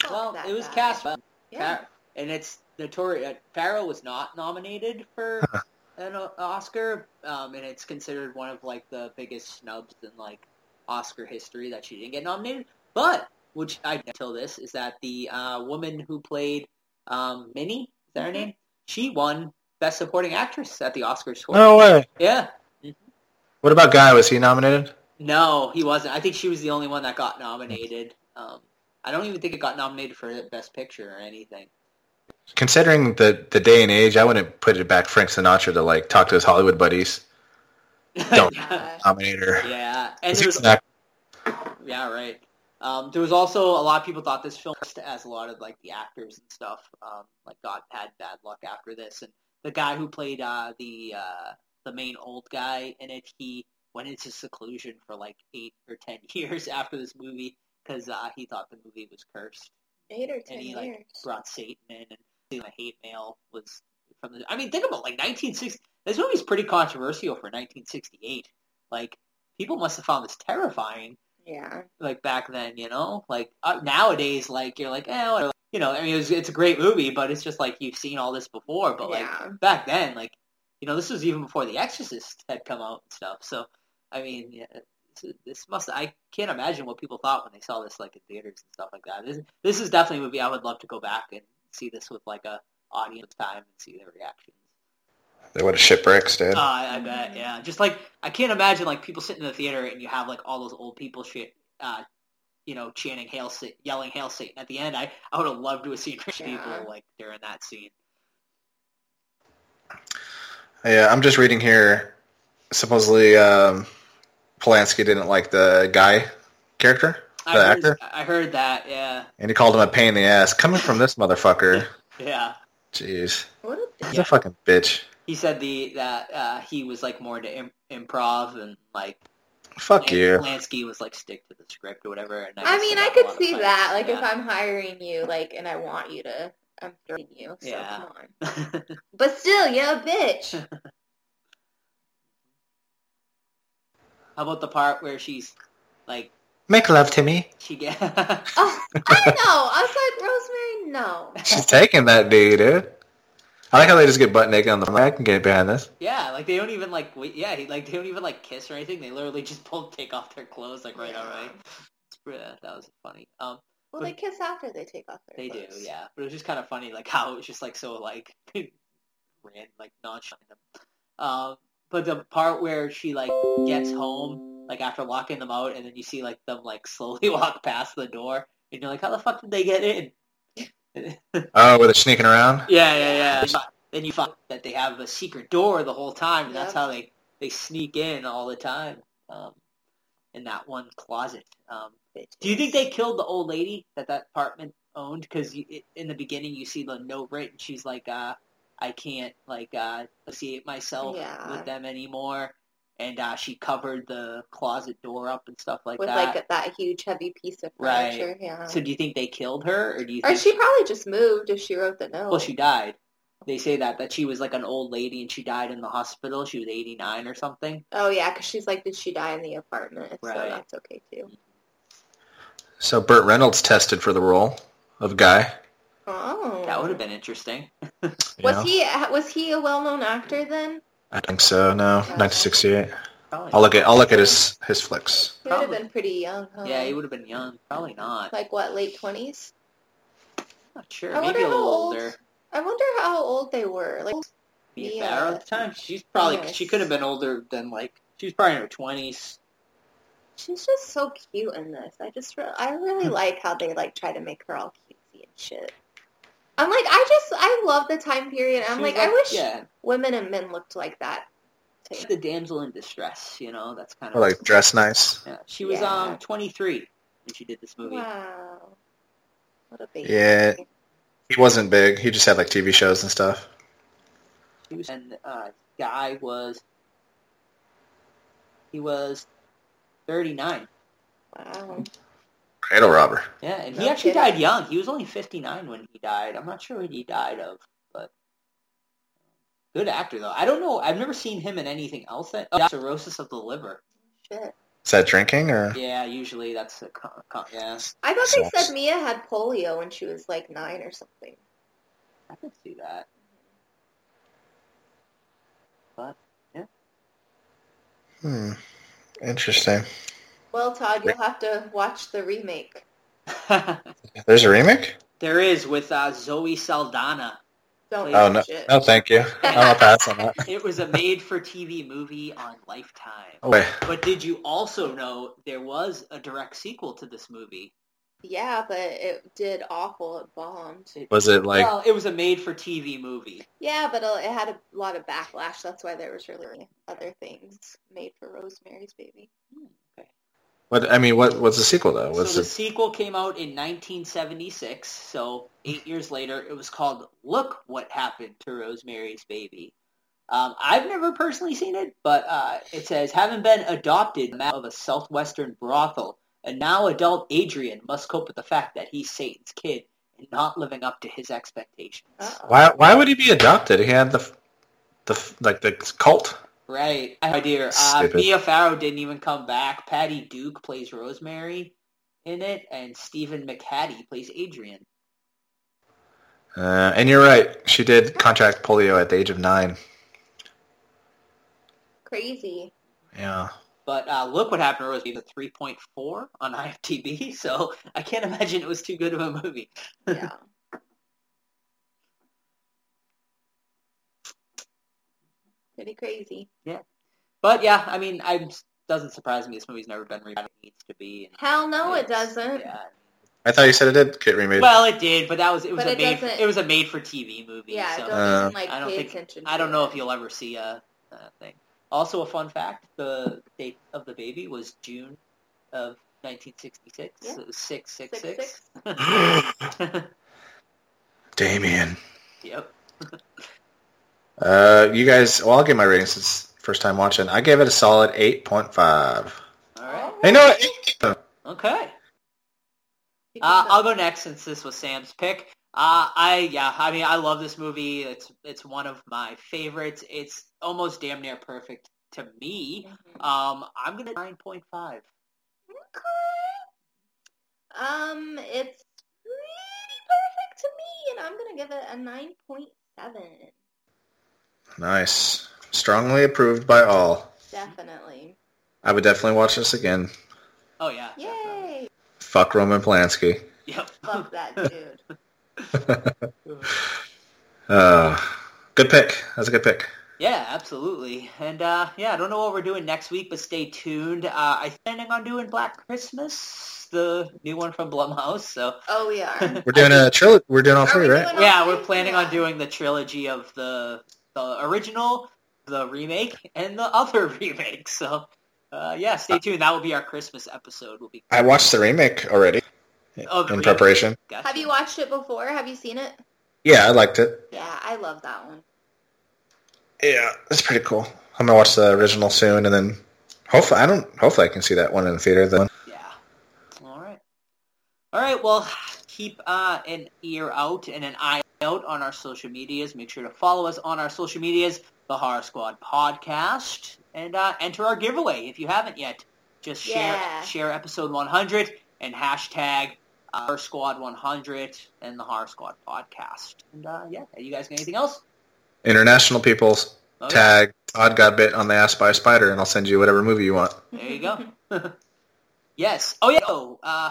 Speaker 3: Fuck
Speaker 8: Well,
Speaker 3: that
Speaker 8: it was
Speaker 3: guy.
Speaker 8: cast,
Speaker 3: Yeah.
Speaker 8: and it's notorious. Uh, Farrell was not nominated for an O- Oscar, um, and it's considered one of like the biggest snubs in like Oscar history that she didn't get nominated. But which I didn't until this is that the uh, woman who played um, Minnie, is that her name? She won Best Supporting Actress at the Oscars. for
Speaker 9: No
Speaker 8: it.
Speaker 9: way.
Speaker 8: Yeah.
Speaker 9: What about Guy? Was he nominated?
Speaker 8: No, he wasn't. I think she was the only one that got nominated. Um, I don't even think it got nominated for Best Picture or anything.
Speaker 9: Considering the the day and age, I wouldn't put it back Frank Sinatra to like talk to his Hollywood buddies. Don't
Speaker 3: Uh,
Speaker 9: nominate her.
Speaker 8: yeah, and
Speaker 9: It's
Speaker 8: there was,
Speaker 9: not-
Speaker 8: yeah, right. Um, there was also a lot of people thought this film, cursed, as a lot of like the actors and stuff, um, like got had bad luck after this. And the guy who played uh, the uh, the main old guy in it, he went into seclusion for like eight or ten years after this movie because uh, he thought the movie was cursed.
Speaker 3: eight or ten
Speaker 8: and he, like,
Speaker 3: years.
Speaker 8: brought Satan in, and the hate mail was from the. I mean, think about like 1960. This movie's pretty controversial for 1968. Like people must have found this terrifying.
Speaker 3: yeah.
Speaker 8: Like back then, you know, like uh, nowadays, like you're like, eh, whatever. you know. I mean, it was, it's a great movie, but it's just like you've seen all this before. But like
Speaker 3: yeah.
Speaker 8: back then, like you know, this was even before The Exorcist had come out and stuff. So, I mean, yeah, this- this must I can't imagine what people thought when they saw this like in theaters and stuff like that. This, this is definitely a movie I would love to go back and see this with like a audience time and see their reactions.
Speaker 9: They would have shit bricks, dude.
Speaker 8: Uh, I I bet, yeah. Just like I can't imagine like people sitting in the theater and you have like all those old people shit, uh, you know, chanting "Hail Satan," yelling "Hail Satan" at the end. I I would have loved to have seen rich
Speaker 3: Yeah.
Speaker 8: people like during that scene.
Speaker 9: Yeah, I'm just reading here. Supposedly, um, Polanski didn't like the guy character, the
Speaker 8: I heard,
Speaker 9: actor,
Speaker 8: I heard that, yeah,
Speaker 9: and he called him a pain in the ass. Coming from this motherfucker,
Speaker 8: yeah.
Speaker 9: jeez,
Speaker 3: What a
Speaker 9: he's a fucking bitch.
Speaker 8: He said the that uh, he was like more into Im- improv and like
Speaker 9: Fuck you.
Speaker 8: Lansky was like stick to the script or whatever. And
Speaker 3: I
Speaker 8: guess
Speaker 3: mean,
Speaker 8: they
Speaker 3: I
Speaker 8: got a lot
Speaker 3: could
Speaker 8: of
Speaker 3: see
Speaker 8: fights,
Speaker 3: that. Like, if
Speaker 8: yeah.
Speaker 3: I'm hiring you, like, and I want you to, I'm throwing you. So
Speaker 8: Yeah.
Speaker 3: come on. But still, you're a bitch.
Speaker 8: How about the part where she's like
Speaker 9: Make love to me.
Speaker 8: she get
Speaker 3: oh, I know. I was like, Rosemary, no.
Speaker 9: She's taking that dude, dude. I like how they just get butt naked on the. I can get behind this.
Speaker 8: yeah like they don't even like wait, yeah he- like they don't even like kiss or anything. They literally just both take off their clothes like right
Speaker 3: Yeah.
Speaker 8: away. Yeah, that was funny. Um,
Speaker 3: Well, they kiss after they take off their
Speaker 8: they do,
Speaker 3: clothes.
Speaker 8: yeah. But it was just kind of funny, like how it was just like so like ran like nonchalant. Um, but the part where she like gets home, like after locking them out, and then you see like them like slowly walk past the door, and you're like, how the fuck did they get in?
Speaker 9: Oh, where they're sneaking around.
Speaker 8: Yeah, yeah, yeah. Then you find that they have a secret door the whole time, and that's
Speaker 3: Yeah.
Speaker 8: how they they sneak in all the time. Um, in that one closet. Um, do you think they killed the old lady that that apartment owned? Because in the beginning you see the note written. She's like, uh, "I can't like uh, associate myself
Speaker 3: Yeah.
Speaker 8: with them anymore," and uh, she covered the closet door up and stuff like
Speaker 3: With,
Speaker 8: that.
Speaker 3: like, that huge, heavy piece of
Speaker 8: Right.
Speaker 3: furniture. Yeah.
Speaker 8: so do you think they killed her, or do you?
Speaker 3: or
Speaker 8: Think
Speaker 3: she probably just moved if she wrote the note.
Speaker 8: well, she died. They say that that she was like an old lady and she died in the hospital. She was eighty nine or something.
Speaker 3: Oh, yeah, because she's like, did she die in the apartment? So
Speaker 8: Right.
Speaker 3: that's okay, too.
Speaker 9: So Burt Reynolds tested for the role of guy.
Speaker 3: Oh.
Speaker 8: That would have been interesting.
Speaker 9: you know?
Speaker 3: Was he was he a well-known actor then?
Speaker 9: I think so. No, 1968.
Speaker 8: Probably.
Speaker 9: I'll look at I'll look at his his flicks.
Speaker 3: He would have
Speaker 8: Probably.
Speaker 3: been pretty young. Huh?
Speaker 8: yeah, he would have been young. Probably not.
Speaker 3: like what late twenties.
Speaker 8: Not sure.
Speaker 3: I
Speaker 8: Maybe
Speaker 3: wonder
Speaker 8: a
Speaker 3: how
Speaker 8: little
Speaker 3: old.
Speaker 8: older.
Speaker 3: I wonder how old they were. Like
Speaker 8: Mia
Speaker 3: Yeah.
Speaker 8: Farrow at the time. She's probably
Speaker 3: Yes.
Speaker 8: she could have been older than like she was probably in her twenties.
Speaker 3: She's just so cute in this. I just re- I really
Speaker 8: Hmm.
Speaker 3: like how they like try to make her all cutesy and shit. I'm like I just I love the time period. I'm
Speaker 8: She's
Speaker 3: like, I
Speaker 8: like-
Speaker 3: wish
Speaker 8: yeah.
Speaker 3: women and men looked like that.
Speaker 8: She's the damsel in distress, you know. That's kind
Speaker 9: I
Speaker 8: of
Speaker 9: like dress nice.
Speaker 8: yeah. She was
Speaker 3: Yeah.
Speaker 8: um 23 when she did this movie.
Speaker 3: Wow, what a baby.
Speaker 9: Yeah. He wasn't big. He just had like TV shows and stuff.
Speaker 8: He was, and uh, guy was he was 39.
Speaker 3: Wow.
Speaker 9: Cradle robber.
Speaker 8: Yeah, and he
Speaker 3: No
Speaker 8: actually
Speaker 3: kidding.
Speaker 8: died young. He was only 59 when he died. I'm not sure what he died of, but good actor though. I don't know. I've never seen him in anything else. That oh, cirrhosis of the liver.
Speaker 3: Shit.
Speaker 9: Is that drinking or?
Speaker 8: Yeah, usually that's a con- con- yeah.
Speaker 3: I thought they
Speaker 9: Sucks.
Speaker 3: said Mia had polio when she was like nine or something.
Speaker 8: I can see that. But
Speaker 9: Hmm. Interesting.
Speaker 3: Well, Todd, you'll have to watch the remake.
Speaker 9: There's a remake?
Speaker 8: there is with uh, Zoe Saldana.
Speaker 3: Don't
Speaker 9: Oh
Speaker 3: watch
Speaker 9: no,
Speaker 3: it.
Speaker 9: no, thank you. I'll pass on that.
Speaker 8: It was a made-for-TV movie on Lifetime.
Speaker 9: Oh, wait.
Speaker 8: But did you also know there was a direct sequel to this movie?
Speaker 3: Yeah, but it did awful. It bombed.
Speaker 9: Was it like
Speaker 8: well, it was a made-for-TV movie.
Speaker 3: Yeah, but uh, it had a lot of backlash. That's why there was really other things made for Rosemary's Baby.
Speaker 9: what? I mean, what was the sequel though?
Speaker 8: So
Speaker 9: Was
Speaker 8: the
Speaker 9: it?
Speaker 8: sequel came out in 1976. So eight years later, it was called "Look What Happened to Rosemary's Baby." Um, I've never personally seen it, but uh, it says having been adopted out of a southwestern brothel, and now adult Adrian must cope with the fact that he's Satan's kid and not living up to his expectations.
Speaker 3: Uh-oh.
Speaker 9: Why? Why would he be adopted? He had the, the like the cult.
Speaker 8: Right, I have no idea. Uh,
Speaker 9: Stupid.
Speaker 8: Mia Farrow didn't even come back. Patty Duke plays Rosemary in it, and Stephen McHattie plays Adrian.
Speaker 9: Uh, and you're right. She did contract polio at the age of nine.
Speaker 3: Crazy.
Speaker 9: Yeah.
Speaker 8: But uh, look what happened to Rosemary, the 3.4 on IMDb, so I can't imagine it was too good of a movie.
Speaker 3: Yeah. Pretty crazy.
Speaker 8: But yeah, I mean, I doesn't surprise me. This movie's never been remade. It needs to be. and
Speaker 3: Hell no, it
Speaker 8: it's-
Speaker 3: doesn't.
Speaker 8: Yeah.
Speaker 9: I thought you said it did get remade.
Speaker 8: Well, it did, but that was it was
Speaker 3: But
Speaker 8: a
Speaker 3: it
Speaker 8: made
Speaker 3: doesn't-
Speaker 8: it was a made for TV movie.
Speaker 3: Yeah,
Speaker 8: so.
Speaker 3: don't
Speaker 9: Uh,
Speaker 3: even like
Speaker 8: I don't
Speaker 3: pay
Speaker 8: think-
Speaker 3: attention.
Speaker 8: I
Speaker 3: to
Speaker 8: don't know Uh,
Speaker 3: it.
Speaker 8: if you'll ever see a, a thing. Also, a fun fact: the date of the baby was June of 1966.
Speaker 3: Yeah.
Speaker 8: So it was six six
Speaker 3: Six,
Speaker 8: six.
Speaker 3: six.
Speaker 9: Damien.
Speaker 8: yep.
Speaker 9: Uh, you guys. Well, I'll give my rating since first time watching. I gave it a solid eight point five.
Speaker 8: All right.
Speaker 9: Hey, no. It,
Speaker 8: Okay.
Speaker 3: You
Speaker 8: Uh,
Speaker 3: can
Speaker 8: I'll go next since this was Sam's pick. Uh, I yeah, I mean, I love this movie. It's it's one of my favorites. It's almost damn near perfect to me.
Speaker 3: Mhm.
Speaker 8: Um, I'm gonna nine point five.
Speaker 3: Um, it's pretty perfect to me, and I'm gonna give it a nine point seven.
Speaker 9: nice. Strongly approved by all.
Speaker 3: Definitely.
Speaker 9: I would definitely watch this again.
Speaker 8: Oh yeah. definitely.
Speaker 3: Yay!
Speaker 9: Fuck Roman Polanski.
Speaker 8: Yep.
Speaker 3: Love that dude.
Speaker 9: Uh, good pick. That's a good pick.
Speaker 8: Yeah, absolutely. And uh, yeah, I don't know what we're doing next week, but stay tuned. Uh, I'm planning on doing Black Christmas, the new one from Blumhouse. So
Speaker 3: Oh, we are.
Speaker 9: We're doing a trilogy. We're doing all
Speaker 3: Are we
Speaker 9: three, right?
Speaker 3: doing-
Speaker 8: yeah,
Speaker 3: I'll
Speaker 8: we're
Speaker 3: see
Speaker 8: planning
Speaker 3: that.
Speaker 8: on doing the trilogy of the the original, the remake, and the other remake. So uh, yeah, stay tuned. That will be our Christmas episode. Will be
Speaker 9: I watched the remake already
Speaker 8: oh, the
Speaker 9: in
Speaker 8: remake.
Speaker 9: preparation.
Speaker 8: Gotcha.
Speaker 3: Have you watched it before? Have you seen it?
Speaker 9: Yeah, I liked it.
Speaker 3: Yeah, I love that one.
Speaker 9: Yeah, it's pretty cool. I'm gonna watch the original soon, and then hopefully, I don't. Hopefully, I can see that one in the theater. Then
Speaker 8: Yeah. All right. All right. Well, keep uh, an ear out and an eye out on our social medias. Make sure to follow us on our social medias, the Horror Squad Podcast, and uh, enter our giveaway if you haven't yet. Just share
Speaker 3: Yeah.
Speaker 8: share episode 100 and hashtag uh, Horror Squad 100 and the Horror Squad Podcast. And uh, yeah, you guys got anything else?
Speaker 9: international people
Speaker 8: Oh, yeah.
Speaker 9: tag Todd got bit on the ass by a spider, and I'll send you whatever movie you want.
Speaker 8: There you go. yes. Oh yeah. Oh, uh,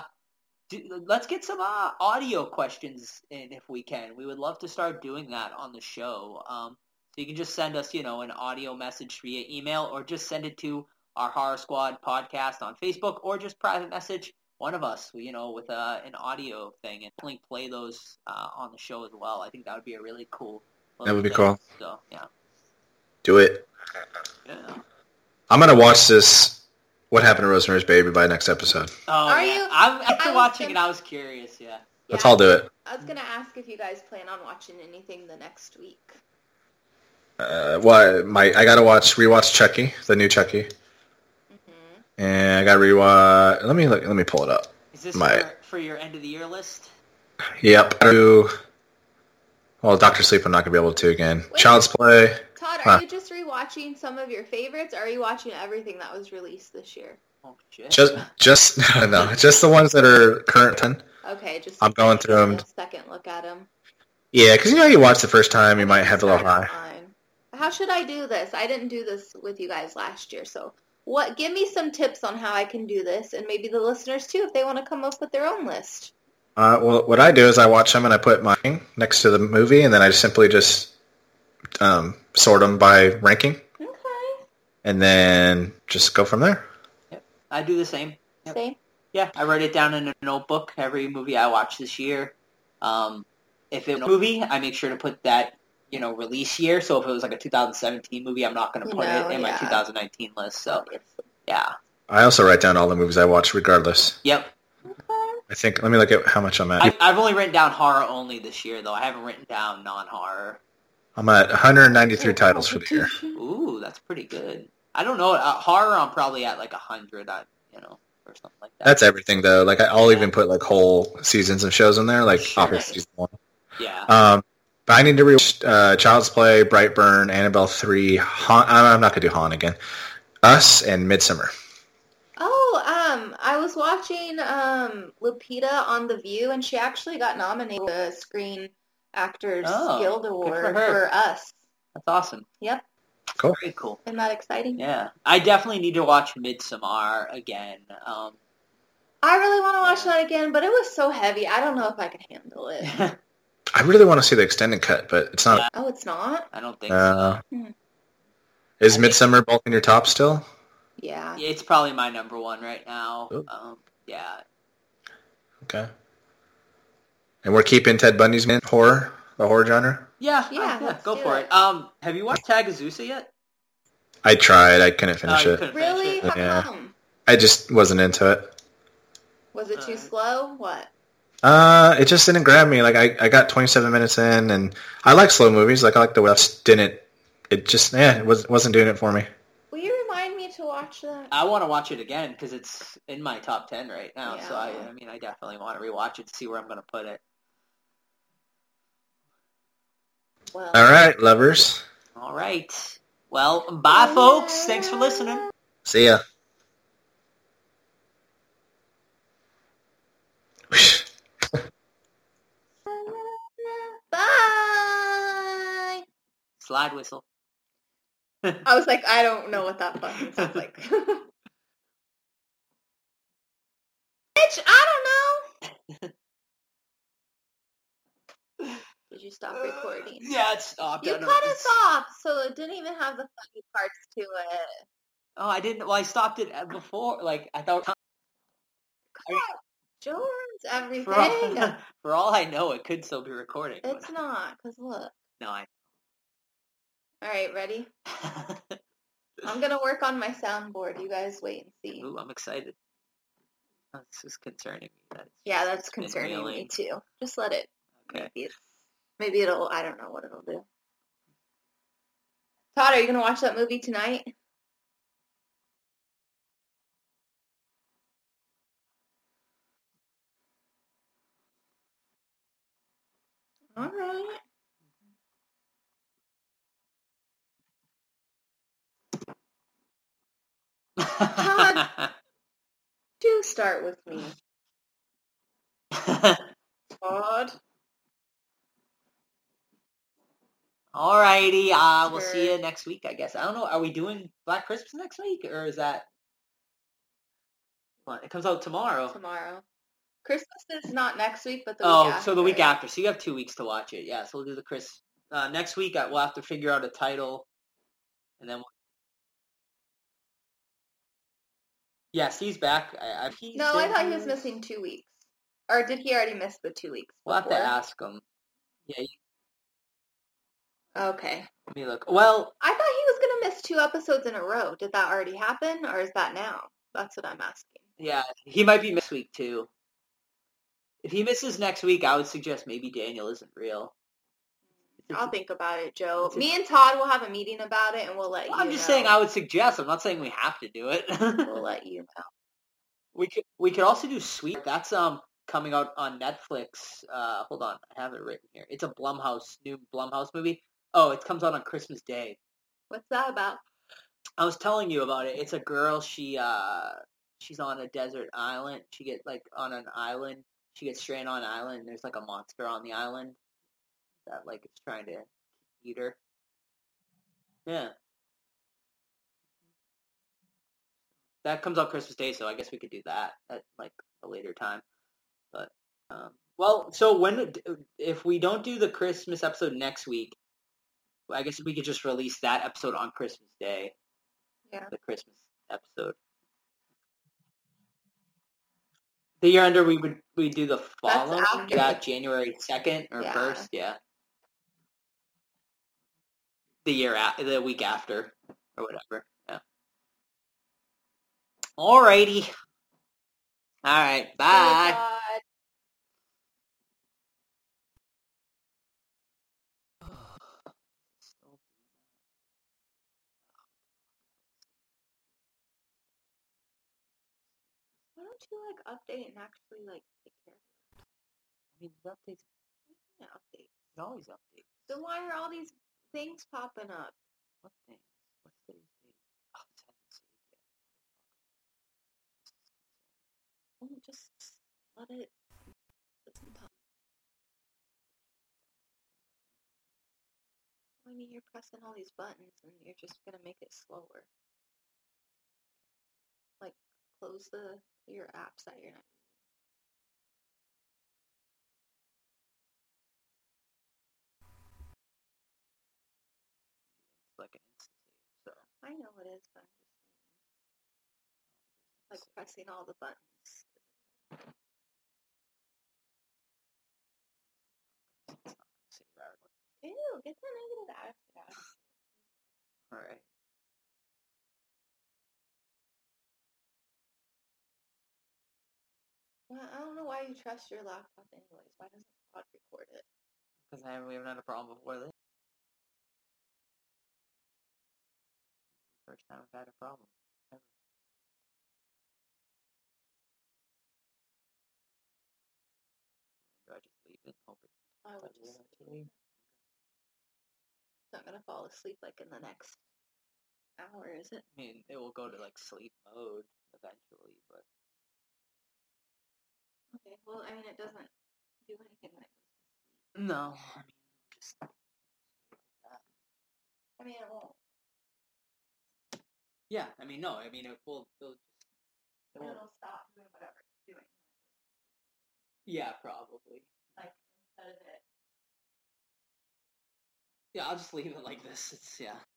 Speaker 8: do, let's get some uh, audio questions in if we can. We would love to start doing that on the show. Um, so you can just send us, you know, an audio message via email, or just send it to our Horror Squad podcast on Facebook, or just private message one of us, you know, with uh, an audio thing, and definitely play those uh, on the show as well. I think that would be a really cool.
Speaker 9: That would be cool.
Speaker 8: So yeah,
Speaker 9: Do it.
Speaker 8: yeah.
Speaker 9: I'm gonna watch this. What happened to Rosemary's Baby by next episode?
Speaker 8: Oh,
Speaker 3: Are
Speaker 8: yeah.
Speaker 3: you-
Speaker 8: I'm, after
Speaker 3: I'm
Speaker 8: watching it,
Speaker 3: gonna-
Speaker 8: I was curious. Yeah.
Speaker 9: Let's
Speaker 3: Yeah.
Speaker 9: all do it.
Speaker 3: I was gonna ask if you guys plan on watching anything the next week.
Speaker 9: Uh, well, I- my I gotta watch rewatch Chucky, the new Chucky, and I gotta rewatch. Let me look, let me pull it up.
Speaker 8: Is this
Speaker 9: My-
Speaker 8: for, for your end of the year list?
Speaker 9: Yep. I do- Well, Doctor Sleep, I'm not gonna be able to again.
Speaker 3: Wait.
Speaker 9: Child's Play.
Speaker 3: Todd,
Speaker 9: Huh.
Speaker 3: are you just rewatching some of your favorites? Or are you watching everything that was released this year?
Speaker 8: Oh shit.
Speaker 9: Just just no, just the ones that are current. Then.
Speaker 3: Okay, just
Speaker 9: I'm going through 'em.
Speaker 3: a second look at them.
Speaker 9: Yeah, because you know you watch the first time, you might have a little high.
Speaker 3: How should I do this? I didn't do this with you guys last year, so what? Give me some tips on how I can do this, and maybe the listeners too, if they want to come up with their own list.
Speaker 9: Uh, well, what I do is I watch them and I put mine next to the movie, and then I simply just um, sort them by ranking,
Speaker 3: Okay,
Speaker 9: and then just go from there.
Speaker 8: I do the same. Yep.
Speaker 3: same.
Speaker 8: Yeah, I write it down in a notebook. Every movie I watch this year. Um, if it's a movie, I make sure to put that you know release year. So if it was like a 2017 movie, I'm not going to put
Speaker 3: No,
Speaker 8: it in my
Speaker 3: yeah.
Speaker 8: 2019 list. So yeah.
Speaker 9: I also write down all the movies I watch, regardless.
Speaker 8: Yep.
Speaker 9: I think. Let me look at how much I'm at.
Speaker 8: I, I've only written down horror only this year, though. I haven't written down non-horror.
Speaker 9: I'm at 193 titles for the year.
Speaker 8: Ooh, that's pretty good. I don't know. Uh, horror, I'm probably at like a hundred. I, you know, or something like that.
Speaker 9: That's everything though. Like I'll even put like whole seasons of shows in there, like
Speaker 8: Sure.
Speaker 9: off of season one.
Speaker 8: yeah.
Speaker 9: Um, but I need to rewatch uh, Child's Play, Brightburn, Annabelle three. Han- I- I'm not gonna do Han again. Us and Midsummer.
Speaker 3: Oh, um, I was watching um Lupita on The View, and she actually got nominated for the Screen Actors
Speaker 8: Oh,
Speaker 3: Guild
Speaker 8: good for
Speaker 3: Award
Speaker 8: her.
Speaker 3: for Us.
Speaker 8: that's awesome.
Speaker 3: Yep,
Speaker 9: Cool.
Speaker 8: Very cool.
Speaker 3: isn't that exciting?
Speaker 8: Yeah, I definitely need to watch Midsommar again. Um,
Speaker 3: I really want to watch that again, but it was so heavy. I don't know if I could handle it.
Speaker 9: I really want to see the extended cut, but it's not.
Speaker 3: Oh, it's not.
Speaker 8: I don't think
Speaker 9: Uh,
Speaker 3: Hmm.
Speaker 9: is Midsummer bulk in your top still?
Speaker 3: Yeah.
Speaker 8: so. Yeah, It's probably my number one right now.
Speaker 9: Ooh.
Speaker 8: Um, yeah,
Speaker 9: Okay. And we're keeping Ted Bundy's in horror, the horror genre.
Speaker 8: yeah,
Speaker 3: Yeah,
Speaker 8: uh,
Speaker 3: let's
Speaker 8: go
Speaker 3: do
Speaker 8: for
Speaker 3: it.
Speaker 8: it. Um, have you watched Tagazusa yet? Oh,
Speaker 9: I tried. I couldn't finish
Speaker 8: you
Speaker 9: it.
Speaker 8: couldn't finish
Speaker 3: Really?
Speaker 8: it.
Speaker 3: How
Speaker 9: Yeah.
Speaker 3: come?
Speaker 9: I just wasn't into it.
Speaker 3: Was it too
Speaker 8: Uh,
Speaker 3: slow? What?
Speaker 9: Uh, it just didn't grab me. Like I, I got 27 minutes in, and I like slow movies. Like I like the way I just didn't. It just yeah, it was wasn't doing it for me.
Speaker 3: Will you remind me to watch that?
Speaker 8: I want to watch it again because it's in my top ten right now. So I,
Speaker 3: Yeah.
Speaker 8: I mean, I definitely want to rewatch it to see where I'm going to put it.
Speaker 3: Well,
Speaker 9: All right, lovers.
Speaker 8: All right. Well, bye, folks. Thanks for listening.
Speaker 9: See ya.
Speaker 3: Bye.
Speaker 8: Slide whistle.
Speaker 3: I was like, I don't know what that fucking sounds like. Bitch, I don't know. Did you stop recording?
Speaker 8: Yeah, it stopped.
Speaker 3: You
Speaker 8: I don't know
Speaker 3: cut
Speaker 8: if
Speaker 3: us
Speaker 8: it's-
Speaker 3: off, so it didn't even have the funny parts to it.
Speaker 8: Oh, I didn't. Well, I stopped it uh, before. Like I thought. I mean-
Speaker 3: Jordan's
Speaker 8: For
Speaker 3: everything.
Speaker 8: all, for all I know, it could still be recording. but-
Speaker 3: it's not, because look.
Speaker 8: No, I.
Speaker 3: All right, ready? I'm going to work on my soundboard. You guys wait and see.
Speaker 8: Ooh, I'm excited. Oh, This is concerning me. That it's-
Speaker 3: Yeah,
Speaker 8: it's
Speaker 3: that's
Speaker 8: been
Speaker 3: concerning me
Speaker 8: reeling.
Speaker 3: too. Just let it.
Speaker 8: Okay.
Speaker 3: Maybe, it's, maybe it'll, I don't know what it'll do. Todd, are you going to watch that movie tonight? All right. Do start with me, Todd.
Speaker 8: Alrighty, uh, we'll see
Speaker 3: Sure.
Speaker 8: you next week, I guess. I don't know. Are we doing Black Christmas next week, or is that? Well, It comes out tomorrow.
Speaker 3: Tomorrow. Christmas is not next week, but the
Speaker 8: oh,
Speaker 3: week after.
Speaker 8: so the week after. So you have two weeks to watch it. Yeah, so we'll do the Chris uh, next week. I, we'll have to figure out a title, and then we'll Yes, he's back. I, I, he
Speaker 3: No, I
Speaker 8: did-
Speaker 3: thought he was missing two weeks. Or did he already miss the two weeks?
Speaker 8: We'll have to
Speaker 3: before?
Speaker 8: ask him. Yeah, you-
Speaker 3: Okay.
Speaker 8: let me look. Well,
Speaker 3: I thought he was going to miss two episodes in a row. Did that already happen, or is that now? That's what I'm asking.
Speaker 8: yeah, he might be missed week too. If he misses next week, I would suggest maybe Daniel isn't real.
Speaker 3: I'll think about it, Joe.
Speaker 8: It's a-
Speaker 3: Me and Todd will have a meeting about it, and we'll let
Speaker 8: Well,
Speaker 3: you.
Speaker 8: I'm just
Speaker 3: know.
Speaker 8: saying I would suggest. I'm not saying we have to do it.
Speaker 3: We'll let you know.
Speaker 8: we could we could also do Sweet. That's um coming out on Netflix. Uh, hold on, I have it written here. It's a Blumhouse new Blumhouse movie. Oh, it comes out on Christmas Day.
Speaker 3: What's that about?
Speaker 8: I was telling you about it. It's a girl. She uh, she's on a desert island. She gets like on an island. She gets stranded on an island. And there's like a monster on the island that like is trying to eat her. Yeah. That comes out Christmas Day, so I guess we could do that at like a later time. But um, well, so when if we don't do the Christmas episode next week, I guess we could just release that episode on Christmas Day
Speaker 3: Yeah.
Speaker 8: the Christmas episode. The year under, we would we do the following
Speaker 3: after
Speaker 8: yeah,
Speaker 3: the-
Speaker 8: January second or
Speaker 3: Yeah.
Speaker 8: first, yeah. The year after, the week after, or whatever. Yeah. Alrighty. All right. Bye.
Speaker 3: Todd. Why don't you like update and actually like take care? of
Speaker 8: I mean, it updates.
Speaker 3: it? Yeah, update.
Speaker 8: It always updates.
Speaker 3: Then why are all these things popping up?
Speaker 8: What thing? What's the date? Oh, this hasn't saved yet.
Speaker 3: Oh, just let it. let it pop. I mean, you're pressing all these buttons, and you're just gonna make it slower. Like, close the your apps that you're not.
Speaker 8: It's like an instant save. So
Speaker 3: I know it is, but I'm just saying. Like pressing all the buttons.
Speaker 8: save our
Speaker 3: Ew, get that negative attitude out.
Speaker 8: All right.
Speaker 3: Well, I don't know why you trust your laptop anyways. Why doesn't Todd record it?
Speaker 8: Because I haven't, we haven't had a problem before this. First time I've had a problem. ever. Do I just leave it? and Hope it
Speaker 3: I would
Speaker 8: doesn't
Speaker 3: just
Speaker 8: eventually?
Speaker 3: it's not gonna fall asleep like in the next hour, is it?
Speaker 8: I mean, it will go to like sleep mode eventually, but
Speaker 3: Okay. Well, I mean, it doesn't do anything when it goes.
Speaker 8: no. I mean, just
Speaker 3: I mean, it won't.
Speaker 8: yeah. I mean, no. I mean, it will. It'll just. It will,
Speaker 3: It'll stop doing whatever it's doing.
Speaker 8: yeah, probably.
Speaker 3: Instead of it.
Speaker 8: Yeah, I'll just leave it like this. It's yeah.